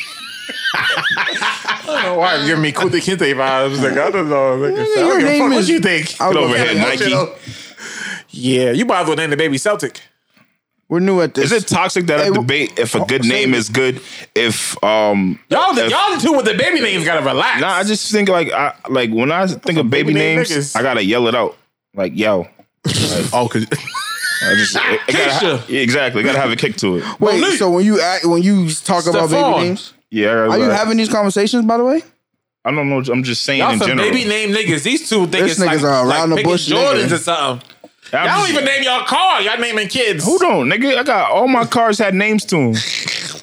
My wife giving me Kunta Kinte vibes. Like, I don't know. Like, I don't your give a name fuck is- what you think. I would Get go over have here, a Nike. kid. Yeah, you might as well name the baby Celtic. We're new at this. Is it toxic that Hey, I wh- debate if a good say name it. is good? If um, Y'all, the, if- y'all the two with the baby names gotta relax. Nah, I just think like I like when I think of baby baby name names, niggas. I gotta yell it out. Like yo, oh, cause I just, it, it gotta ha- Keisha. yeah, exactly. Gotta have a kick to it. Wait, Monique. so when you act, when you talk about Stephon. baby names, Yeah, I, are you having these conversations? By the way, I don't know. I'm just saying Y'all in some general. baby name niggas. These two think This it's like, nigga's a like around the picking bush Jordans nigga. or something. I'm Y'all just- don't even name y'all car. Y'all naming kids. Hold on, nigga. I got all my cars had names to them.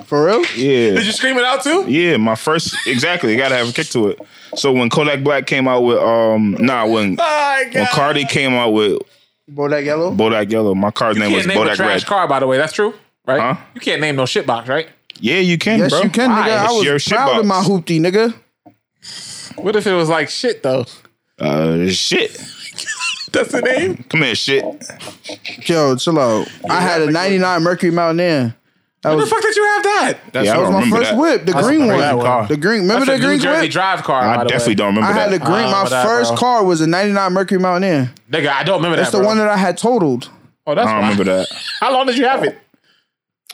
for real? Yeah. Did you scream it out too? Yeah, my first exactly. You gotta have a kick to it. So when Kodak Black came out with um nah when Oh My God. when Cardi came out with Bodak Yellow. Bodak Yellow, my car's name You was can't name a Bodak trash Red. car, by the way. That's true, right? Huh? You can't name no shit box, right? Yeah, you can, Yes, bro. you can, Why? nigga. I It's your was shit proud of my box. hoopty, nigga. What if it was like shit though? Uh, shit. That's the name. Come here, shit. Yo, chill out. I had a '99 Mercury Mountaineer. That What the was, fuck did you have that? That's that was my first whip, the green crazy one. car. The green. Remember the That's a New green Jersey whip? drive car. I by the definitely way. don't remember I had a that. green. I My remember that, first bro. car was a '99 Mercury Mountaineer. Nigga, I don't remember That's that. the bro. one that I had totaled. oh, that's I don't why. remember that. How long did you have it?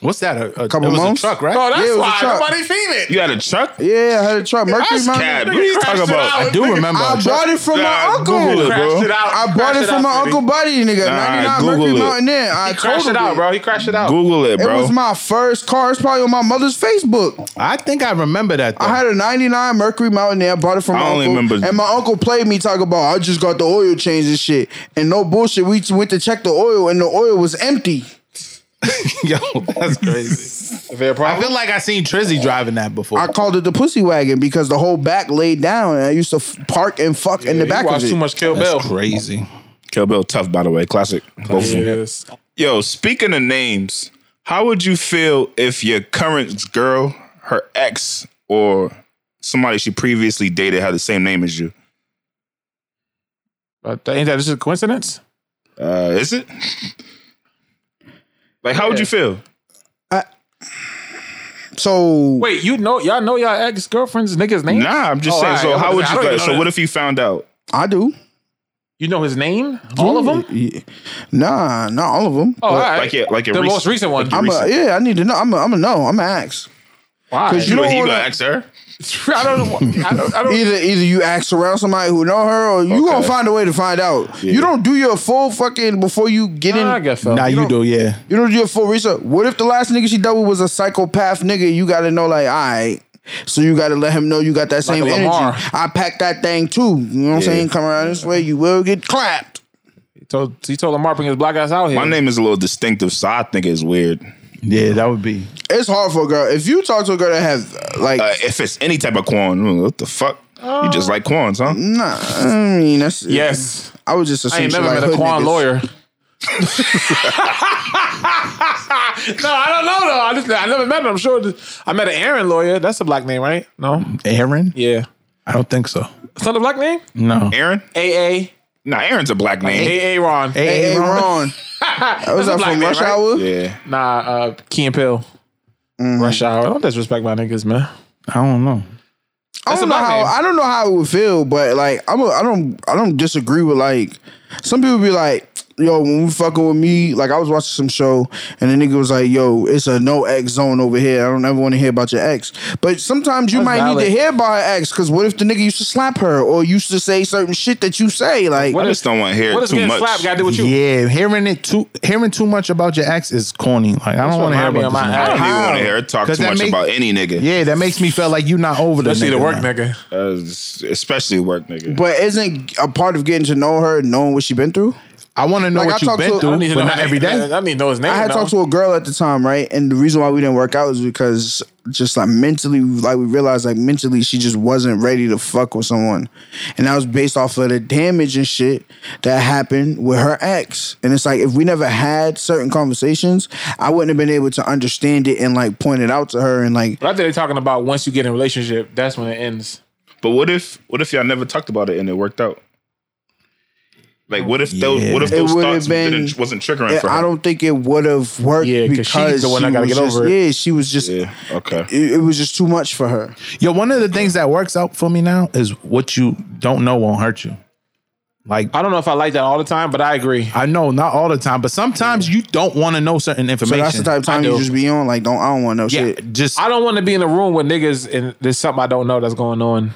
What's that? A, a Couple it was months? A truck, right? Yeah, it Oh, that's was a why truck. nobody seen it. You had a truck? Yeah, I had a truck. Mercury That's Mountaineer. cat. What are you Nigga, talking crashed it out. about? I do remember. I a truck. bought it from my Nah, uncle. Google it, Crashed bro. it out. I He bought crashed it from my out, uncle baby. Buddy, nigga. Nah, 99 Google Mercury it. Mountaineer. I He crashed totaled it out, bro. He crashed it out. Google It it, bro. was my first car. It's probably on my mother's Facebook. I think I remember that. Though. I had a 99 Mercury Mountaineer. I bought it from I my only uncle. remember- And my uncle played me talk about, I just got the oil change and shit. And no bullshit. We went to check the oil and the oil was empty. Yo, that's crazy. I feel like I seen Trizzy driving that before. I called it the pussy wagon because the whole back laid down and I used to f- park and fuck in the You back of watched it. too much Kill that's Bill. crazy. Kill Bill Tough, by the way. Classic. Both of them. Yes. Yo, speaking of names, how would you feel if your current girl, her ex, or somebody she previously dated had the same name as you? But ain't that just a coincidence? Uh, is it? Like, how would you feel? so Wait, you know y'all know y'all ex girlfriend's niggas name? Nah, I'm just Oh, saying. alright. So, I how would wasn't- I you? don't Like, even so, know what that. if you found out? I do. You know his name? All of them? Yeah. Nah, not all of them. Oh, all right. Like, yeah, like your the recent- most recent one. I'm a, yeah, I need to know. I'm a, I'm a no. I'm a ax. Why? 'Cause you Wait, don't he wanna- gonna ask her? I don't. I don't. I don't Either either you ask around somebody who know her, or you gonna find a way to find out. You don't do your full fucking before you get in. Nah, I guess so. Now you, do, yeah. You don't do your full research. What if the last nigga she dealt with was a psychopath nigga? You gotta know, like, all right. So you gotta let him know you got that same a energy. Lamar. I packed that thing too. You know what I'm saying? Come around this way, you will get clapped. He told, he told Lamar bring his black ass out here. My name is a little distinctive, so I think it's weird. Yeah, that would be. It's hard for a girl. If you talk to a girl that has uh, like Uh, if it's any type of Quan, what the fuck? you just like Quans, huh? nah, I mean that's Yes. I was just I assuming ain't she never like met a hood Quan niggas. lawyer. no, I don't know though. I just I never met him. I'm sure th- I met an Aaron lawyer. That's a black name, right? No. Aaron? Yeah. I don't think so. Is that a black name? No. Aaron? A Nah, Aaron's a black A name. A A Ron. Hey, hey, Ron. That was a that black from man, Rush right? Hour? Yeah. Nah, uh, Key and Pill. Rush Hour. Don't disrespect my niggas, man. I don't know. I don't That's a know black how name. I don't know how it would feel, but like I'm a, I don't I don't disagree with like some people be like, yo, when we fucking with me, like I was watching some show and the nigga was like, yo, it's a no ex zone over here. I don't ever want to hear about your ex. But sometimes you That's might valid. need to hear about her ex because what if the nigga used to slap her or used to say certain shit that you say? Like I just don't want to hear What it does too getting much. slapped got to do with you? Yeah, hearing it too hearing too much about your ex is corny. Like I don't what want to hear remind me of about this. my nigga. I don't even How? want to hear her talk 'Cause too that much make- about any nigga. Yeah, that makes me feel like you're not over the Especially nigga the work now. nigga. Uh, especially work nigga. but isn't a part of getting to know her knowing what she been through? I want to know Like, I what you've talked been to- I through, don't but not every day. I need to know his name. I had though. talked to a girl at the time, right? And the reason why we didn't work out was because just like mentally, like we realized like mentally she just wasn't ready to fuck with someone. And that was based off of the damage and shit that happened with her ex. And it's like if we never had certain conversations, I wouldn't have been able to understand it and like point it out to her and like But I think they're talking about once you get in a relationship, that's when it ends. But what if what if y'all never talked about it and it worked out? Like what if those Yeah. what if It those would've thoughts been- didn't, wasn't triggering it, for her? I don't think it would have worked Yeah, 'cause she's because the one she that gotta was get just- over it. Yeah, she was just yeah. Okay. it, it was just too much for her. Yo, one of the things that works out for me now is what you don't know won't hurt you. Like I don't know if I like that all the time, but I agree. I know not all the time, but sometimes you don't want to know certain So information. that's the type of time I you do. just be on. Like, don't I don't want no yeah, shit. just I don't want to be in a room with niggas and there's something I don't know that's going on.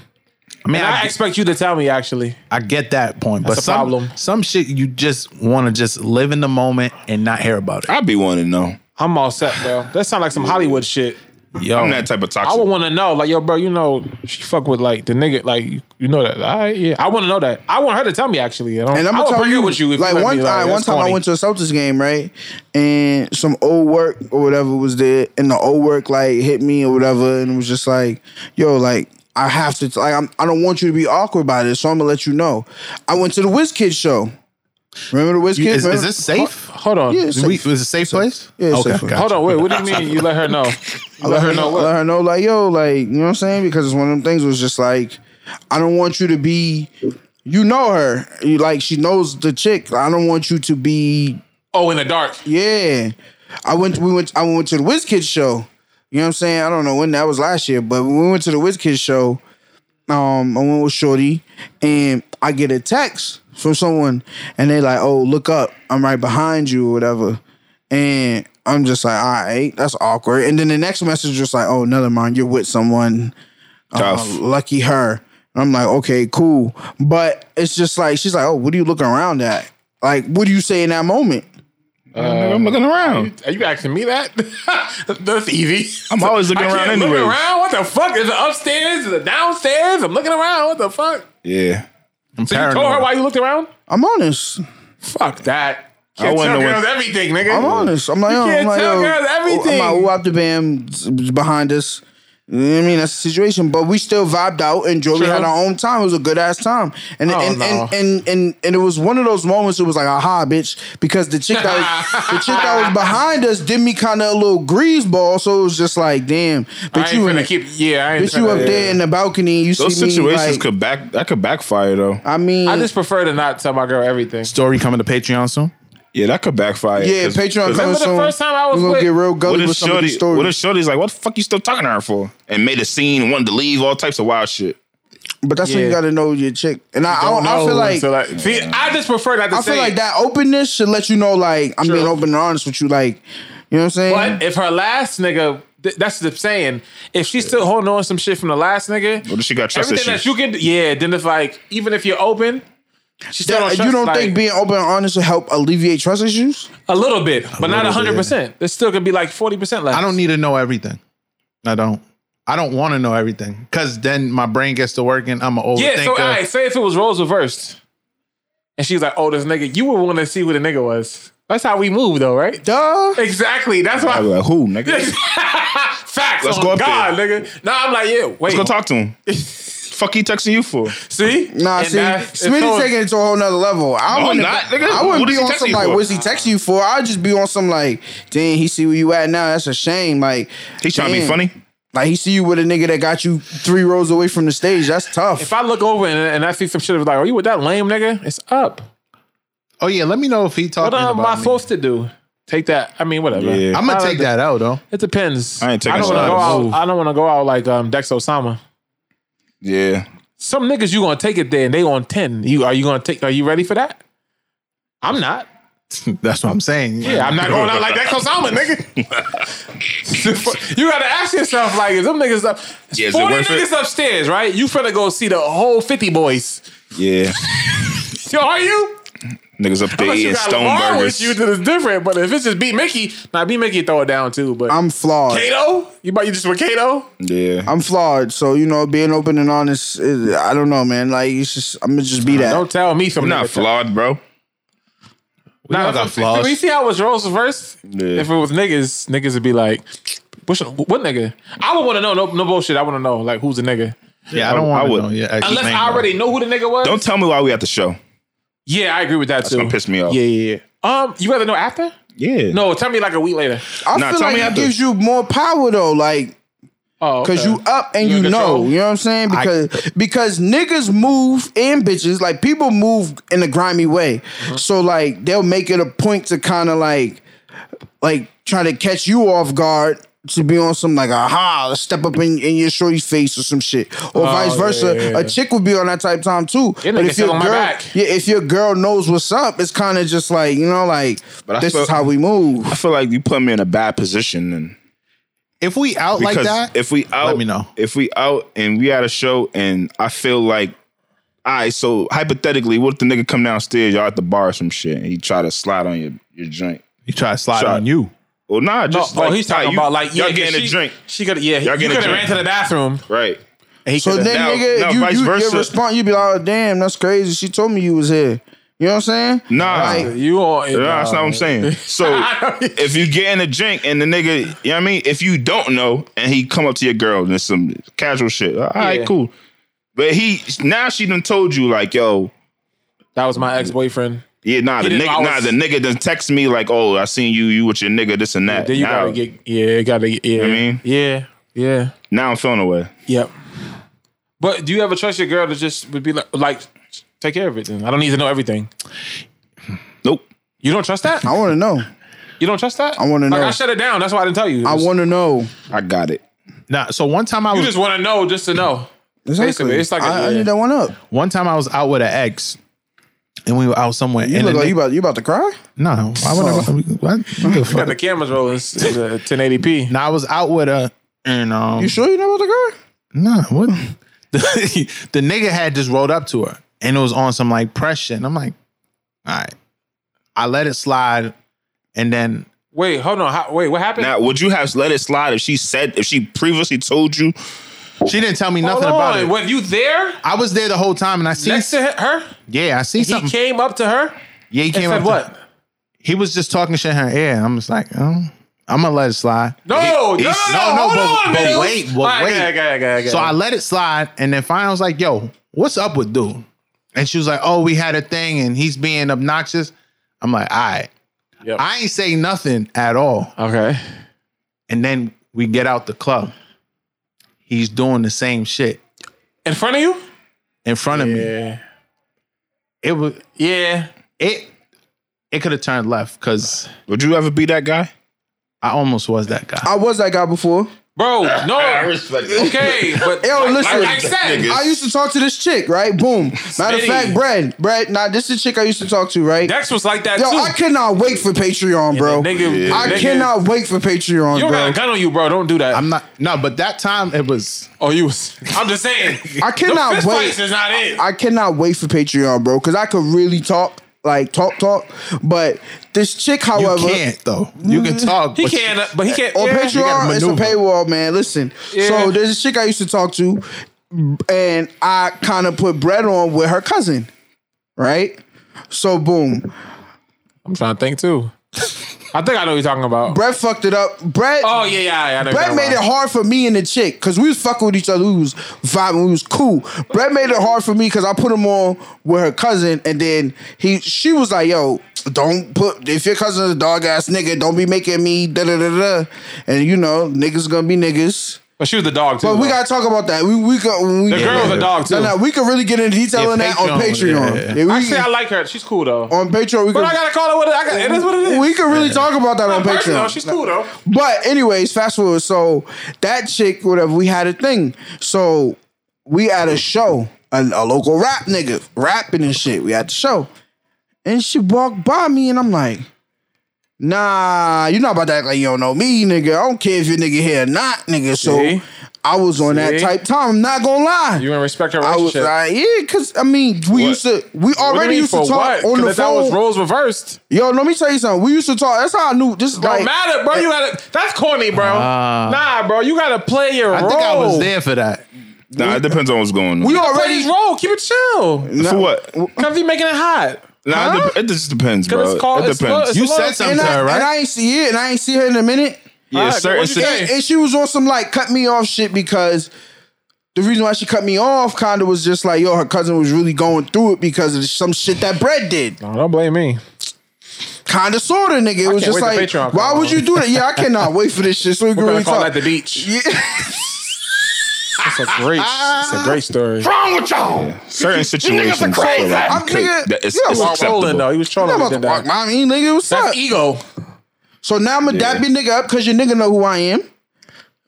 I mean, And I, I expect you to tell me actually. I get that point, but That's a some problem. some shit you just want to just live in the moment and not hear about it. I'd be wanting to know. I'm all set, bro. That sounds like some Hollywood shit. Yo, I'm that type of I toxic. would want to know, like, yo, bro, you know, she fuck with like the nigga, like, you- you know that. I yeah, I want to know that. I want her to tell me actually. And And I'm I gonna would tell bring you, it with you. If like you let one me, time, like, one that's time I corny. went to a Celtics game, right? And some old work or whatever was there, and the old work like hit me or whatever, and it was just like, yo, like I have to, like I'm, I don't want you to be awkward about it, so I'm gonna let you know. I went to the WizKid show. Remember the WizKid? is, is Remember? this safe? Hold on, Yeah, it's Is we, safe. is it a safe place? Yeah, it's safe. got hold you. on, wait. What do you mean? You let her know? You let her know what? Let her know, like, yo, like, you know what I'm saying? Because it's one of them things was just like, I don't want you to be, you know her. You like, she knows the chick. I don't want you to be, Oh, in the dark. yeah. I went, we went, I went to the WizKids show. You know what I'm saying? I don't know when that was last year, but when we went to the WizKids show, um, I went with Shorty and I get a text from someone and they like, oh, look up. I'm right behind you or whatever. And I'm just like, all right, that's awkward. And then the next message was like, oh, never mind, you're with someone. Uh, Tough. lucky her. And I'm like, okay, cool. But it's just like, she's like, oh, what are you looking around at? Like, what do you say in that moment? Nigga, I'm looking around. Are you asking me that? That's easy. I'm always looking I around can't anyway. Look around. What the fuck is it upstairs? Is it downstairs? I'm looking around. What the fuck? Yeah. I'm So you told her why you looked around? I'm honest. Fuck that. I Can't wouldn't tell know girls what- everything, nigga. I'm honest. I'm like, You yo, can't I'm like, tell yo, oh, girls everything. I'm like, who up the band behind us? You know what I mean, that's the situation. But we still vibed out, and Joey had our own time. It was a good ass time, and Oh, and, no. and, and and and it was one of those moments. It was like, aha, bitch, because the chick that was, the chick that was behind us did me kind of a little grease ball. So it was just like, damn, I bitch, ain't you in finna the, keep. Yeah, I ain't bitch, you finna- up yeah. there in the balcony. You Those see me situations like, could back that could backfire though. I mean, I just prefer to not tell my girl everything. Story coming to Patreon soon. Yeah, that could backfire. yeah, 'Cause- Patreon 'cause coming the soon. first time I was We're gonna with- get real What gully if with some of Shorty? these stories. What if Shorty's like, what the fuck you still talking to her for? And made a scene, wanted to leave, all types of wild shit. but that's when you Yeah. got to know your chick. And I, I, don't- I feel like So like, see, I just prefer not to I say. feel it. like that openness should let you know, like, I'm True. being open and honest with you. Like, you know what I'm saying? But if her last nigga, th- that's the saying. If she's still holding on some shit from the last nigga, What if she got trust everything issues? that you can, yeah. Then if like, even if you're open, she That- still don't trust. you don't like, think being open and honest will help alleviate trust issues? a little bit, but not hundred percent. There's still gonna be like forty percent left. I don't need to know everything. I don't. I don't want to know everything because then my brain gets to working. I'm an overthinker. Yeah. So uh, I say if it was roles reversed, and she's like, "Oh, this nigga," you would want to see who the nigga was. That's how we move, though, right? Duh. Exactly. That's I why. was like, who, nigga? Facts Let's on go up God, nigga. Now I'm like, yeah, wait. Let's go talk to him. fuck he texting you for? See? Nah, And see, that- it's Smitty so- taking it to a whole nother level. I No, I'm wouldn't, Oh, not, nigga. I wouldn't What be is he on some texting like, for? what's he text you for? I'd just be on some like, dang, he see where you at now. That's a shame. Like, He's trying to be damn. funny. Like, he see you with a nigga that got you three rows away from the stage. That's tough. If I look over and, and I see some shit, I was like, are you with that lame nigga? It's up. oh yeah, let me know if he What talking am I about me. supposed to do? Take that. I mean, whatever. Yeah. I'm gonna take that out though. It depends. I ain't taking don't a wanna go shot. out. Move. I don't want to go out like um, Dex Osama. Yeah. Some niggas you gonna take it there and they on ten. You are you gonna take? Are you ready for that? I'm not. That's what I'm saying. Yeah, I'm not going out like Dex Osama, nigga. you gotta ask yourself like, is them niggas up? Yeah, is it Forty worth it? niggas upstairs, right? You finna go see the whole fifty boys. Yeah. Yo, are you? Niggas up there Unless you eating got stone Lamar burgers. with you, then it's different. But if it's just beat Mickey, nah, beat Mickey throw it down too. But I'm flawed. Kato, you about you just with Kato? Yeah. I'm flawed, so you know, being open and honest, is, I don't know, man. Like it's just, I'm gonna just be that. Don't tell me I'm something. not flawed, bro. Nah, all got if- flaws. if We see how it was Rolls first. Yeah. If it was niggas, niggas would be like, "What's- what nigga? I would want to know. No, no bullshit. I want to know like who's the nigga. Yeah, I don't want I to would- know. Yeah, Unless I already know who the nigga was. Don't tell me why we at the show. yeah, I agree with that That's too. gonna piss me off. Yeah, yeah, yeah. Um, you rather know after? Yeah. No, tell me like a week later. I Nah, feel tell like me it after. gives you more power though, like Oh, because okay. you up and You you, in know, control. you know what I'm saying? Because because niggas move and bitches like people move in a grimy way, Uh-huh. so like they'll make it a point to kind of like like try to catch you off guard. To be on some like aha, let's step up in, in your shorty face or some shit, or vice versa. Oh, yeah, yeah. A chick would be on that type time too. Your but nigga if your still girl, on my back. yeah, if your girl knows what's up, it's kind of just like you know, like But I this feel- is how we move. I feel like you put me in a bad position and If we out like because that, if we out, me know. If we out and we at a show, and I feel like, all right, so hypothetically, what if the nigga come downstairs, y'all at the bar or some shit, and he try to slide on your your joint? he try to slide Shot. on you. Well, nah, No, just oh, like, he's talking nah, you- about like yeah, y'all getting she- a drink, She could yeah, Y'all you getting a could have drink. ran to the bathroom. right? And he So coulda- then, now- nigga, now you, vice you, versa. your response, you be like, oh, damn, that's crazy. She told me you was here. You know what I'm saying? Nah. Like, You on No, that's not what I'm saying. So if you getting a drink and the nigga, you know what I mean? If you don't know and he come up to your girl and it's some casual shit, all right, Yeah. cool. But he now she done told you like, yo, That was my ex boyfriend. yeah, nah, He the didn't nigga, nah, always- the nigga done text me like, oh, I seen you, you with your nigga, this and that. Then you now, gotta get yeah, gotta get yeah, know what I mean? yeah, yeah, now I'm feeling away. yep. But do you ever trust your girl to just would be like like take care of it? Then I don't need to know everything. Nope. You don't trust that? I want to know. You don't trust that? I wanna Like know. I shut it down. That's why I didn't tell you. I want to know. I got it. Nah, so one time I You was just want to know just to know. Exactly. it's like a- I- I yeah. need that one up. one time I was out with an ex, and we were out somewhere. You and look the like ni- you about you about to cry. No, I would Oh. never. What? What the Got the fuck? cameras rolling. It's it's, uh, 1080p. Now I was out with a and um. You sure you not about to cry? Nah, what? the nigga had just rolled up to her, and it was on some like pressure, and I'm like, all right. I let it slide, and then Wait, hold on. How, wait, what happened? Now, would you have let it slide if she said if she previously told you? she didn't tell me hold nothing about on. it. Were you there I was there the whole time, and I see. next to he- her? yeah, I see He something. came up to her yeah, he and came said up. to- what? he was just talking shit in her ear. and I'm just like, oh, I'm gonna let it slide. No, He- no, he's- no, no, no, hold but- on, but Mills. wait, but All right, wait. okay, okay, okay, okay. So I let it slide, and then finally I was like, "Yo, what's up with dude?" And she was like, "Oh, we had a thing, and he's being obnoxious." I'm like, "All right." Yep. I ain't say nothing at all. okay. And then we get out the club. He's doing the same shit In front of you? in front of me. It was Yeah. it. It could have turned left because Would you ever be that guy? I almost was that guy. I was that guy before. Bro, no. respect okay, but Yo, like, listen. like I said, Nigga. I used to talk to this chick, right? Boom. Matter of Smitty. fact, Brad, Brad, nah, this is the chick I used to talk to, right? Dex was like that Yo, too. I cannot wait for Patreon, bro. Nigga, Yeah. I nigga, cannot wait for Patreon, You don't got bro. a gun on you, bro. Don't do that. I'm not no, but that time it was oh, you. was- I'm just saying. I cannot the fist wait. fights is not it. I cannot wait for Patreon, bro, because I could really talk, like talk, talk. But this chick, Oh, you however, can't though. You can talk. he but you- can't, uh, but he can't. on yeah. Patreon, gotta Oh, it's a maneuver. paywall, man. Listen, Yeah. so there's a chick I used to talk to, and I kind of put bread on with her cousin, right? So boom, I'm trying to think too. I think I know what you're talking about. Brett fucked it up. Brett, Oh yeah, yeah, yeah. I know what Brett you're made talking it about. hard for me and the chick because we was fucking with each other. We was vibing. We was cool. Brett made it hard for me because I put him on with her cousin, and then he she was like, "Yo, don't put if your cousin's a dog ass nigga, don't be making me da da da da." And you know, niggas gonna be niggas. But she was the dog too. But we though. gotta talk about that. We we got when we the get girl was there. a dog too. No, no, we can really get into detail Yeah, on that on Patreon, Patreon. yeah, yeah. Yeah, we Actually, I can- like her. She's cool though. on Patreon, we But I can, gotta call her what it, I got, it is what it is. we can really talk about that on Not personal. Patreon. She's cool though. But anyways, fast forward. So that chick, whatever, we had a thing. So we at a show, a, a local rap nigga rapping and shit. We at the show, and she walked by me, and I'm like, Nah, you not about to act like you don't know me, nigga. I don't care if your nigga here or not, nigga. So See? I was on that See? type time. I'm not gonna lie. You gonna respect her I was relationship? like, yeah, cause I mean, we What? used to, we What do you already mean, used to for talk what? on 'Cause the if That phone. was roles reversed. Yo, let me tell you something. We used to talk. That's how I knew. This is Don't like, Ah. matter, bro. You gotta. That's corny, bro. nah, bro. You gotta play your I role. think I was there for that. Nah, it depends on what's going on. we Play already. his role. Keep it chill. For what? Cause he making it hot. Nah, it, dep- it just depends, bro. Cause it's called. it it's lo- depends. it's You lo- said something And to I, her, and right? I ain't see it, and I ain't see her in a minute. yeah, Alright, certain what'd you situations- say? And, and she was on some like cut me off shit because the reason why she cut me off kind of was just like, yo, her cousin was really going through it because of some shit that Brett did. No, don't blame me. Kind of sorta, nigga. It was can't just wait like, to Patreon why call. would you do that? Yeah, I cannot wait for this shit. So we can We're really gonna call talk. that the beach. Yeah. It's a great. it's a great story. certain situations. I feel like I'm you could- nigga- that it's, yeah, it's I'm Trolling though. acceptable. He was I'm trolling. about when he to did that. walk mommy, nigga. What's That's e- up? ego. So now I'ma dap your nigga up because your nigga know who I am.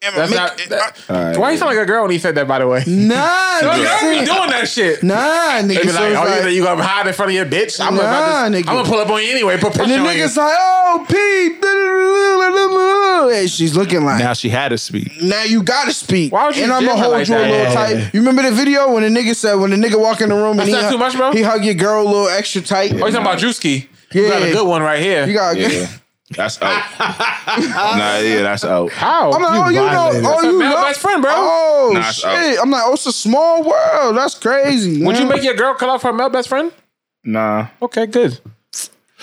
That's not. That, Alright. why you sound like a girl when he said that? By the way, no, Nah, girls be nigga. doing that shit. Nah, nigga. They be So like, it's oh, like- you think you gonna hide in front of your bitch? I'm, Nah, about to, nigga. I'm gonna pull up on you anyway. Put And pressure the on you. nigga's like, oh, peep. squared "Oh, she's looking like. Now Now, she had to speak. you gotta speak. Why would you and I'm jam gonna her hold like you a that? little Yeah. tight. You remember the video when the nigga said when the nigga walk in the room That's and he not hug, too much, bro. he hug your girl a little extra tight. Oh, you talking about Drewski? You got a Yeah. good one right here. You got Yeah. That's out. nah, yeah, that's out. How? I'm like, oh, you know, violated. oh, That's you a man know, best friend, bro. Oh Nah, it's shit! out. I'm like, oh, it's a small world. That's crazy. Would you man. make your girl cut off her male best friend? Nah. Okay, good.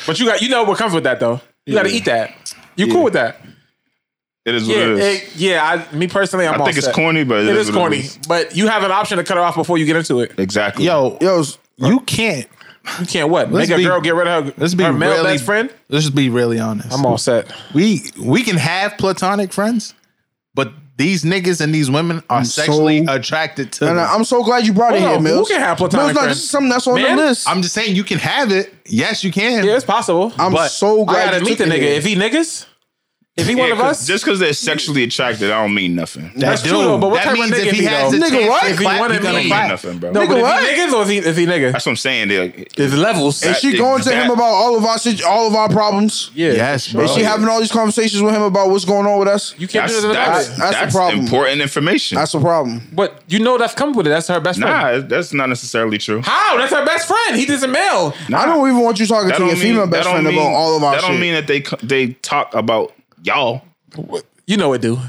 But you got you know what comes with that though. You got to eat that. You cool with that? It is what Yeah, it is. it- yeah. I, me personally, I'm I all think it's set. corny, but It is what corny, but you have an option to cut her off before you get into it. Exactly. Yo, yo? you can't. You can't what Let's make be- a girl get rid of her, Let's be her male really- best friend. Let's just be really honest. I'm all set. we we can have platonic friends, but these niggas and these women are sexually so- attracted to. And them. I, am so glad you brought it Hold here, on, who Mills. can have platonic Mills, no, friends? this is something that's on Man, the list. I'm, I'm just saying you can have it. Yes, you can. Yeah, it's possible. i but so glad gotta you meet the took it nigga. here. If he niggas, if he Yeah, one of 'cause- us, Just because they're sexually attracted, I don't mean nothing. That That's do. true, though, but what that type of means nigga if he he, has though? a Nigga, chance what? to If he clap, wanted he gonna me- Mean clap. nothing, bro. no, but if what? he niggas or if he, if he nigga, That's what I'm saying. They like, there's levels. Is she going to that- him about all of our sit- all of our problems? yeah, Yes, bro. Is she having all these conversations with him about what's going on with us? you can't that's do this in the that's, public. That's the that's problem. important information. That's a problem. But you know that's come with it. That's her best friend. nah, that's not necessarily true. How? That's her best friend. He does a male. Nah, I don't even want you talking that to your don't mean female that best don't friend mean- about all of our That shit. don't mean that they co- they talk about y'all. You know it do.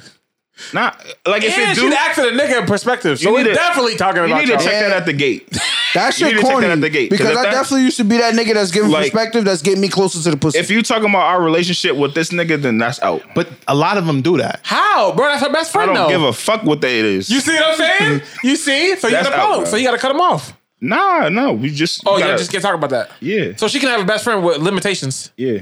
Not like if and it she do. the act in the nigga perspective. So You we need to- definitely talking You about need to y'all. check Yeah. that at the gate. that you shit need to check corny. that at the gate, 'cause because if I that- definitely used to be that nigga that's giving Like- perspective that's getting me closer to the pussy. if you talking about our relationship with this nigga, then that's out. But a lot of them do that. How, bro? That's her best I friend. don't though. give a fuck what that is. You see what I'm saying? You see? So you That's got a out, problem. bro. So you got to cut him off. nah, no, we just. Oh, we yeah, gotta- just can't talk about that. Yeah. So she can have a best friend with limitations. yeah.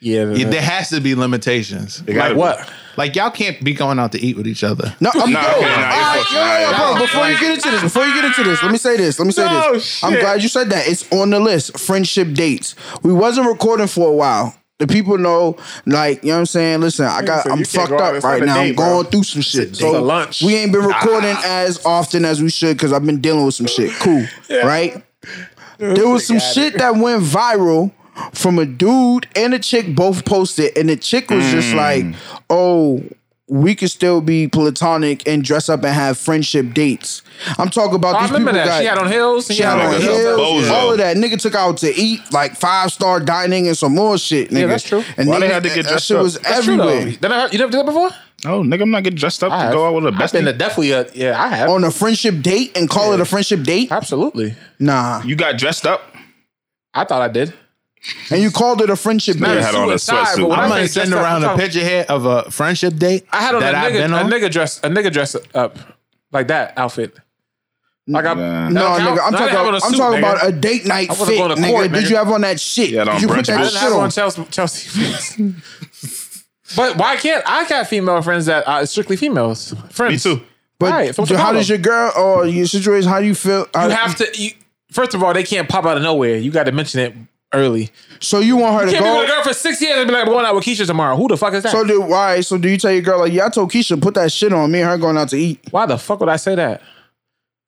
Yeah. Yeah, There has to be limitations. They gotta like be. what? Like y'all can't be going out to eat with each other. No, I'm Nah, yo, okay, nah, you're all right, fucking yo, yo, yo, right. bro. Before you get into this, before you get into this, let me say this. Let me say No, this. shit. I'm glad you said that. It's on the list. Friendship dates. We wasn't recording for a while. The people know, like, you know what I'm saying? Listen, I got So you I'm can't fucked go out. up It's right not a now. I'm date, going bro. through some shit. It's So a lunch. we ain't been recording as often as we should because I've been dealing with some shit. Cool. Right? There was some shit that went viral from a dude and a chick both posted, and the chick was Mm. just like, "Oh, we could still be platonic and dress up and have friendship dates." I'm talking about I these remember people that. got she had on Oh, hills. she had Nigga, on that's a heels, bozo. all of that. Nigga took out to eat like five star dining and some more shit. Nigga. that's true. And Why nigga, they had to get that dressed shit up? was That's true, everywhere. though. Did I- You never did that before? Oh, nigga, I'm not getting dressed up to go out with a Ah, I've best. been to definitely a yeah. I have On a friendship date and call it a friendship date? absolutely. Nah. You got dressed up. I thought I did. And you called it a friendship not date? had on a Suicide, sweatsuit. but when I'm I'm I gonna say send dressed up, I'm around a talking- picture here of a friendship date. I had on a that I've nigga, been a on. nigga dress, a nigga dress up like that outfit. Like I, Nah. No, that don't count? nigga, I'm I didn't talking, have on about, a I'm suit, talking nigga. about a date night I wasn't fit, going to nigga. court, Did nigga. you have on that shit? Yeah, Did on you put brunch, I that bitch. didn't shit have on on? Chelsea. Chelsea. but why can't I got female friends that are strictly females? Friends. Me too. But Alright, so what's the how problem? does your girl or your situation? How do you feel? You have to. You, first of all, they can't pop out of nowhere. You got to mention it early. so you want her to Can't be go? with a girl for six years and be like, "I'm going out with Keisha tomorrow." Who the fuck is that? So do why? So do you tell your girl like, yeah, I told Keisha put that shit on me and her going out to eat? why the fuck would I say that?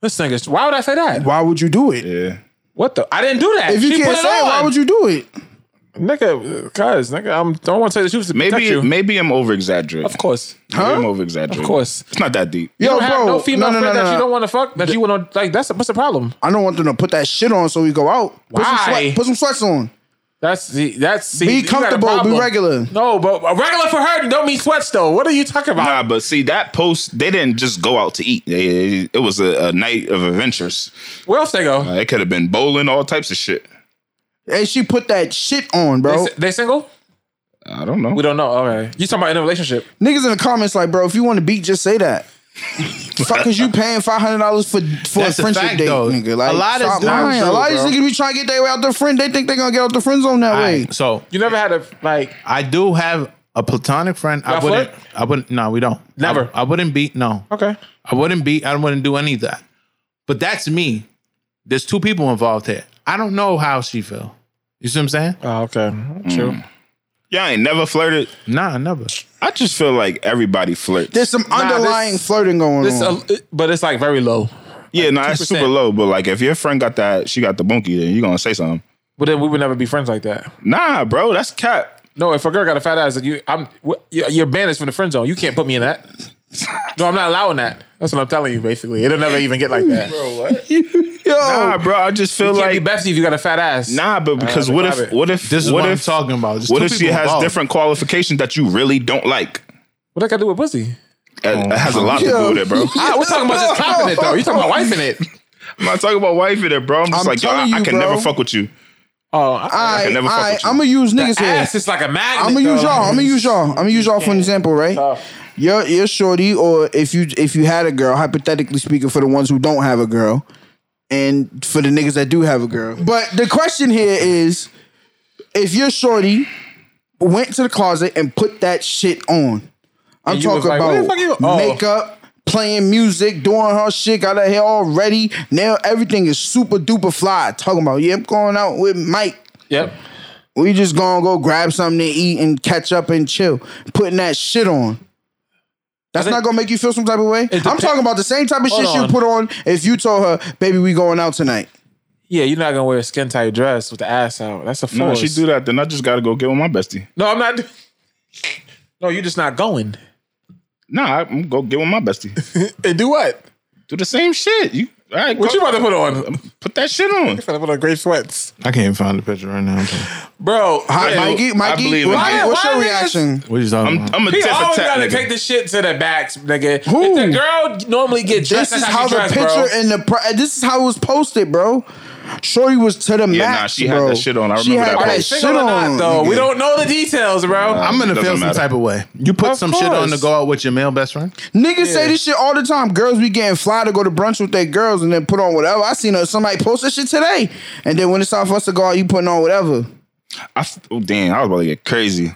This thing is. Why would I say that? Why would you do it? Yeah. What the? I didn't do that. If you She put can't it say it, on. why would you do it? Nigga, cuz, nigga, I'm, don't want to tell you the truth to protect Maybe you. maybe I'm over exaggerating. Of course. Maybe I'm over exaggerating. Of course. It's not that deep. You Yo, don't have bro, no female no, no, friend no, that no. you don't want to fuck, that you want to, like, that's, what's the problem? I don't want them to put that shit on so we go out. Put Why? Some sweat, put some sweats on. That's, the that's, see, Be you got a comfortable, be problem. regular. No, but a regular for her don't mean sweats, though. What are you talking about? Nah, but see that post, they didn't just go out to eat. They, it was a, a night of adventures. Where else they go? Uh, it could have been bowling, all types of shit. And she put that shit on, bro. They, si- they single? I don't know. We don't know. Okay. You talking about in a relationship. Niggas in the comments like, bro, if you want to beat, just say that. Fuck, is you paying five hundred dollars for for That's a a friendship fact, date, though. nigga? Like, A lot of stop dudes lying. do, a lot of bro. these niggas be trying to get their way out their friend. They think they gonna get out the friend zone that All way. right, so You never had a, like, I do have a platonic friend. I Y'all wouldn't. flirt? I wouldn't. No, we don't. Never. I, I wouldn't be. No. okay. I wouldn't be. I wouldn't do any of that. But that's me. There's two people involved here. I don't know how she feel. You see what I'm saying? Oh, okay. True. Y'all ain't never flirted. Nah, never. I just feel like everybody flirts. There's some this- underlying flirting going This, on. a- but it's like very low. yeah, no, nah, it's 2%. super low. But like, if your friend got that, she got the bunkie, then you gonna say something. But then we would never be friends like that. Nah, bro, that's cap. No, if a girl got a fat ass, like you, I'm wh- you're you're banished from the friend zone. You can't put me in that. No, I'm not allowing that. That's what I'm telling you. Basically, it'll never even get like that. Bro, Nah, bro. I just feel you Oh. can't like be bestie if you got a fat ass. nah, but because Uh, what private. if what if This is what what, if I'm talking about. Just what two if she people has involved. different qualifications that you really don't like? what I got to do with pussy? That, that has a lot to do with it, bro. Ah, we're talking about just clapping it though. You talking about wife in it? I'm not talking about wife in it, bro. I'm just I'm like, yo, I, telling I you, can bro. never fuck with you. Oh, I, I, never fuck I, with you. I'm gonna use niggas here. ass is like a magnet. I'm gonna though. use y'all. I'm gonna use y'all. I'm gonna use y'all for an example, right? Your your shorty, or if you if you had a girl, hypothetically speaking, for the ones who don't have a girl, and for the niggas that do have a girl. But the question here is, if your shorty went to the closet and put that shit on, I'm you was talking like, "What the about fuck you-" Oh. makeup. Playing music, doing her shit, got her hair all ready. Now everything is super duper fly. Talking about, yeah, I'm going out with Mike. Yep. We just gonna go grab something to eat and catch up and chill. Putting that shit on. That's I think- not gonna make you feel some type of way. I'm depen- talking about the same type of Hold shit you on. put on if you told her, baby, we going out tonight. Yeah, you're not gonna wear a skin tight dress with the ass out. That's a force. No, she do that, then I just gotta go get with my bestie. No, I'm not. No, you're just not going. Nah, I'm go get with my bestie. And do what? do the same shit. You all right? What go- you about to put on? put that shit on? Trying to put on great sweats, I can't even find the picture right now. bro. Hi, yeah, Mikey, I Mikey, believe what- it. Why- what's why your niggas- reaction? What are you talking I'm, about? I'm a He tip for always tap. gotta Nigga. take this shit to the backs, nigga. Who? If the girl normally get dressed, This is that's how she the dressed, picture bro. and the pri- this is how it was posted, bro. Shorty was to the nah, max. she had bro. that shit on. I she remember had that that, Are they post. shit single or on. not, though? We nigga. don't know the details, bro. Nah. I'm gonna Doesn't feel some matter. type of way. You put Of some shit on to course. go out with your male best friend. Niggas say this shit all the time. Girls be getting fly to go to brunch with their girls and then put on whatever. I seen uh, somebody post that shit today. And then when it's time for us to go out, you putting on whatever. I f- oh, damn, I was about to get crazy.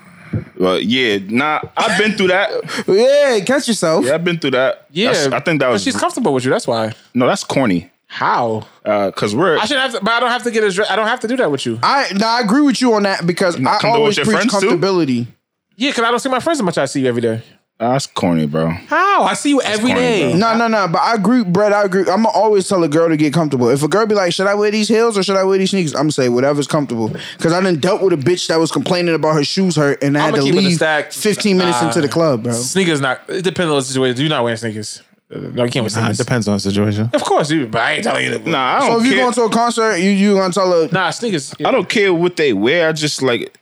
But yeah, nah, I've been through that. Yeah, catch yourself. Yeah, I've been through that. Yeah, That's- I think that But was she's comfortable with you. That's why. no, that's corny. How? Uh, cause we're I should have, to, but I don't have to get a dress. I don't have to do that with you. I now I agree with you on that because I comfortable always with preach your friends, too? comfortability. Yeah, because I don't see my friends as much. as I see you every day. that's corny, bro. How? I see you every corny, day. bro. No, no, no. But I agree, Brett. I agree. I'm gonna always tell a girl to get comfortable. If a girl be like, "Should I wear these heels or should I wear these sneakers?" I'm gonna say whatever's comfortable. Because I done dealt with a bitch that was complaining about her shoes hurt, and I had I'ma to keep it a leave stack. 15 minutes Nah. into the club, bro. Sneakers not. It depends on the situation. You're not wearing sneakers. Uh, No, you can't wear Nah, it sneakers. depends on the situation. of course, you. But I ain't telling you. To, nah, Nah, I So don't Oh, if you care. going to a concert, you you gonna tell her nah, sneakers. I don't care what they wear. I just like,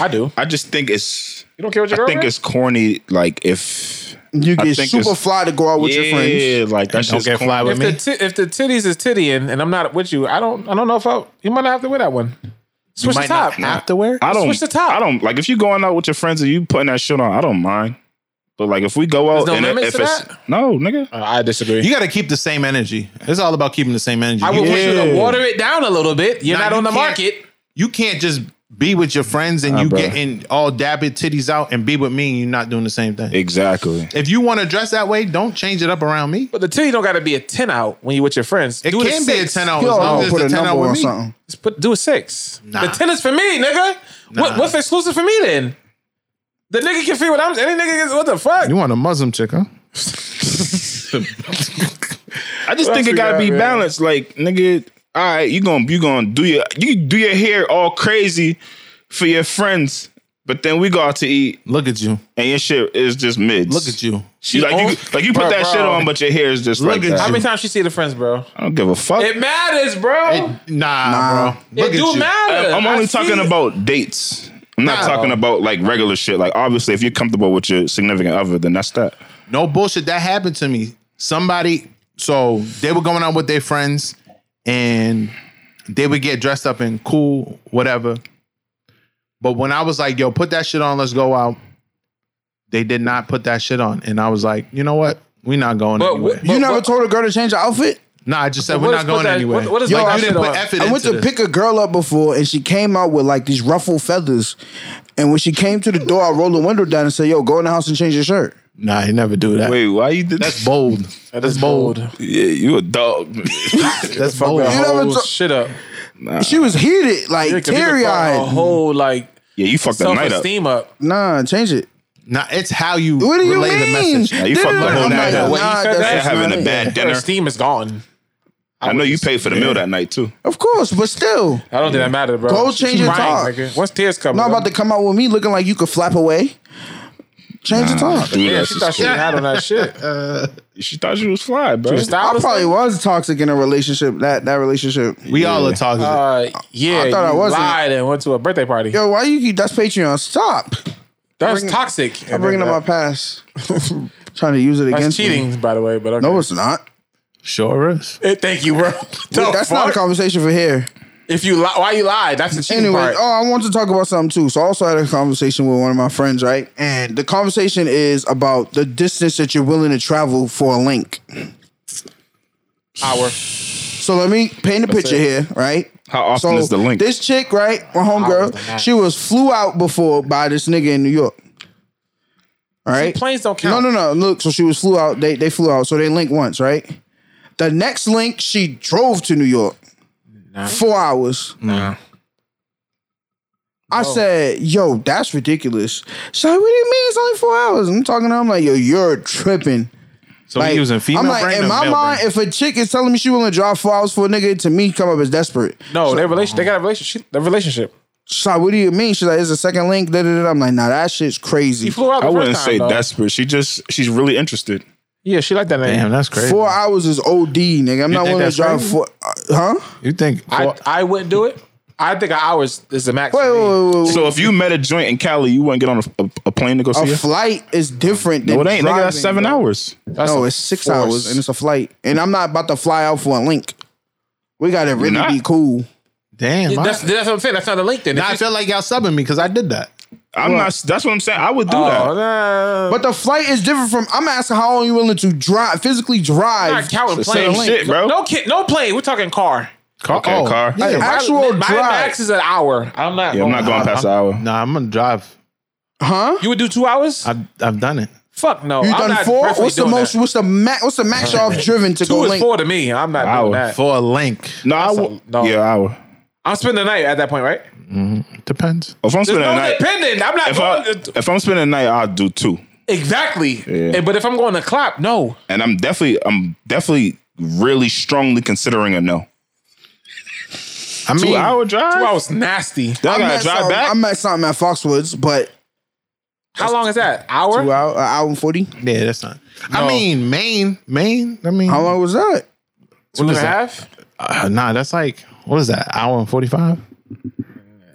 I do. I just think it's. You don't care what your I girl think wear? it's corny. Like if you I get think super it's- fly to go out with your friends. yeah, like that Don't shit's get corny. fly with If me. the, ti- if the titties is tittying and I'm not with you, I don't I don't know if I you might not have to wear that one. Switch the might top. not have to wear. I don't. Switch the top. I don't like if you going out with your friends and you putting that shit on. I don't mind. But like if we go out There's no and limits if to it's that? no nigga, Uh, I disagree. You got to keep the same energy. It's all about keeping the same energy. I You would can't- want you Yeah. to water it down a little bit. You're Nah, not you on the can't- market. you can't just be with your friends and Nah, you bro. getting all dabbing titties out and be with me and you're not doing the same thing. exactly. if you want to dress that way, don't change it up around me. But the titty don't got to be a ten out when you with your friends. It do can be a six. 10 out You as long all as put a it's a 10 number out with on me. something. Just put do a six. Nah. The ten is for me, nigga. What, Nah. what's exclusive for me then? The nigga can feel what I'm. Any nigga gets what the fuck. You want a Muslim chick, huh? I just What think else it we gotta got, be man? balanced. Like nigga, all right, you gonna you gonna do your you do your hair all crazy for your friends, but then we go out to eat Look at you. and your shit is just mids. Look at you. She like Oh, you like you put Bro, that shit bro. on, but your hair is just Look like at that. How you. many times she see the friends, bro? I don't give a fuck. It matters, bro. Nah, bro. it do matter. I'm I only see talking it. about dates. I'm not talking about like regular shit. Like obviously, if you're comfortable with your significant other, then that's that. No bullshit. That happened to me. Somebody, so they were going out with their friends and they would get dressed up in cool, whatever. But when I was like, yo, put that shit on, let's go out, they did not put that shit on. And I was like, you know what? We're not going But anywhere. what- You But never what- told a girl to change her outfit? nah, I just said But we're what not is- going what that- anywhere. what- what is Yo, that you shit didn't on? put effort I went into to this. pick a girl up before and she came out with like these ruffled feathers. And when she came to the door, I rolled the window down and said, Yo, go in the house and change your shirt. Nah, you never do that. Wait, why you did That's bold. That is bold. Yeah, you a dog. That's bold. The never whole to- shit up. She was heated, You like could be the fuck teary A eyed. whole like yeah, you fucked the self night up. esteem up. Nah, change it. Nah, it's how you What do you relay mean? the message. you fucked the whole I'm night like, up. What, you nah, said that's that? They're not having it. a bad Her dinner. esteem is gone. I I, know you paid for the meal that night too. Of course, but still. I don't think that mattered, bro. Go change your talk. Crying, nigga. What's tears coming? Not about to come out with me looking like you could flap away. Change the talk. Dude, Yeah, that's she just thought she cool. had on that shit. She thought she was fly, bro. I Stylist? probably was toxic in a relationship. That that relationship. We all are talking. Uh, yeah, I thought I you wasn't. lied and went to a birthday party. Yo, why you keep that's Patreon? Stop. That's bringing- toxic. I'm bringing up my past. Trying to use it That's against me. cheating, by the way. But okay. No, it's not. sure is. Hey, thank you, bro. The That's not a fuck? conversation for here. If you lie, why you lie? That's the cheating Anyway, part. oh, I want to talk about something too. So I also had a conversation with one of my friends, right? And the conversation is about the distance that you're willing to travel for a link. Hour. So let me paint a picture here, right? How often so is the link? This chick, right, my homegirl, she was flew out before by this nigga in New York. All right. Planes don't count. No, no, no. Look, so she was flew out. They they flew out. So they linked once, right? The next link, she drove to New York. Four hours. I said, yo, that's ridiculous. She's like, what do you mean? It's only four hours. I'm talking to her. I'm like, yo, you're tripping. So we using female I'm like, brain in or my male mind, brain? if a chick is telling me she willing to drive four hours for a nigga, to me, come up as desperate. No, they relation. They got a relationship. Their relationship. She's like, what do you mean? She's like, it's a second link. Da, da, da. I'm like, nah, that shit's crazy. He flew out. The I wouldn't first time, say though. desperate. She just she's really interested. Yeah, she like that name. Damn, that's crazy. Four hours is OD, nigga. I'm not willing think to that's drive crazy? four. uh, huh? you think? I, I wouldn't do it. I think an hour is, is the max. Wait, for me. wait, wait, wait. So if you met a joint in Cali, you wouldn't get on a, a, a plane to go A see her. flight is different than No, it ain't. driving, nigga, that's seven bro. hours. That's No, a it's six force. hours and it's a flight. And I'm not about to fly out for a link. We gotta really not? be cool. Damn. Yeah, I- that's, that's what I'm saying. That's not a link. Then now I feel like y'all subbing me because I did that. I'm not. That's what I'm saying. I would do that. oh, nah. But the flight is different from I'm asking how long you willing to drive physically I'm not drive. counting It's the plane. same shit, bro. No kid, no plane. We're talking car. Car, Okay, car. Oh, Yeah, Hey, actual my, My max drive. is an hour. I'm not. Yeah, I'm not going past an hour. Nah, I'm gonna drive. Huh? You would do two hours? I've I've done it. Fuck no. You I'm done not four? personally What's the doing most that. what's the max what's the max y'all have driven to go Two is link? four to me. I'm not Hour. doing that. For a link. No, I would. a- no. Yeah, hour. I'm spending the night at that point, right? Depends. If I'm There's spending no a night, dependent. I'm not if going I to, if I'm spending a night, I'll do two. exactly. Yeah. And- But if I'm going to clap, no. And I'm definitely, I'm definitely really strongly considering a no. I mean, Two hour drive. Two hours nasty. Then I I'm gotta at, drive something, back. I'm at something at Foxwoods, but How long is that? Hour? two hour, an hour and forty. yeah, that's not. I No. mean, Maine, Maine. I mean, How long was that? Two and is a that? half? Uh, nah, that's like what is that? Hour and forty five.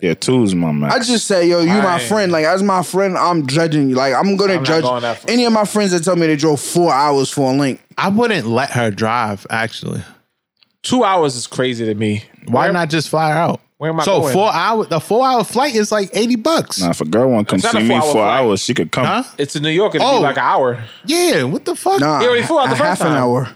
yeah, two's my max. I just say, yo, you my Alright. friend. Like, as my friend, I'm judging you. Like, I'm gonna not judge going that far. any of my friends that tell me they drove four hours for a link. I wouldn't let her drive. Actually, Two hours is crazy to me. why not just fly her out? Where am I so going? four hour. The four hour flight is like eighty bucks. Nah, if a girl want to come It's not see a me four-hour four flight. hours, she could come. Huh? It's in New York. It'd Oh. be like an hour. Yeah, what the fuck? Nah, He already flew out the Uh, a first half an time. hour.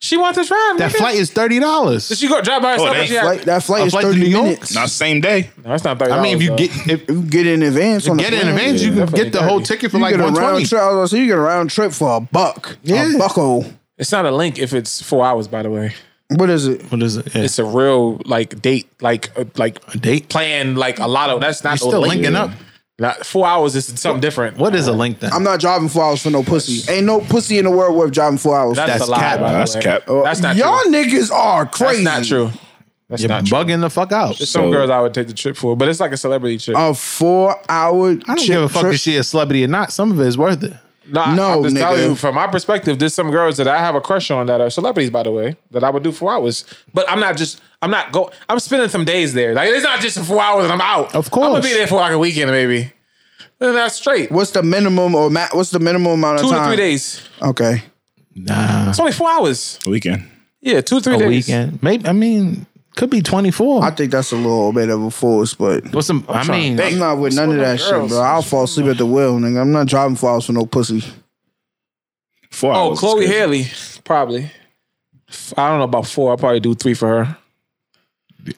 She wants to drive. That nigga. flight is thirty Did dollars. she go drive by herself? they- and she had- Flight, that flight A is flight to thirty New York? minutes. Not same day. No, that's not. $30, I mean, if you though. get if You get in advance on get the in plane. advance, you Yeah, can get the whole definitely. ticket for You like get a one round twenty. trip. I was gonna say, you get a round trip for a buck. Yeah. A bucko. it's not a link if it's four hours. By the way, What is it? What is it? Yeah. it's a real like date, like uh, like a date. plan, like a lot of. That's not You're no still link. linking up. Not- four hours is something different. What is a link then? I'm not driving four hours for no pussy. Ain't no pussy in the world worth driving four hours. That's, That's a lie. cap. by the That's way. cap. That's not Y'all true. niggas are That's crazy. not true. That's You're not true. bugging the fuck out. Some girls I would take the trip for, but it's like a celebrity trip. A four hour I don't give a fuck if she a celebrity or not. Some of it is worth it. no, I- no, I'm just telling nigga. you from my perspective. There's some girls that I have a crush on that are celebrities, by the way, that I would do four hours. But I'm not just. I'm not go. I'm spending some days there. Like it's not just four hours and I'm out. Of I'm gonna course. be there for like a weekend maybe. And that's straight. What's the minimum or ma- what's the minimum amount of two to time? three days. Okay. Nah, It's only four hours. Weekend. Yeah, two to three a days. weekend. Maybe I mean could be twenty I four. think that's a little bit of a force, but What's some? I mean, I'm not with none of with that them shit, girls? bro. I'll fall asleep at the wheel, nigga. I'm not driving four hours for no pussy. Four hours. Oh, is Chloe crazy. Haley, probably. F- I don't know about four. I'll probably do three for her.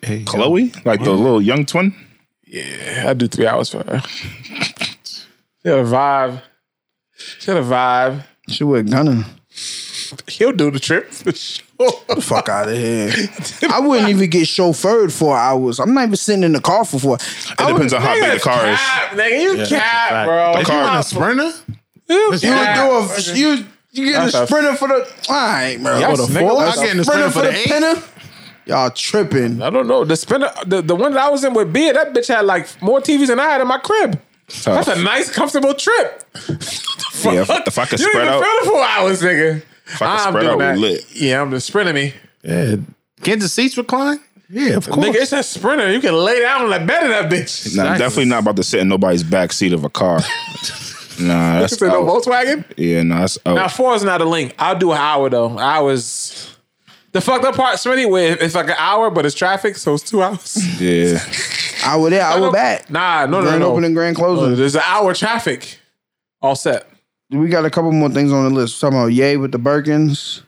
hey, Chloe, like the little young twin. I do three hours for her. she had a vibe. She had a vibe. She would gunning. He'll do the trip for sure. Fuck out of here. I wouldn't even get chauffeured four hours. I'm not even sitting in the car for four. It depends on how big the car is. Cap, nigga, you cap, Fact. bro. If car- you want a sprinter? You You cap. would do a you you get That's a a- sprinter for the all right, bro. Yes, What a nigga, four? that's I'm getting a sprinter sprinter for for the the eight? pinner. Y'all tripping. I don't know. The spinner, the, the one that I was in with Bia, that bitch had like more TVs than I had in my crib. That's a nice, comfortable trip. Yeah, if, if I could you spread even out, feel the four hours, nigga. if I could spread out, we lit. Yeah, I'm the sprinter me. Yeah. Can the seats recline? Yeah, of course. Nigga, it's a sprinter. You can lay down on the bed of that bitch. Nah, I'm Exactly. definitely not about to sit in nobody's back seat of a car. nah, It's that's a no out. Volkswagen. yeah, nah, that's Now out. four is not a link. I'll do an hour though. Hours. The fucked up part, Smitty, where it's like an hour, but it's traffic, so it's two hours. Yeah, I would there, I would back. Nah, no, no, Grand no. opening, grand no. closing. There's an hour traffic. All set. We got a couple more things on the list. We're talking about Yay with the Birkins,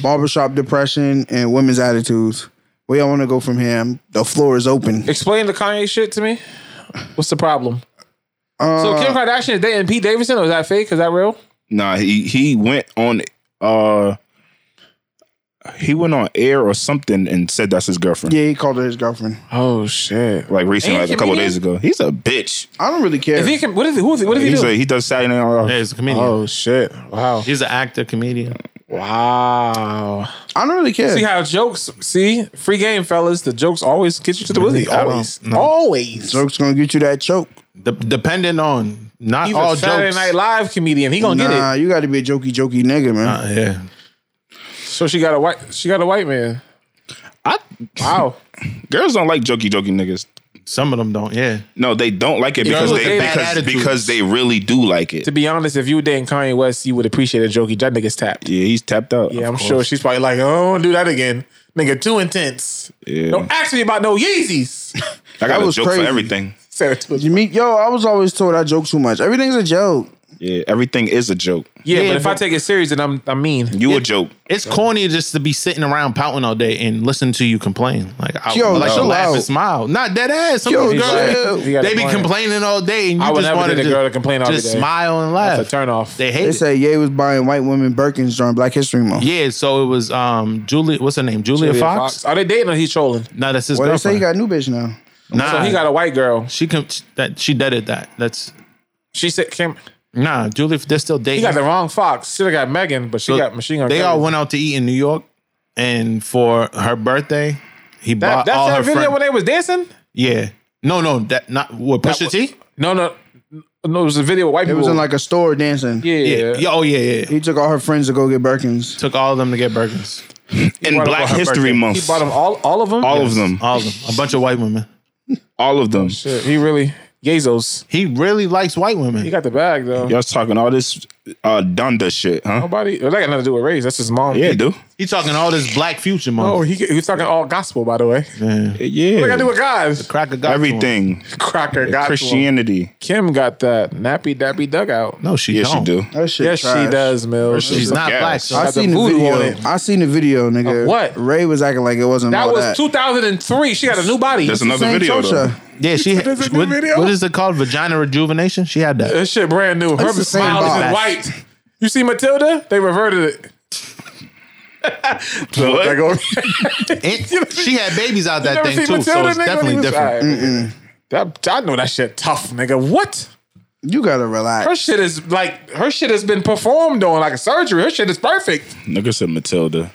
barbershop depression, and women's attitudes. Where y'all want to go from here? The floor is open. Explain the Kanye shit to me. What's the problem? so Kim Kardashian is dating Pete Davidson, or is that fake? Is that real? nah, he he went on, uh, he went on air or something and said that's his girlfriend. Yeah, he called her his girlfriend. Oh shit! Like recently, Ain't like a he couple mean? days ago, he's a bitch. I don't really care. If he can, what is he? Who is he? What does he He's do? a, he does Saturday Night Live. Yeah, he's a comedian. oh shit! Wow! He's an actor, comedian. Wow! I don't really care. See how jokes? See, free game, fellas. The jokes always get you to the wizzy. I don't Always, know. always. Joke's gonna get you that choke. De- depending on not He's all a Saturday jokes. Night Live comedian. He gonna Nah, get you got to be a jokey, jokey nigga, man. Uh, yeah. it. So she got a white. She got a white man. I, Wow. girls don't like jokey jokey niggas. Some of them don't. Yeah. No, they don't like it because Girls they with bad because, attitudes. because they really do like it. to be honest, if you were dating Kanye West, you would appreciate a jokey. That nigga's tapped. Yeah, he's tapped out. Yeah, I'm sure she's probably like, oh, don't do that again. Nigga, too intense. Yeah. Don't ask me about no Yeezys. I got That a was joke crazy. for everything. Said it to- You meet yo. I was always told I joke too much. Everything's a joke. Yeah, everything is a joke. yeah, Yeah, but if I but- take it serious, then I'm I'm mean. You a joke. It's corny just to be sitting around pouting all day and listen to you complain. Like, I, Yo, like chill she'll laugh out. and smile. Not dead ass. Some Yo, of these chill out. girls, You got they a be point. complaining all day, and you I would just never want date a to girl to complain all just day. smile and laugh. That's a turn off. They hate They it. say Ye was buying white women Birkins during Black History Month. Yeah, so it was um Julia. What's her name? Julia, Fox. Are Oh, they dating or he trolling? No, that's his Well, they say girlfriend. he got a new bitch now. nah, So he got a white girl. she com- that she deaded that. That's She said, Kim, nah. Julia, they're still dating. he got the wrong Fox. Should have got Megan, but she So got Machine Gun They Kelly. all went out to eat in New York, and for her birthday, he That, bought that's all that her video friends. when they was dancing? yeah, no, no, that not what Pusha was- T. No, no. No, it was a video with white It people. was in like a store dancing. yeah. Yeah. yeah, oh yeah, yeah. He took all her friends to go get Birkins. Took all of them to get burgers. In brought up Black her History birthday. He Month, bought them all, all of them? all of them, All of them. A bunch of white women. all of them. Shit, he really, Yazos. He really likes white women. He got the bag, though. Y'all talking all this uh, Donda shit, huh? Nobody, that got nothing to do with race. That's his mom. Yeah, dude. He talking all this black future month. Oh, he, he's talking all gospel, by the way. What I do Yeah, with guys? Crack a gospel. everything. Cracker got Christian. Christianity. Kim got that nappy dappy dugout. No, she Yes, don't. you do. That shit. Yes, trash. she does, Mill. She's not Yes. black. So I Got the seen the voodoo video. on it. I seen the video, nigga. Of what? Ray was acting like it wasn't. That all was that. 2003. She got a new body. That's another Same video though. culture. yeah, she. There's a new what- video? what is it called? Vagina rejuvenation. She had that. That shit brand new. Her It's the same smile is box. white. You see Matilda? They reverted it. What? Like, oh, And she had babies out that never thing seen too, so Matilda, it's nigga? definitely What he was- different. all right. That, I know that shit tough, nigga. What? You gotta relax. Her shit is like her shit has been performed on like a surgery. Her shit is perfect. Nigga said Matilda.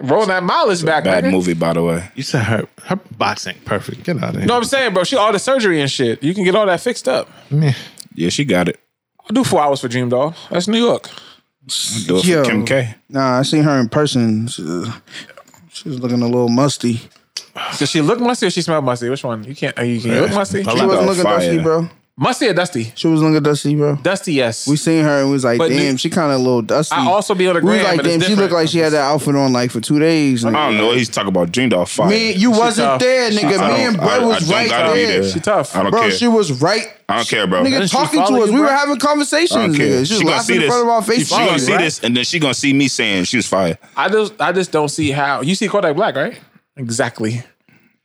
Rolling that mileage back. Bad nigga. movie, by the way. You said her her box ain't perfect. Get out of here. You know what I'm saying, bro? She all the surgery and shit. You can get all that fixed up. Yeah, she got it. I'll do four hours for Dream Doll. That's New York. Do it Yo. for Kim K. Nah, I seen her in person. She she was looking a little musty. Does she look musty or she smell musty? Which one? You can't. uh, You can you look musty. She wasn't looking fire. dusty, bro. Musty or dusty? She was looking dusty, bro. Dusty, yes. We seen her and we was like, But damn, nigga- she kind of a little dusty. I also be on the we was gram, like, but it's damn, she different. looked like she had that outfit on like for two days. I don't know. what He's talking about Dream Doll Fire. Me, you wasn't tough. there, nigga. I Me don't- and bro I- I was don't right gotta be there. there. She tough. I don't bro, care. she was right. I don't care, bro. Nigga I talking to follow us. you, We were bro? having don't conversations, care. nigga. She She was gonna laughing see in front of our this. She face. gonna see right? this, and then she gonna see me saying she was fire. I just, I just don't see how. You see Kodak Black, right? Exactly.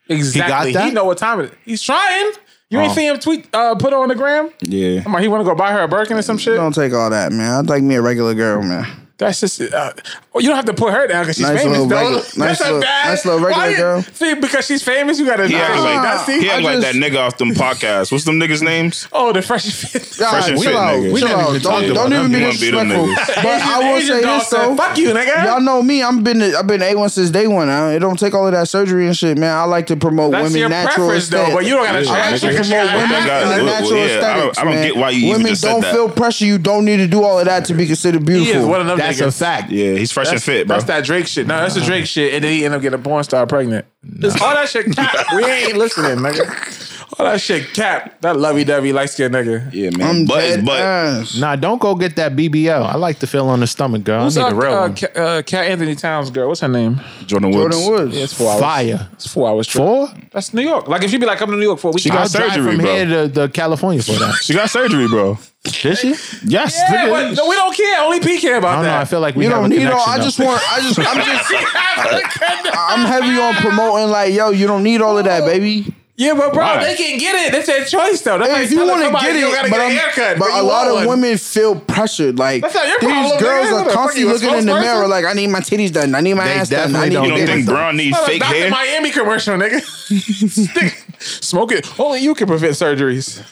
Exactly. He, that? know what time it is. He's trying. You Oh. ain't see him tweet, uh, put on the gram. Yeah. I'm like, he want to go buy her a Birkin or some shit. Don't take all that, man. I'd like me a regular girl, man. That's just. Uh, well, you don't have to put her down because she's Nice famous, little though. regu- that's nice a little- bad. nice little regular why you- girl. See, because she's famous, you gotta. He Yeah, acted like that. see, He I acted like just- that nigga off them podcasts. What's them niggas' names? Oh, the fresh fit. Nah, Fresh and chill fit out, niggas. We chill never out. even Don't, talked don't about even be them. You wanna be them disrespectful. niggas. But I will say this though. Fuck you, nigga. Y'all know me. I'm been I've been A one since day one. I, it don't take all of that surgery and shit, man. I like to promote That's women your natural preference, though. aesthetic. But you don't gotta I try. like to nigga. promote women I got- and natural well, well, yeah, I don't- aesthetics. I don't man. get why you even women just said don't that. feel pressure. You don't need to do all of that to be considered He is beautiful. one of them That's niggas. a fact. Yeah, he's fresh and That's, fit, bro. that's that Drake shit. No, that's the Drake shit, and then he end up getting a porn star pregnant. It's All that shit cap. we ain't listening, nigga. All that shit cap. That lovey dovey light skinned nigga. yeah, I'm man. But it's dead but ass. Nah, don't go get that BBL. I like to feel on the stomach, girl. What's I need up, a real uh, one. Ca- uh, Cat Anthony Towns girl? What's her name? Jordan Woods. Jordan Woods. Yeah, it's four hours. Fire. It's four hours. Trip. Four? That's New York. Like if she be like, come to New York for a week. She got I'll drive surgery, from bro. here to, to California for that. She got surgery, bro. Did she? Yes. yeah, nigga. but no, we don't care. Only P care I about don't know. I that. feel like we You have don't a need all. I connection, just though. want. I just. I'm just. feel like I'm heavy on promoting. Like, yo, you don't need all of that, baby. Yeah, but bro, Why? they can get it. That's their choice, though. That's Hey, like if you telling want to somebody get you gotta it, but, get a I'm- haircut, but a you lot want of one. women feel pressured. Like That's not your these problem, girls nigga. What are the fuck constantly you, a looking in the spokesperson? mirror, like I need my titties done, I need my They ass done, I definitely need don't You don't this think done. Brown needs That's a fake Dr. hair? Miami commercial, nigga. Stick- Smoke it. Only you can prevent surgeries.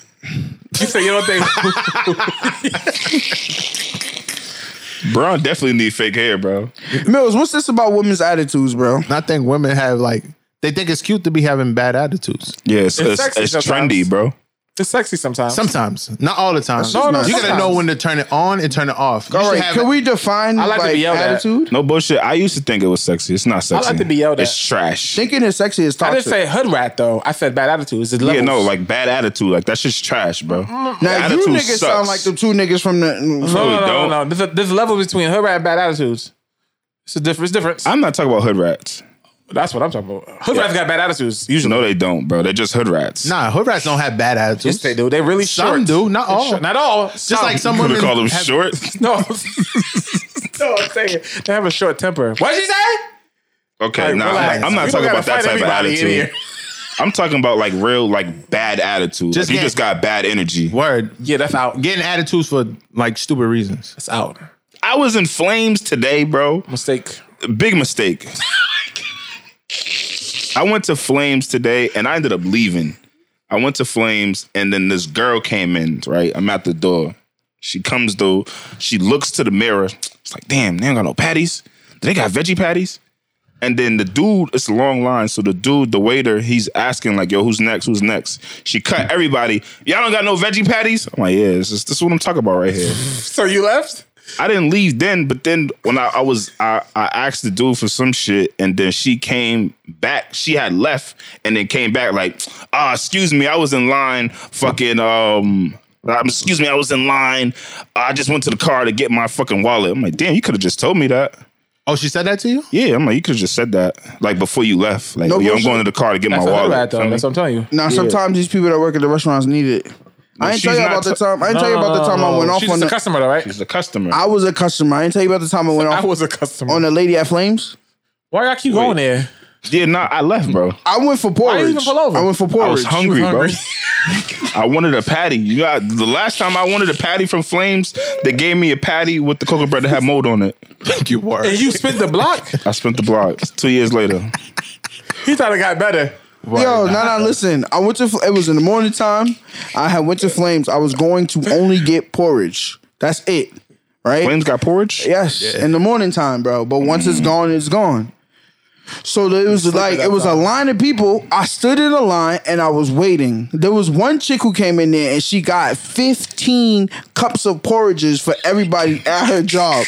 You say you don't think Brown definitely need fake hair, bro. Mills, what's this about women's attitudes, bro? I think women have like they think it's cute to be having bad attitudes. Yeah, it's, it's, sexy it's sometimes. trendy, bro. it's sexy sometimes. Sometimes, not all the time. No, no, you gotta sometimes. know when to turn it on and turn it off. You All should right, have- can we define I like like, to be yelled at. attitude? No bullshit. I used to think it was sexy. It's not like sexy. to be yelled at. It's trash. Thinking is sexy is I toxic. didn't say hood rat though. I said bad attitudes. It's Yeah, levels. no, like bad attitude. Like that shit's trash, bro. now you attitude niggas sucks. sound like the two niggas from the. no, no, we no, don't. no, no. There's, a, there's a level between hood rat and bad attitudes. It's a difference. Difference. I'm not talking about hood rats. That's what I'm talking about. Hood Yeah. rats got bad attitudes. Usually, no, they don't, bro. They're just hood rats. Nah, hood rats don't have bad Yes, attitudes. they do. They really Some short. do, not They're all. short. Not all. Just like some Would women have called them have- short. No. no, I'm saying they have a short temper. What'd she say? Okay, Like, nah, relax. I'm not talking We don't gotta about that type fight of everybody in attitude. here. I'm talking about like real, like bad attitude. Just Just you get- just got bad energy. Word, Yeah, that's out. getting attitudes for like stupid reasons. That's out. I was in flames today, bro. Mistake. Big mistake. Oh I went to flames today, and I ended up leaving. I went to flames, and then this girl came in. Right, I'm at the door. She comes though. She looks to the mirror. It's like, damn, they ain't got no patties. Do they got veggie patties? And then the dude, it's a long line. So the dude, the waiter, he's asking like, "Yo, who's next? Who's next?" She cut everybody. Y'all don't got no veggie patties? I'm like, yeah, this is, this is what I'm talking about right here. So you left? I didn't leave then, but then when I, I was, I, I asked the dude for some shit, and then she came back. She had left, and then came back like, ah, excuse me, I was in line, fucking, um, um, excuse me, I was in line. I just went to the car to get my fucking wallet. I'm like, damn, you could have just told me that. Oh, she said that to you? Yeah, I'm like, you could have just said that, like before you left. Like, No yo, I'm bullshit. going to the car to get That's my a hood wallet. rat though. Oh, Feel me? That's what I'm telling you. Now sometimes these people that work at the restaurants need it. I ain't she's tell you not about the t- time. I ain't tell you about the time I went off She's on just a the. customer though, right? She's a customer. I was a customer. I ain't tell you about the time I went I off was a customer. on the lady at Flames. Why y'all keep going there? yeah, nah, I left, bro. I went for porridge. you even pull over? I went for porridge. I was hungry, hungry. bro. I wanted a patty. You got the last time I wanted a patty from Flames, they gave me a patty with the cocoa bread that had mold on it. Thank you, word. And you spit the block? I spent the block two years later. he thought it got better. Yo, no, no, listen. I went to. It was in the morning time. I had went to Flames. I was going to only get porridge. That's it, right? Flames got Mm-hmm. porridge. Yes, in the morning time, bro. But once it's gone, it's gone. So there- it was like it was a line of people. I stood in a line and I was waiting. There was one chick who came in there and she got fifteen cups of porridges for everybody at her job.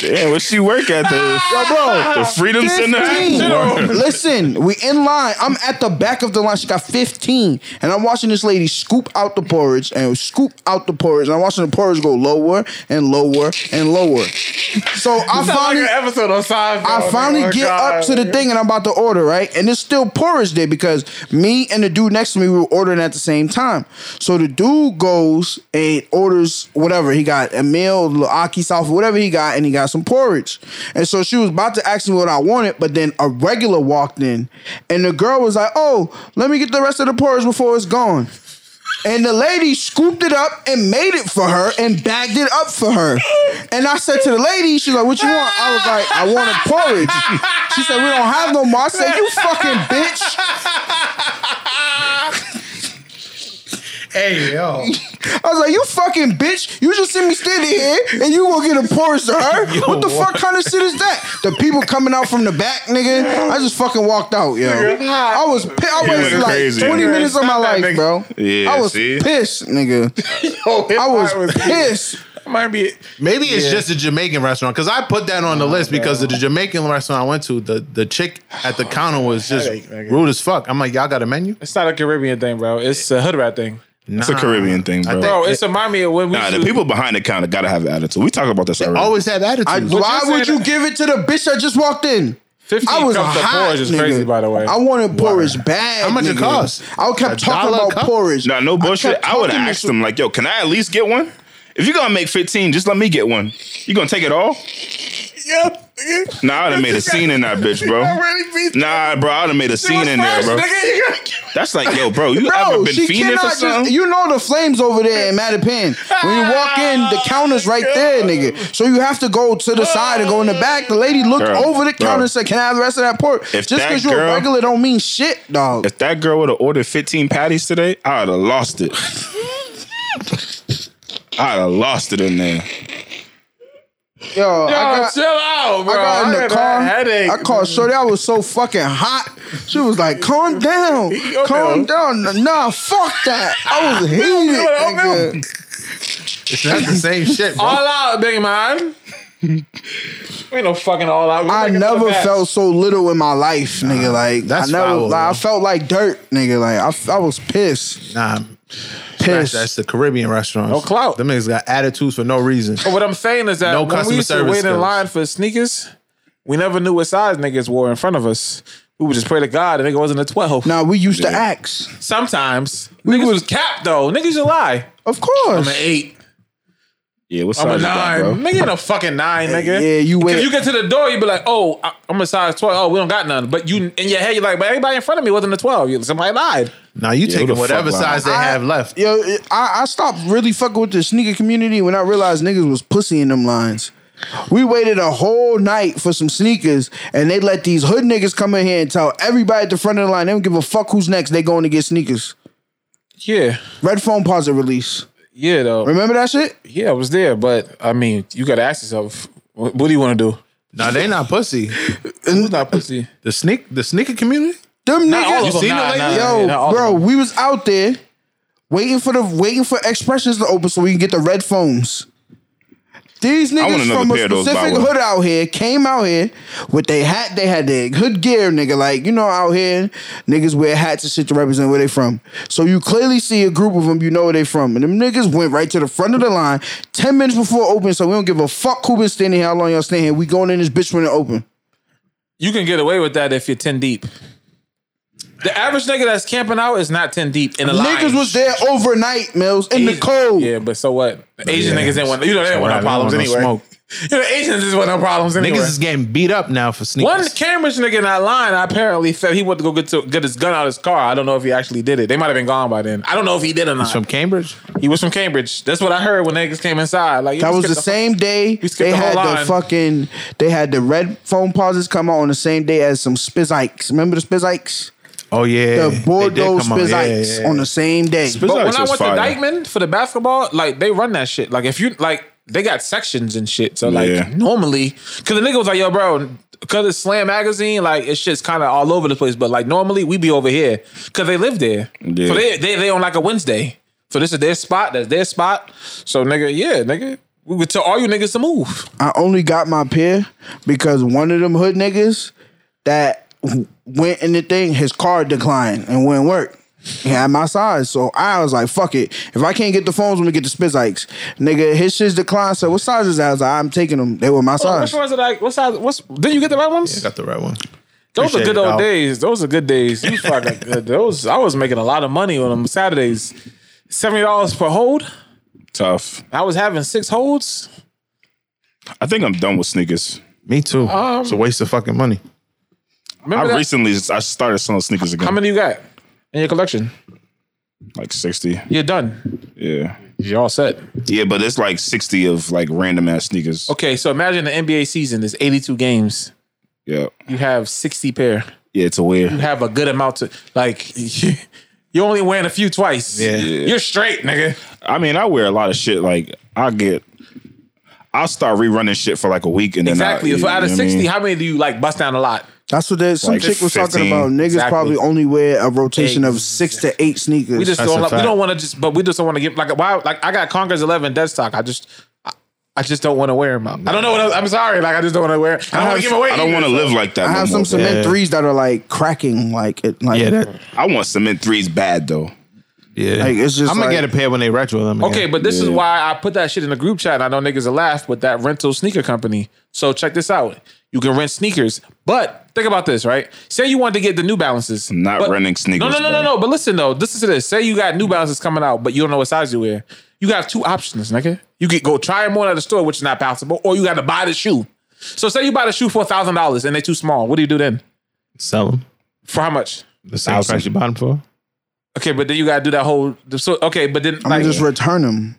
Damn, where she work at the, Yo, bro, the Freedom Center? 15. Listen, we in line. I'm at the back of the line. She got 15. And I'm watching this lady scoop out the porridge and scoop out the porridge. And I'm watching the porridge go lower and lower and lower. So I Sound like finally an episode on Seinfeld. I finally Oh, get God. up to the thing and I'm about to order, right? And it's still porridge there because me and the dude next to me we were ordering at the same time. So the dude goes and orders whatever he got a meal, little aki south, whatever he got, and he got some porridge. And so she was about to ask me what I wanted, but then a regular walked in, and the girl was like, "Oh, let me get the rest of the porridge before it's gone." And the lady scooped it up and made it for her and bagged it up for her. And I said to the lady, she's like, What you want? I was like, I want a porridge. She said, We don't have no more. I said, You fucking bitch. Hey yo, I was like, You fucking bitch. You just see me standing here and you gonna get a porridge to her? what the fuck kind of shit is that? The people coming out from the back, nigga. I just fucking walked out, yo. I was pi- I was went like crazy. 20 minutes of my life, bro. Yeah, I was see? pissed, nigga. I was pissed. Might be maybe it's just a Jamaican restaurant because I put that on the list because of the Jamaican restaurant I went to, the the chick at the counter was just Headache, nigga. rude as fuck. I'm like, y'all got a menu? it's not a Caribbean thing, bro. It's a hood rat thing. It's a Caribbean thing, bro. Bro, it's remind me of when we Nah, the used to- people behind the counter gotta have attitude. We talk about this already. Always have attitudes. I, why you would say you that- give it to the bitch that just walked in? 15 I was cups of hot, porridge is nigga. crazy, by the way. I wanted porridge bad. How much it nigga. cost? I kept A talking dollar about a cup? porridge. Nah, no bullshit. kept I would talking have to asked them like, "Yo, can I at least get one? If you're gonna make 15, just let me get one. You gonna take it all? Nah, I'd have made a scene in that bitch, bro. Nah, bro, I'd have made a scene in there, bro. That's like, yo, bro, you ever Bro, been she fiending for cannot just. something? You know the flames over there in Mattapan. When you walk in, the counter's right there, nigga. So you have to go to the side and go in the back. The lady looked Girl, over the bro. counter and said, "Can I have the rest of that pork?" If Just because that you're girl- a regular don't mean shit, dog. If that girl would have ordered 15 patties today, I'd have lost it. I'd have lost it in there. Yo, I Yo, got, chill out, bro. I got in the had a car. headache. I called Shorty. I was so fucking hot. She was like, "Calm down, oatmeal. calm down." Nah, fuck that. I was heated. oatmeal. nigga. It's not the same shit, bro. all out, big man. we ain't no fucking all out. We're I taking another never bath. felt so little in my life, nigga. Like I that's never. foul, like, I bro. felt like dirt, nigga. Like I, f- I was pissed, Nah, that's, pissed. that's the Caribbean restaurant. No clout. Them niggas got attitudes for no reason. Oh, But what I'm saying is that No when we customer used to service wait in skills. line for sneakers, we never knew what size niggas wore in front of us. We would just pray to God and nigga wasn't a 12. now we used to axe, Sometimes. niggas was capped though. Niggas just lie. of course. eight. Yeah, what's I'm a up, nine. bro? nigga, in a fucking nine, nigga. yeah, you Because went- you get to the door, you be like, oh, I, I'm a size 12. Oh, we don't got none. But you, in your head, you're like, but everybody in front of me wasn't a 12. You- Somebody lied. Now you who the taking fuck whatever lying? size they I- have left. Yo, I, I stopped really fucking with the sneaker community when I realized niggas was pussy in them lines. We waited a whole night for some sneakers, and they let these hood niggas come in here and tell everybody at the front of the line they don't give a fuck who's next. They going to get sneakers. Yeah. Red phone pause and release. Yeah, though. Remember that shit? Yeah, I was there. But, I mean, you got to ask yourself, what, what do you want to do? Now they not pussy. Who's not pussy? The sneak, the sneaker community. Them niggas. all of them. Nah, nah, nah, Yo, yeah, not all of bro, them. we was out there waiting for the waiting for expressions to open so we can get the red phones. These want niggas another from a pair of those, by specific the way. hood out here came out here with they hat. They had their hood gear, nigga. Like you know, out here niggas wear hats and shit to represent where they from. So you clearly see a group of them. You know where they from, and them niggas went right to the front of the line ten minutes before open. So we don't give a fuck who been standing here, how long y'all staying here. We going in this bitch when it open. You can get away with that if you're 10 deep. The average nigga that's camping out is not 10 deep in a line. Niggas was there overnight, Mills, in the Asian- cold. Yeah, but so what? The Asian Yeah. niggas didn't want you know they didn't want no Right, they problems don't anyway. want no You know Asians just want no problems anyway. Niggas is getting beat up now for one sneakers. Cambridge nigga in that line apparently said he went to go get to get his gun out of his car. I don't know if he actually did it. They might have been gone by then. I don't know if he did or not. from Cambridge. he was from Cambridge. That's what I heard when niggas came inside. Like That was the same day we skipped they the had whole the line. fucking they had the red phone pauses come out on the same day as some spizikes. Remember the spizikes? Oh yeah, The Bordeaux spizikes on the same day. But when Besides, I it's went fire. to Dykeman for the basketball, like they run that shit. Like if you like, they got sections and shit. So like Yeah. normally, because the nigga was like, "Yo, bro," because it's Slam Magazine, like it's shit's kind of all over the place. But like normally we be over here because they live there. Yeah. So they, they they on like a Wednesday. So this is their spot. That's their spot. So nigga, yeah, nigga, we would tell all you niggas to move. I only got my pair because one of them hood niggas that w- went in the thing, his car declined and wouldn't work. He had my size, so I was like, "Fuck it! If I can't get the phones, let me get the spizikes, nigga." His shit's declined. So what size is that? I was like, "I'm taking them. They were my size." Which ones are like? What size? What's? Did you get the right ones? Got the right one. Those are Appreciate good it, old dog. days. Those are good days. You fucking good. Those I was making a lot of money on them Saturdays. Seventy dollars per hold. Tough. I was having six holds. I think I'm done with sneakers. Me too. Um, it's a waste of fucking money. Remember I that? recently I started selling sneakers again. How many you got in your collection? like sixty. You're done. Yeah, You're all set. yeah, but it's like sixty of like random ass sneakers. Okay, so imagine the NBA season. There's 82 games. Yeah, You have 60 pair. yeah, it's a weird. You have a good amount to like. You only wearing a few twice. Yeah. You're straight, nigga. I mean, I wear a lot of shit. Like I get, I'll start rerunning shit for like a week, and Exactly. then I, If out of know what I 60, mean? how many do you like bust down a lot? That's what that, some Like chick was talking 15. about. Niggas Exactly. probably only wear a rotation of six to eight sneakers. We just That's don't. a Like, we fact. don't want to just. But we just don't want to get like why. Like I got Congress Eleven dead stock. I just. I, I just don't want to wear them. I don't know what else, I'm sorry. Like I just don't want to wear. I don't want to give away. I don't want to live like that. I no have more, some bro. cement threes that are like cracking, like it, like, Yeah, that, I want cement threes bad though. yeah. like it's just. I'm gonna like- get a pair when they retro them. Okay, but this is why I put that shit in the group chat. and I know niggas will laugh with that rental sneaker company. So check this out. You can rent sneakers, but think about this, right? Say you wanted to get the New Balances. Not but- renting No, sneakers. no, no, no, bro. no. But listen though, listen to this. Say you got New Balances coming out, but you don't know what size you wear. You got two options, nigga. You could go try them on at the store, which is not possible, or you got to buy the shoe. So say you buy the shoe for thousand dollars and they too small. What do you do then? sell them. For how much? The same Thousand. price you bought them for. Okay, but then you gotta do that whole. So okay, but then I'm like, gonna just return them.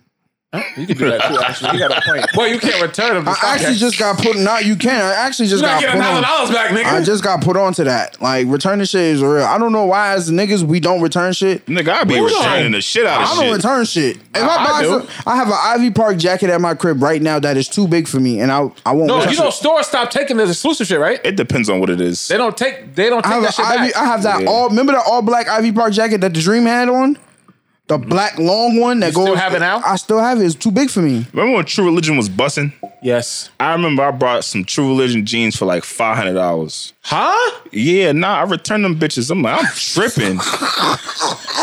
you can do that too. Actually, you got a point. Boy, you can't return them. I actually just got put. No, you can't. I actually just You gotta got get put a thousand on. dollars back, nigga. I just got put onto that. Like returning shit is real. I don't know why as niggas we don't return shit. Nigga, I be Hold returning on. the shit out of I don't shit. return shit. If I, I buy do. some, I have an Ivy Park jacket at my crib right now that is too big for me, and I I won't. no, return you know, it. stores stop taking this exclusive shit, right? it depends on what it is. They don't take. They don't I take have, that shit a Ivy, back. I have that Yeah. all. Remember that all black Ivy Park jacket that the Dream had on, the black long one that Mm-hmm. You still goes. have it now? I still have it. It's too big for me. Remember when True Religion was bussing? yes. I remember I bought some True Religion jeans for like five hundred dollars. Huh? Yeah, nah, I returned them bitches. I'm like, I'm tripping.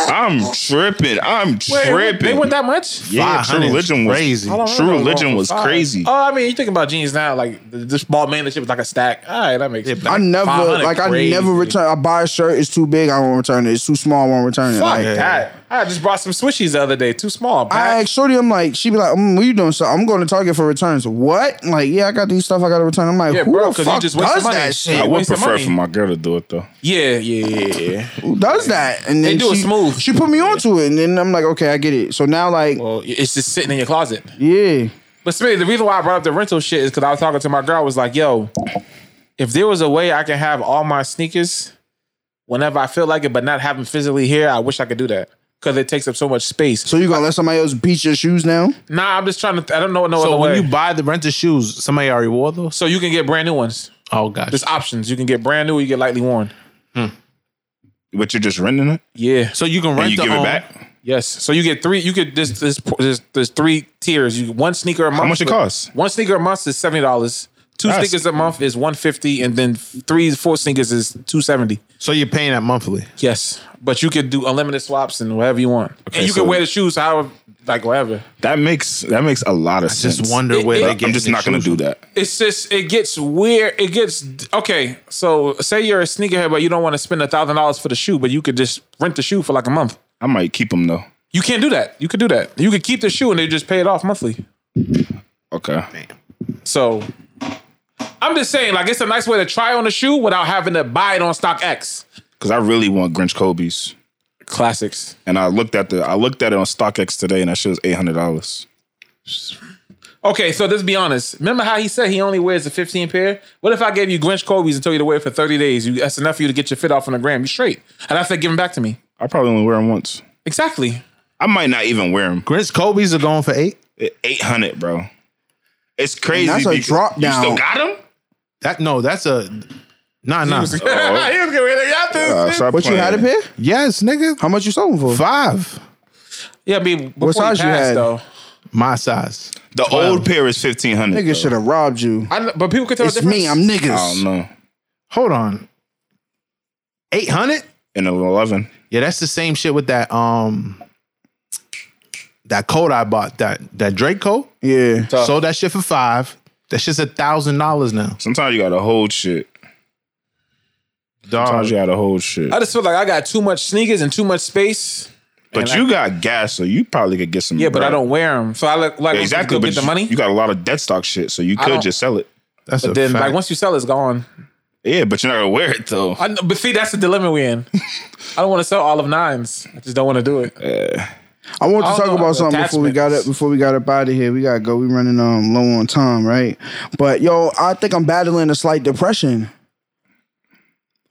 I'm tripping. I'm Wait, tripping. They went that much? yeah, True 500 is Religion was crazy. I don't True know. Religion was Five. crazy. Oh, I mean, you think about jeans now, like th- this ball man, this shit was like a stack. All right, that makes sense. I never 500 like. crazy. I never return. I buy a shirt. It's too big. I won't return it. It's too small. I won't return it. Fuck like, that. I just brought some swishies the other day. Too small. I Pat. asked Shorty, I'm like, she be like, mm, "What you doing?" So I'm going to Target for returns. What? Like, yeah, I got these stuff. I got to return. I'm like, Yeah, who bro, the 'cause you fuck just waste does money. that I shit? would wasting prefer money. for my girl to do it though. yeah, yeah, yeah, yeah. Who does that? And then do it she, smooth. She put me onto it, and then I'm like, okay, I get it. So now, like, well, it's just sitting in your closet. yeah, But Smitty, the reason why I brought up the rental shit is because I was talking to my girl. I was like, "Yo, if there was a way I can have all my sneakers whenever I feel like it, but not have them physically here, I wish I could do that because it takes up so much space." so you gonna let somebody else beat your shoes now? nah, I'm just trying to. I don't know no So other when way. you buy the rented shoes, somebody already wore those. so you can get brand new ones. Oh gosh. There's options. You can get brand new. or You get lightly worn. But you're just renting it Yeah. So you can rent and you the give it own- back. Yes. So you get three. You could this this this there's three tiers. You one sneaker a month. much it costs? One sneaker a month is seventy dollars. Two That's- sneakers a month is one fifty, and then three four sneakers is two seventy. So you're paying that monthly. Yes, but you could do unlimited swaps and whatever you want, and you so- can wear the shoes however, like whatever. That makes that makes a lot of sense. Just wonder It- where it- they I'm get. just not gonna do that. It's just it gets weird. It gets okay. So say you're a sneakerhead, but you don't want to spend a thousand dollars for the shoe, but you could just rent the shoe for like a month. I might keep them though. You can't do that. You could do that. You could keep the shoe and they just pay it off monthly. Okay. So I'm just saying, like it's a nice way to try on a shoe without having to buy it on Stock X. Cause I really want Grinch Kobe's. Classics. And I looked at the I looked at it on StockX today and that shit was eight hundred dollars. Okay, so let's be honest. Remember how he said he only wears a 15 pair? What if I gave you Grinch Kobe's and told you to wear it for 30 days? You, that's enough for you to get your fit off on the gram. You straight. And I said, give them back to me. I probably only wear them once. Exactly. I might not even wear them. Grinch Kobe's are going for eight. Eight hundred, bro. It's crazy. that's a because- drop You down. still got them? That no, that's a nah nah. Oh. he was getting ready to get this. What you had a pair? yes, nigga. How much you sold them for? Five. yeah, I mean, before he size you passed, had? Though, My size. The old pair is fifteen hundred. Niggas should have robbed you. I, kn- but people could tell the It's difference. me. I'm niggas. I don't know. Hold on. Eight hundred? And an eleven. Yeah, that's the same shit with that um that coat I bought, that that Drake coat. Yeah. Sold that shit for five. That shit's a thousand dollars now. Sometimes you gotta hold shit. Sometimes you gotta hold shit. I just feel like I got too much sneakers and too much space. But you got gas, so you probably could get some. Yeah, but I bread. don't wear them. So I look like Yeah, exactly. go But get the you- money. You got a lot of dead stock shit, so you could don't- just sell it. That's a then fact. like once you sell it, it's gone. Yeah, but you're not gonna wear it though. I know, but see, that's the dilemma we in. I don't want to sell all of nines. I just don't want to do it. I want to I talk don't know about about something before we got up attachments. before we got up out of here. We gotta go. We running um low on time, right? But yo, I think I'm battling a slight depression.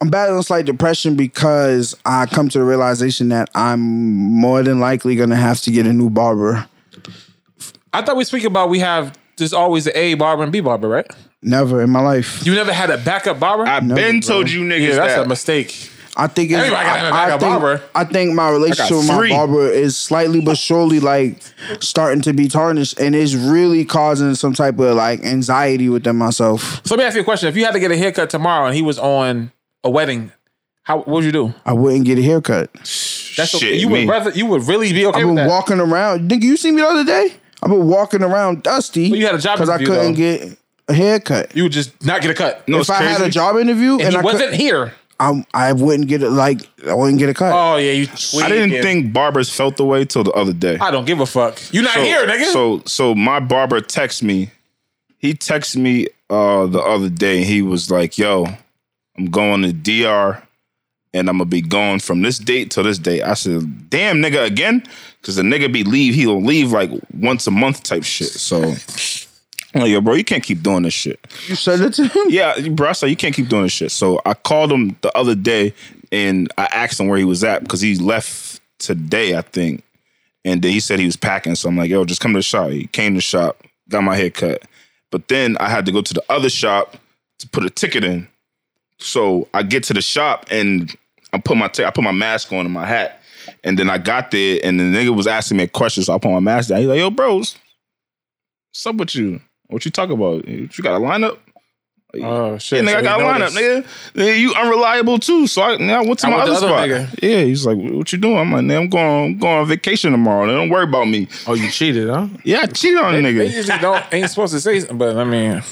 I'm battling a slight depression because I come to the realization that I'm more than likely gonna have to get a new barber. I thought we speak about we have there's always an A barber and B barber, right? Never in my life. You never had a backup barber. I've been told you niggas yeah, that's that. a mistake. I think it's, Everybody got a- I, I got a think, barber. I think my relationship got with my three. barber is slightly but surely like starting to be tarnished, and it's really causing some type of like anxiety within myself. So let me ask you a question: If you had to get a haircut tomorrow and he was on a wedding, how what would you do? I wouldn't get a haircut. That's Shit, okay. You me. would rather you would really be okay I've with been that. walking around. Nigga, you seen me the other day? I've been walking around dusty you had a job I interview, couldn't though. get a haircut. you would just not get a cut. no, if I had a job interview and, and, he I wasn't wasn't, here. I, I wouldn't get it. Like I wouldn't get a cut. Oh yeah, you. I tweaking. didn't think barbers felt the way till the other day. I don't give a fuck. You not so, here, nigga. So so my barber texted me. He texted me uh the other day. He was like, "Yo, I'm going to DR, and I'm gonna be gone from this date till this date." I said, "Damn, nigga, again?" Because the nigga be leave. He'll leave like once a month type shit. So. I'm like, yo, bro, you can't keep doing this shit. you said it to him. Yeah, bro, I said you can't keep doing this shit. So I called him the other day and I asked him where he was at because he left today, I think. And then he said he was packing. So I'm like, yo, just come to the shop. He came to the shop, got my hair cut. But then I had to go to the other shop to put a ticket in. So I get to the shop and I put my t- I put my mask on and my hat. And then I got there and the nigga was asking me a question. So I put my mask down. He's like, yo, bros, what's up with you? What you talking about? You got a lineup? oh shit! Yeah, nigga, so I he got a lineup, noticed. nigga. Nigga, You unreliable too. So I, nigga, I went to I my went other to spot. other Yeah, he's like, "What you doing?" I'm like, "Nigga, I'm going, going on vacation tomorrow. Nigga, Don't worry about me." Oh, you cheated, huh? Yeah, I cheated on a They nigga. usually don't ain't supposed to say, something, but I mean,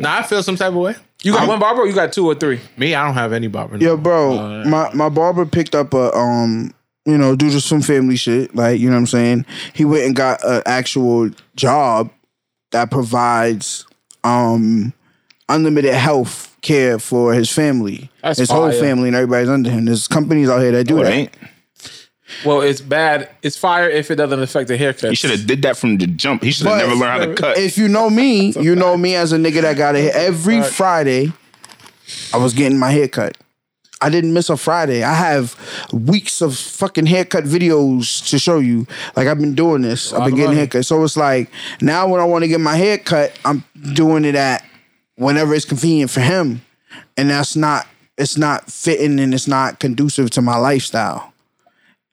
Now I feel some type of way. you got one barber, or you got two or three. Me, I don't have any barber. Yo, Oh, bro, my my barber picked up a um, you know, due to some family shit. Like you know what I'm saying. He went and got an actual job that provides um unlimited health care for his family, That's his whole fire. Oh, family, and everybody's under him. There's companies out here that do But that. ain't. Well, it's bad. It's fire if it doesn't affect the haircut. He should have did that from the jump. He should But- have never learned how to cut. If you know me, you know me as a nigga that got it every Friday. I was getting my hair cut. I didn't miss a Friday. I have weeks of fucking haircut videos to show you. Like I've been doing this. I've been getting haircuts. So it's like now when I want to get my hair cut, I'm doing it at whenever it's convenient for him. And that's not it's not fitting and it's not conducive to my lifestyle.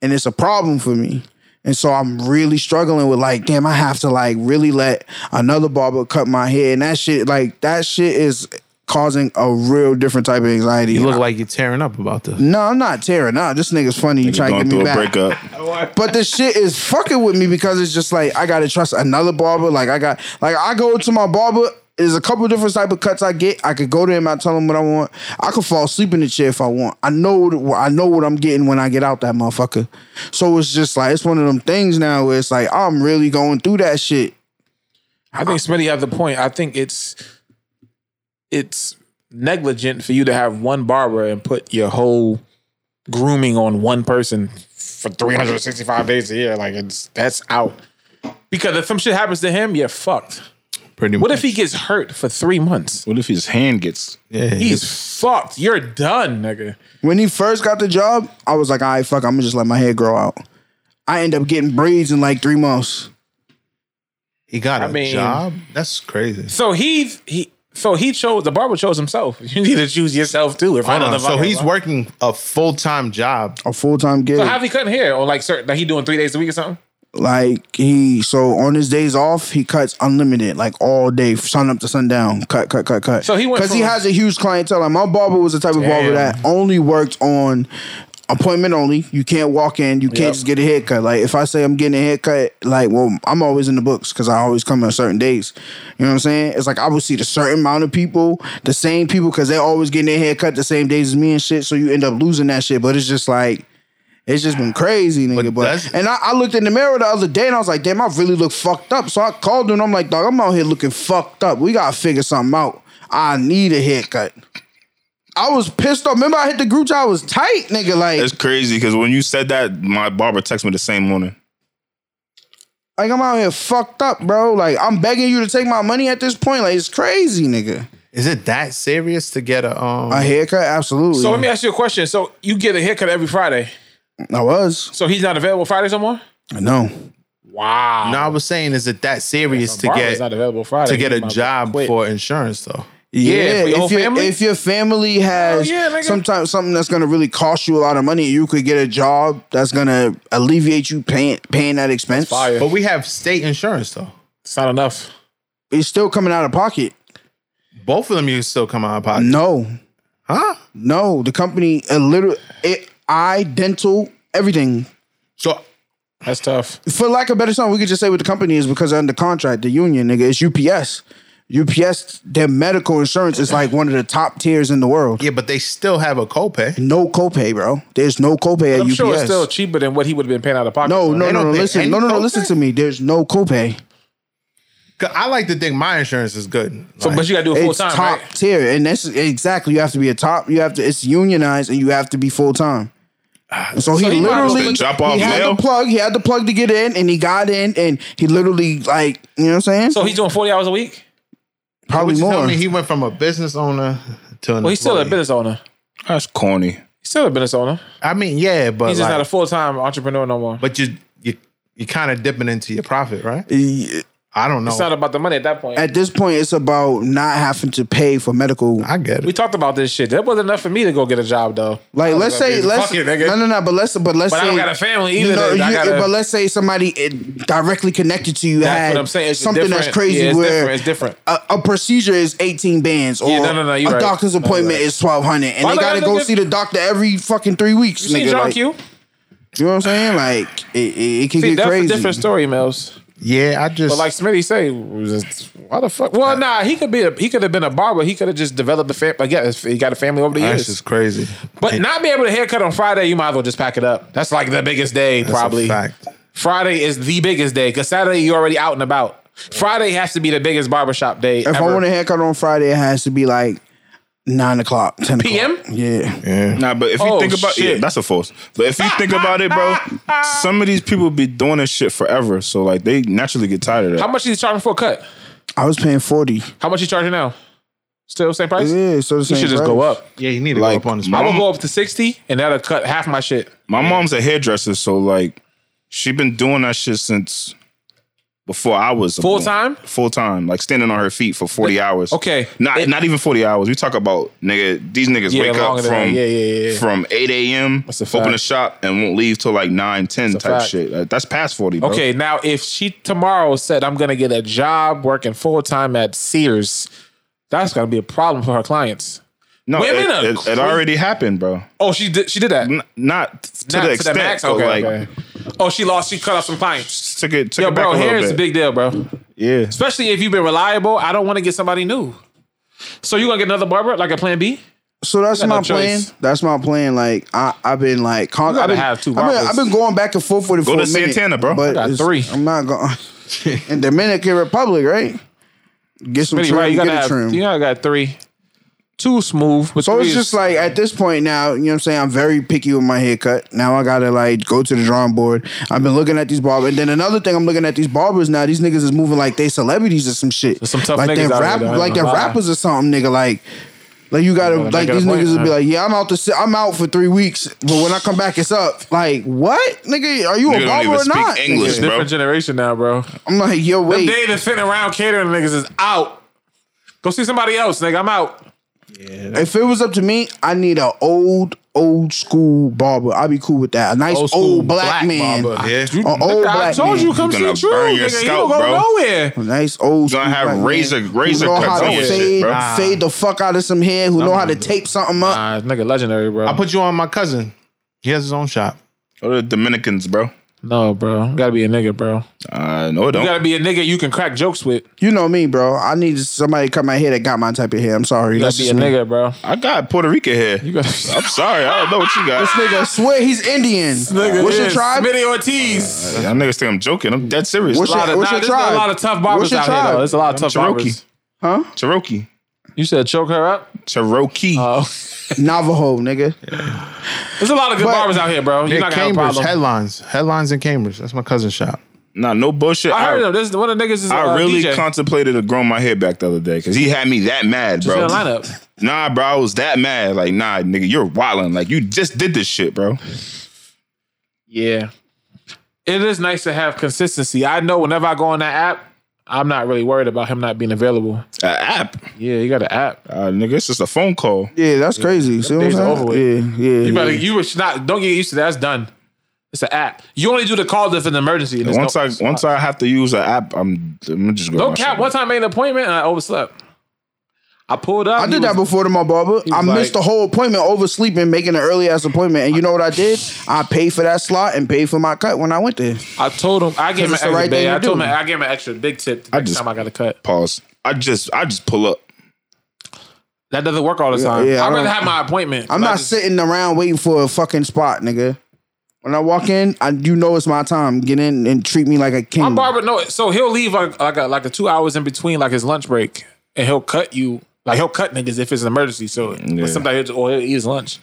And it's a problem for me. And so I'm really struggling with like, damn, I have to like really let another barber cut my hair. And that shit, like, that shit is causing a real different type of anxiety. You look like you're tearing up about this. No, I'm not tearing up. This nigga's funny. You trying to going get through me a back. breakup. But this shit is fucking with me because it's just like I gotta trust another barber. Like I got like I go to my barber. There's a couple different type of cuts I get. I could go to him. I tell him what I want. I could fall asleep in the chair if I want. I know what I know what I'm getting when I get out that motherfucker. So it's just like it's one of them things now where it's like I'm really going through that shit. I think Smitty has the point. I think it's it's negligent for you to have one barber and put your whole grooming on one person for 365 days a year. Like it's that's out. Because if some shit happens to him, you're fucked. Pretty What much. if he gets hurt for three months? What if his hand gets? Yeah, He's fucked. You're done, nigga. When he first got the job, I was like, all right, fuck, I'm gonna just let my hair grow out. I end up getting braids in like three months. he got a I mean- job. That's crazy. So he's he so he chose the barber chose himself. You need to choose yourself too. If I Hold don't on. know, Uh, So he's working a full time job. A full time gig. So how's he cutting hair? Or like certain like he doing three days a week or something? Like he so on his days off, he cuts unlimited, like all day, sun up to sundown, cut, cut, cut, cut. So he went because he from- has a huge clientele. Like my barber was the type of barber Damn. that only worked on appointment only. You can't walk in, you can't Yep. just get a haircut. Like if I say I'm getting a haircut, like well, I'm always in the books because I always come on certain days. You know what I'm saying? It's like I would see the certain amount of people, the same people, because they're always getting their haircut the same days as me and shit. So you end up losing that shit. But it's just like. It's just been crazy, nigga. But, But that's- and I, I looked in the mirror the other day and I was like, damn, I really look fucked up. So I called him. I'm like, dog, I'm out here looking fucked up. We gotta figure something out. I need a haircut. I was pissed off. Remember, I hit the group chat. I was tight, nigga. Like, It's crazy because when you said that, my barber texted me the same morning. like I'm out here fucked up, bro. Like, I'm begging you to take my money at this point. Like, it's crazy, nigga. Is it that serious to get a um? A haircut, absolutely. So let me ask you a question. So you get a haircut every Friday. I was. So he's not available Fridays no more. I know. Wow. no, I was saying, is it that serious to Barber's get not available Friday. to get Might a as well job quit. for insurance though? Yeah, for your whole if your family? Oh, if your family has yeah, nigga. sometimes something that's gonna really cost you a lot of money, you could get a job that's gonna alleviate you paying paying that expense. Fire. But we have state insurance though. It's not enough. It's still coming out of pocket. Both of them you still come out of pocket, No, huh? no, the company a little it, eye dental everything. So That's tough. For lack of better term, we could just say what the company is because under contract, the union nigga, it's UPS. UPS, their medical insurance is like one of the top tiers in the world. yeah, but they still have a copay. No copay, bro. There's no copay at I'm UPS. sure it's still cheaper than what he would have been paying out of pocket. No, though. no, They no, don't no. pay Listen, any no, no, no. Listen copay? to me. There's no copay. 'Cause I like to think my insurance is good. So, Like, but you got to do it full It's time, top right? tier, and that's exactly. You have to be a top. You have to. It's unionized, and you have to be full time. So he he Ah, might as well literally drop off he had mail? the plug. He had the plug to get in, and he got in, and he literally like you know what I'm saying. So he's doing forty hours a week. Probably what you more. telling me he went from a business owner to an. Well, he's still a employee? business owner. That's corny. He's still a business owner. I mean, yeah, but He's just like- not a full time entrepreneur no more. but you you you kind of dipping into your profit, right? Eh, I don't know. It's not about the money at that point. At this point, it's about not having to pay for medical. I get we it. talked about this shit. That wasn't enough for me to go get a job though. Like let's say let's Fuck it, nigga. no no no, but let's but let's But I say don't got a family You either. know, that I you- gotta- but let's say somebody eh, directly connected to you That's had what I'm saying. It's something that's different. crazy Yeah, it's where different. It's different. A, a procedure is 18 bands or Yeah, no, no, no, a you're right. doctor's No, you're appointment right. is 1200 and Why they do I gotta look go at- see the doctor every fucking three weeks. You seen nigga, John like, Q? You know what I'm saying? Like it, it, it can See, get that's crazy. a different story, Mills. Yeah, I just But like Smitty say, was just, why the fuck? Well, nah, he could be a, he could have been a barber. He could have just developed a family. Again, he got a family over the that's years. just crazy. but not being able to haircut on Friday, you might as well just pack it up. That's like the biggest day, That's a probably. fact. Friday is the biggest day because Saturday you're already out and about. Friday has to be the biggest barbershop day. If ever. I want a haircut on Friday, it has to be like nine o'clock, ten PM? O'clock. Yeah. Nah, but if you Oh, think about shit. yeah, that's a false. But if you think about it, bro, some of these people be doing this shit forever, so like they naturally get tired of How that. much he's charging for a cut? I was paying forty. How much he charging now? Still same price? Yeah, so the You same should just price. go up. Yeah, you need to Like, go up on this. my- I would Mom- go up to sixty, and that'll cut half my shit. My mom's a hairdresser, so like she been doing that shit since before I was Full time? Full time, like standing on her feet for forty hours. okay. not It- not even forty hours. We talk about nigga. These niggas Yeah, wake up longer than that. from Yeah, yeah, yeah. from eight a.m. That's a Open fact. the shop and won't leave till like 9, 10 That's a type fact. shit. Like, that's past forty. Bro. Okay, now if she tomorrow said I'm gonna get a job working full time at Sears, that's gonna be a problem for her clients. no, women it, are it- it crazy. already happened, bro. Oh, she did. She did that. N- not to Not the extent, but Okay, like okay. Oh, she lost. She cut off some clients. took it took Yo, it back bro, a hair little is a bit. big deal, bro. yeah, Especially if you've been reliable. I don't want to get somebody new. So you gonna get another barber like a Plan B? So that's got my no plan. choice. That's my plan. Like I, I've been like, con- gotta I've been, have two I've been, barbers. I've been going back and forth with it for to a minute, Santana, bro. I But got it's- three. I'm not going. In Dominican Republic, right? Get some Smitty, trim. right? You get gotta a have. trim. You gotta got three, two smooth. But so three it's is- just like at this point now, you know what I'm saying? I'm very picky with my haircut. Now I gotta like go to the drawing board. I've been looking at these barbers. And then another thing I'm looking at these barbers now, these niggas is moving like they celebrities or some shit. There's some tough like niggas out rap- here, though. like I they're ain't gonna lie. rappers or something, nigga. Like like you gotta gotta like make it a these point, niggas will be huh? like, yeah, I'm out to si- I'm out for three weeks, but when I come back, it's up. Like what, nigga? Are you Nigga a don't barber even or speak not? English, nigga? bro. different generation now, bro. I'm like, yo, Them wait. days that's sitting around catering niggas is out. Go see somebody else, nigga. I'm out. If it was up to me, I need an old, old school barber. I'd be cool with that. A nice old, black, man. barber, yeah. An Oh, old Nigga, I black told man. you, come You see gonna True, burn your nigga. you scalp, don't go bro. nowhere. A Nice old. Gonna school have black razor- man. razor Who know cuts how to on your shit, fade, bro. fade the fuck out of some hair. Who know how to tape something up? Nah, nigga, legendary, bro. I put you on my cousin. He has his own shop. Go to the Dominicans, bro. no, bro. You gotta be a nigga, bro. Uh, no, it You don't. gotta be a nigga you can crack jokes with. You You know me, bro. I need somebody to cut my hair that got my type of hair. I'm sorry. gotta That's be a just me. nigga, bro. I got Puerto Rican hair. You gotta. I'm sorry, I don't know what you This got. nigga, I swear he's Indian. What's your yes, tribe? Smitty Ortiz. Y'all niggas think I'm joking. I'm dead serious. What's A your- lot of, nah, what's your there's a tribe? lot of tough What's barbers your out here, tribe? though. There's a lot of tough Cherokee. barbers. Huh? Cherokee. You said choke her up. Cherokee. Oh, Navajo, nigga. there's a lot of good barbers out here, bro. You're Yeah, not gonna have a Cambridge problem. headlines, headlines in Cambridge. That's my cousin's shop. nah, no bullshit. I heard I, him. This one of the niggas is. I uh, really DJ. contemplated to grow my hair back the other day because he had me that mad, Just bro. in the lineup. Nah, bro, I was that mad. Like, nah, nigga, you're wildin'. Like, you just did this shit, bro. Yeah. It is nice to have consistency. I know whenever I go on that app, I'm not really worried about him not being available. An app, Yeah, you got an app. uh, nigga. It's just a phone call. Yeah, that's crazy. See what I'm days saying? over with. Yeah, yeah. You better, yeah. you should not don't get used to that. That's done. It's an app. You only do the call if it's an emergency. and there's Once no- I once I have to use an app, I'm I'm just going. don't cap. One time I made an appointment and I overslept. I pulled up. I he did that was- before to my barber. I missed was like- the whole appointment, oversleeping, making an early ass appointment. And you know what I did? I paid for that slot and paid for my cut when I went there. I told him I gave him an it's the extra. right thing bag. to I told him do. I gave him an extra big tip the I next just- time I got a cut. Pause. I just I just pull up. That doesn't work all the time. yeah, I I'd rather don't- have my appointment. I'm I not just- sitting around waiting for a fucking spot, nigga. When I walk in, I you know it's my time. Get in and treat me like a king. My barber no, so he'll leave like like a, like a two hours in between like his lunch break, and he'll cut you like he'll cut niggas if it's an emergency. So but sometimes he'll, just- or he'll eat his lunch.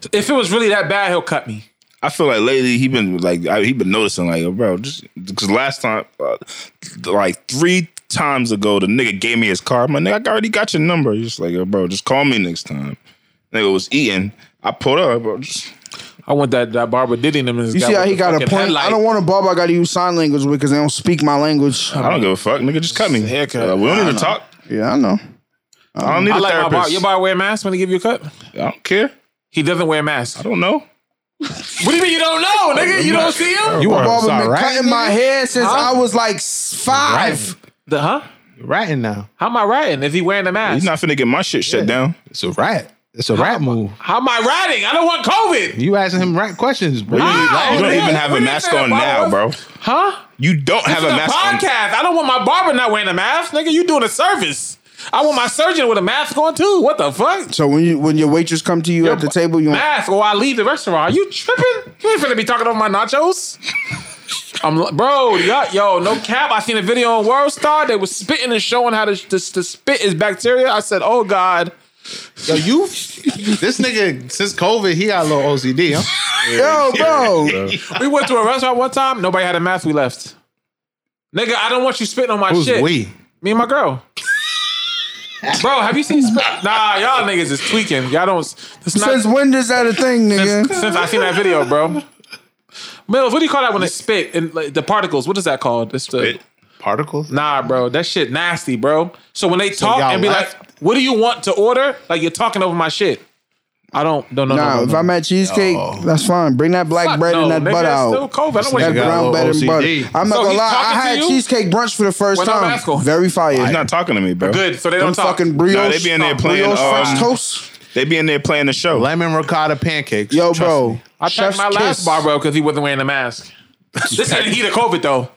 So if it was really that bad, he'll cut me. I feel like lately he been like I, he been noticing like bro just because last time uh, like three times ago the nigga gave me his card. My nigga, I already got your number. He's just like yo, bro, just call me next time. Nigga was eating. I pulled up, bro. Just, I want that that barber diddy him. you see how he got a point? I don't want a barber I gotta use sign language with because they don't speak my language. I don't give a fuck, nigga. Just cut me. haircut. Uh, we don't need to talk. Yeah, I know. I don't need a I like my barber. therapist. Your barber wear a mask when he give you a cut. I don't care. He doesn't wear a mask. I don't know. What do you mean you don't know, nigga? You don't see him? You are Barber been right? cutting my hair since I was like s- five. The huh? ratting now. How am I riding if he wearing a mask? He's not finna get my shit shut down. It's a rat. It's a rat move. How am I riding? I don't want COVID. You asking him rat questions, bro. How? You don't Nigga, even have what a you mask saying on about now, us? bro. Huh? You don't have It's a a mask on. podcast. I don't want my barber not wearing a mask, nigga. You doing a service. I want my surgeon with a mask on too. What the fuck? So when you when your waitress come to you at the table, you want, Mask or I leave the restaurant. Are you tripping? You ain't finna be talking over my nachos. I'm li- bro, yo, yo, no cap. I seen a video on World Star. They was spitting and showing how the, the, the spit is bacteria. I said, oh God. Yo, you this nigga since COVID, he got a little OCD. Huh? yo, bro. We went to a restaurant one time. Nobody had a mask. We left. Nigga, I don't want you spitting on my Who's shit. we? Me and my girl. Bro, have you seen? Sp- nah, y'all niggas is tweaking. Y'all don't. It's not, Since since, when is that a thing, nigga? since I seen that video, bro. Mills, what do you call that when it's spit and like, the particles? What is that called? It's the Spit. Particles. nah, bro. That shit nasty, bro. So when they talk y'all and be left? like, "What do you want to order?" Like you're talking over my shit. I don't. Don't know. Nah, if I'm at cheesecake, that's fine. Bring that black bread and that butter out. Still COVID. I don't want nigga you- got a brown little bread and butter. OCD. I'm not So gonna he's lie. talking I to had you cheesecake brunch for the first with no time. mask on. Very fire. He's Them not talking to me, bro. good. So they don't talk. fucking brioche, uh, Nah, they be in there playing. brioche um, French toast. They be in there playing the show. Lemon ricotta pancakes. Yo, Trust bro. me. I Chef's checked my last kiss. barber because he wasn't wearing a mask. this ain't heat of COVID though.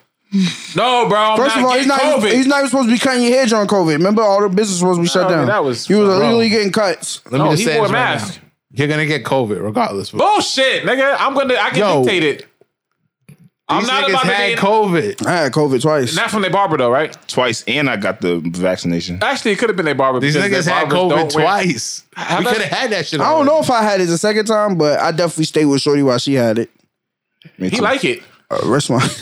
No, bro. I'm First not of all, he's not, getting even, he's not even supposed to be cutting your hair during COVID. Remember, all the business was we shut No, down. that was- you was bro. illegally getting cuts. Let No, me just he say wore this a right mask. now. You're gonna get COVID regardless. Bro. Bullshit, nigga. I'm gonna. I can Yo. dictate it. I'm These not niggas about to had get COVID. I had COVID twice. not from their barber though, right? twice, and I got the vaccination. Actually, it could have been their barber. These because niggas their had barbers COVID don't wear- twice. we about- could have had that shit. I don't already. know if I had it the second time, but I definitely stayed with Shorty while she had it. Me He too. like it. Uh, rest my.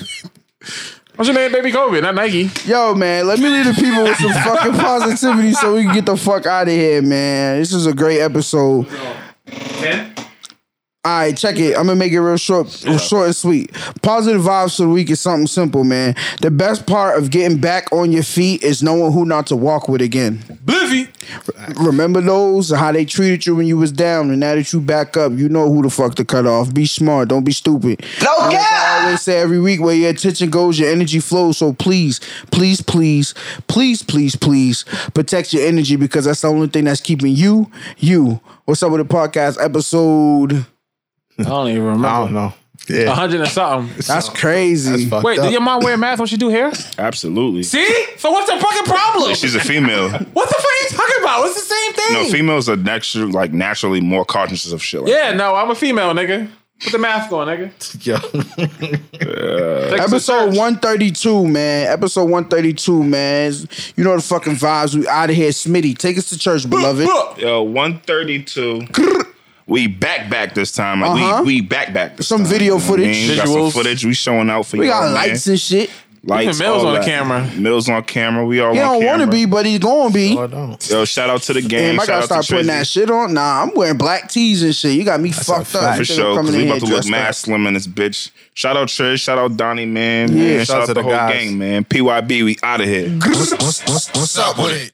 What's your name, baby? COVID, not Nike. Yo, man, let me leave the people with some fucking positivity so we can get the fuck out of here, man. This is a great episode. All right, check it. I'm gonna make it real short, real short and sweet. Positive vibes for the week is something simple, man. The best part of getting back on your feet is knowing who not to walk with again. Blivy. Remember those how they treated you when you was down, and now that you back up, you know who the fuck to cut off. Be smart, don't be stupid. No I always say every week, where your attention goes, your energy flows. So please, please, please, please, please, please protect your energy because that's the only thing that's keeping you you. What's up with the podcast episode? I don't even I Oh. remember. don't know. A Yeah. hundred and something. That's crazy. fucked Wait, up. did your mom wear a mask when she do hair? Absolutely. See? So what's the fucking problem? She's a female. What the fuck are you talking about? It's the same thing. no, females are natural, like naturally more conscious of shit. Like Yeah, no, I'm a female, nigga. Put the math on, nigga. Yo. Take us to Episode church. 132, man. Episode 132, man. You know the fucking vibes. We out of here. Smitty, take us to church, beloved. Yo, 132. We back back this time. Like, Uh-huh. We we back back this Some time. video You know what I mean? footage. We got some Visuals. footage. We showing out for We you. got lights and shit. lights. Even Mills all on the that. camera. Mills on camera. We all He on don't want camera. to be, but he's going to be. I don't. Yo, shout out to the game. Damn, I shout gotta out start to putting that Trizzy. shit on. Nah, I'm wearing black tees and shit. You got me fucked fact. up. For Think I'm sure, coming because in we about here to look dressed mad up. slim in this bitch. Shout out Trish, shout out Donnie, man. man. Shout, out to the, whole guys. gang, man. PYB, we out of here. What's up with it?